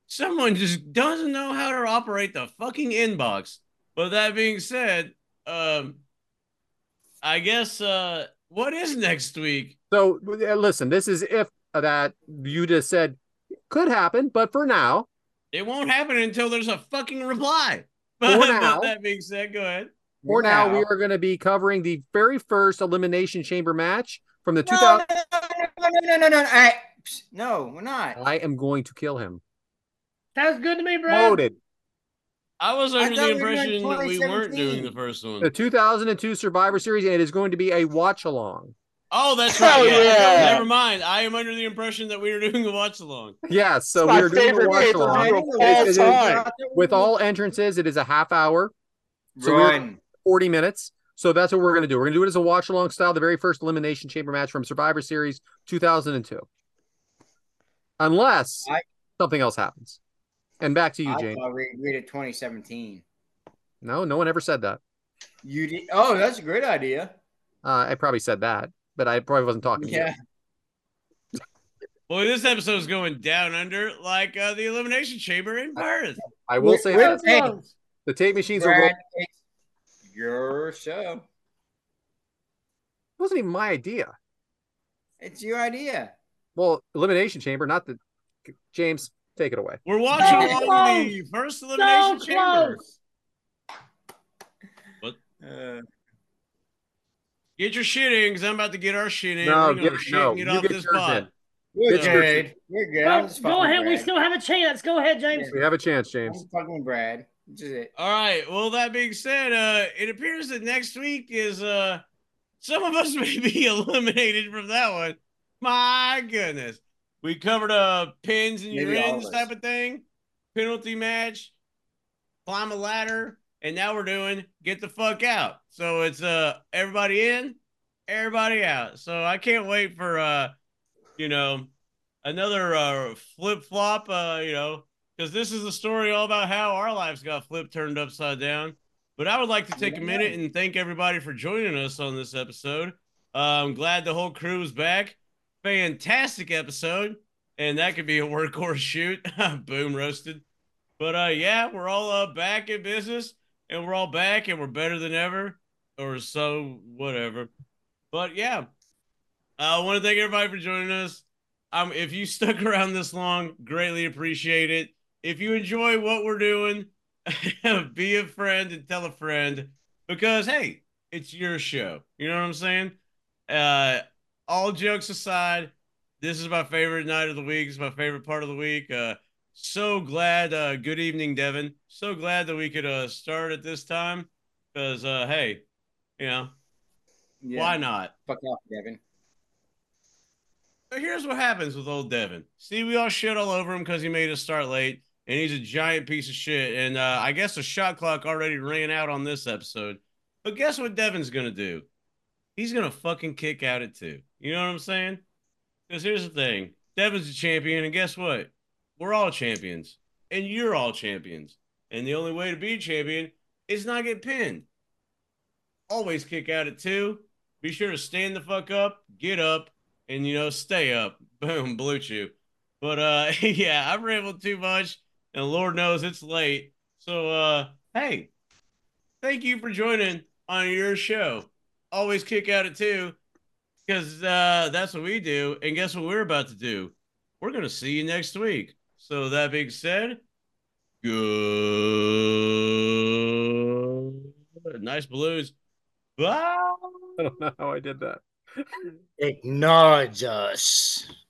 someone just doesn't know how to operate the fucking inbox. But that being said, um, I guess uh, what is next week?
So uh, listen, this is if that you just said could happen, but for now,
It won't happen until there's a fucking reply. [LAUGHS]
For
But,
now.
but that being said, go ahead.
for now, we
Now-
are going to be covering the very first Elimination Chamber match from the 2000.
No, no, no, no, no, no, no. I, psst, no, we're not.
I am going to kill him.
Sounds good to me, Brad.
Loaded.
I was
I
under
thought
the
we were doing
impression that we weren't
2017.
doing the first
The
Hmm.
one.
2002 Survivor Series, and it is going to be a watch along.
Oh, that's
Hell
right. Yeah.
yeah.
Never mind. I am under the impression that we were doing a watch along.
Yeah, so
It's
we
my
are doing a
favorite
watch along.
pay-per-view.
all time. With all entrances, it is a half hour, So we're-
Run.
40 minutes. So that's what we're going to do. We're going to do it as a watch along style, the very first Elimination Chamber match from Survivor Series 2002. Unless
I-
something else happens. And back to you,
I
James.
thought we agreed at 2017.
No, no one ever said that.
You did. Oh, that's a great idea.
Uh, I probably said that, but I probably wasn't talking to you.
Yeah.
Boy, this episode's going down under like uh, the Elimination Chamber in Perth.
I will
Wait,
say
wait.
that
So
Hey.
close.
the tape machines are
Brad,
rolling.
it's your show.
It wasn't even my idea.
It's your idea.
Well, Elimination Chamber, not the James. Take it away.
We're watching
So
along the first Elimination
So
Chamber.
close.
Uh,
Get your shit in, because I'm about to get our shit in.
No,
We're gonna
get-
shit
no,
and get
you
off
get
this
yours
pod.
in.
we're
It's your
good. We're good. I'm
Go,
just
go
fucking
ahead. We
Brad.
still have a chance. Go ahead, James.
We have a chance,
I'm
James. [LAUGHS]
just fucking with Brad. This is it.
All right. Well, that being said, uh, it appears that next week is uh, some of us [LAUGHS] may be eliminated from that one. My goodness, we covered uh pins and your
Maybe all
ends
of us.
type of thing, penalty match, climb a ladder, and now we're doing get the fuck out. So it's uh everybody in, everybody out. So I can't wait for uh, you know, another uh flip flop. Uh, you know, because this is a story all about how our lives got flipped, turned upside down. But I would like to take a minute and thank everybody for joining us on this episode. Uh, I'm glad the whole crew is back. Fantastic episode. And that could be a workhorse shoot. [LAUGHS] Boom, roasted. But uh, yeah, we're all uh, back in business and we're all back and we're better than ever or so, whatever. But yeah, Uh, I want to thank everybody for joining us. Um, if you stuck around this long, greatly appreciate it. If you enjoy what we're doing, [LAUGHS] be a friend and tell a friend because hey, it's your show. You know what I'm saying? Uh, all jokes aside, this is my favorite night of the week. It's my favorite part of the week. Uh, so glad. Uh, good evening, Devin. So glad that we could uh, start at this time because uh, hey, you know
Yeah.
why not?
Fuck off, Devin.
So here's what happens with old Devin. See, we all shit all over him because he made us start late, and he's a giant piece of shit. And uh, I guess the shot clock already ran out on this episode. But guess what Devin's gonna do? He's gonna fucking kick out at two. You know what I'm saying? Because here's the thing: Devin's a champion, and guess what? We're all champions, and you're all champions. And the only way to be a champion is not get pinned. Always kick out at two. Be sure to stand the fuck up, get up, and you know, stay up. [LAUGHS] Boom, blue chew. But uh [LAUGHS] yeah, I've rambled too much, and Lord knows it's late. So uh hey, thank you for joining on your show. Always kick out at two, because uh that's what we do. And guess what we're about to do? We're gonna see you next week. So that being said, good nice blues. Bye.
I don't know how I did that.
Acknowledge us.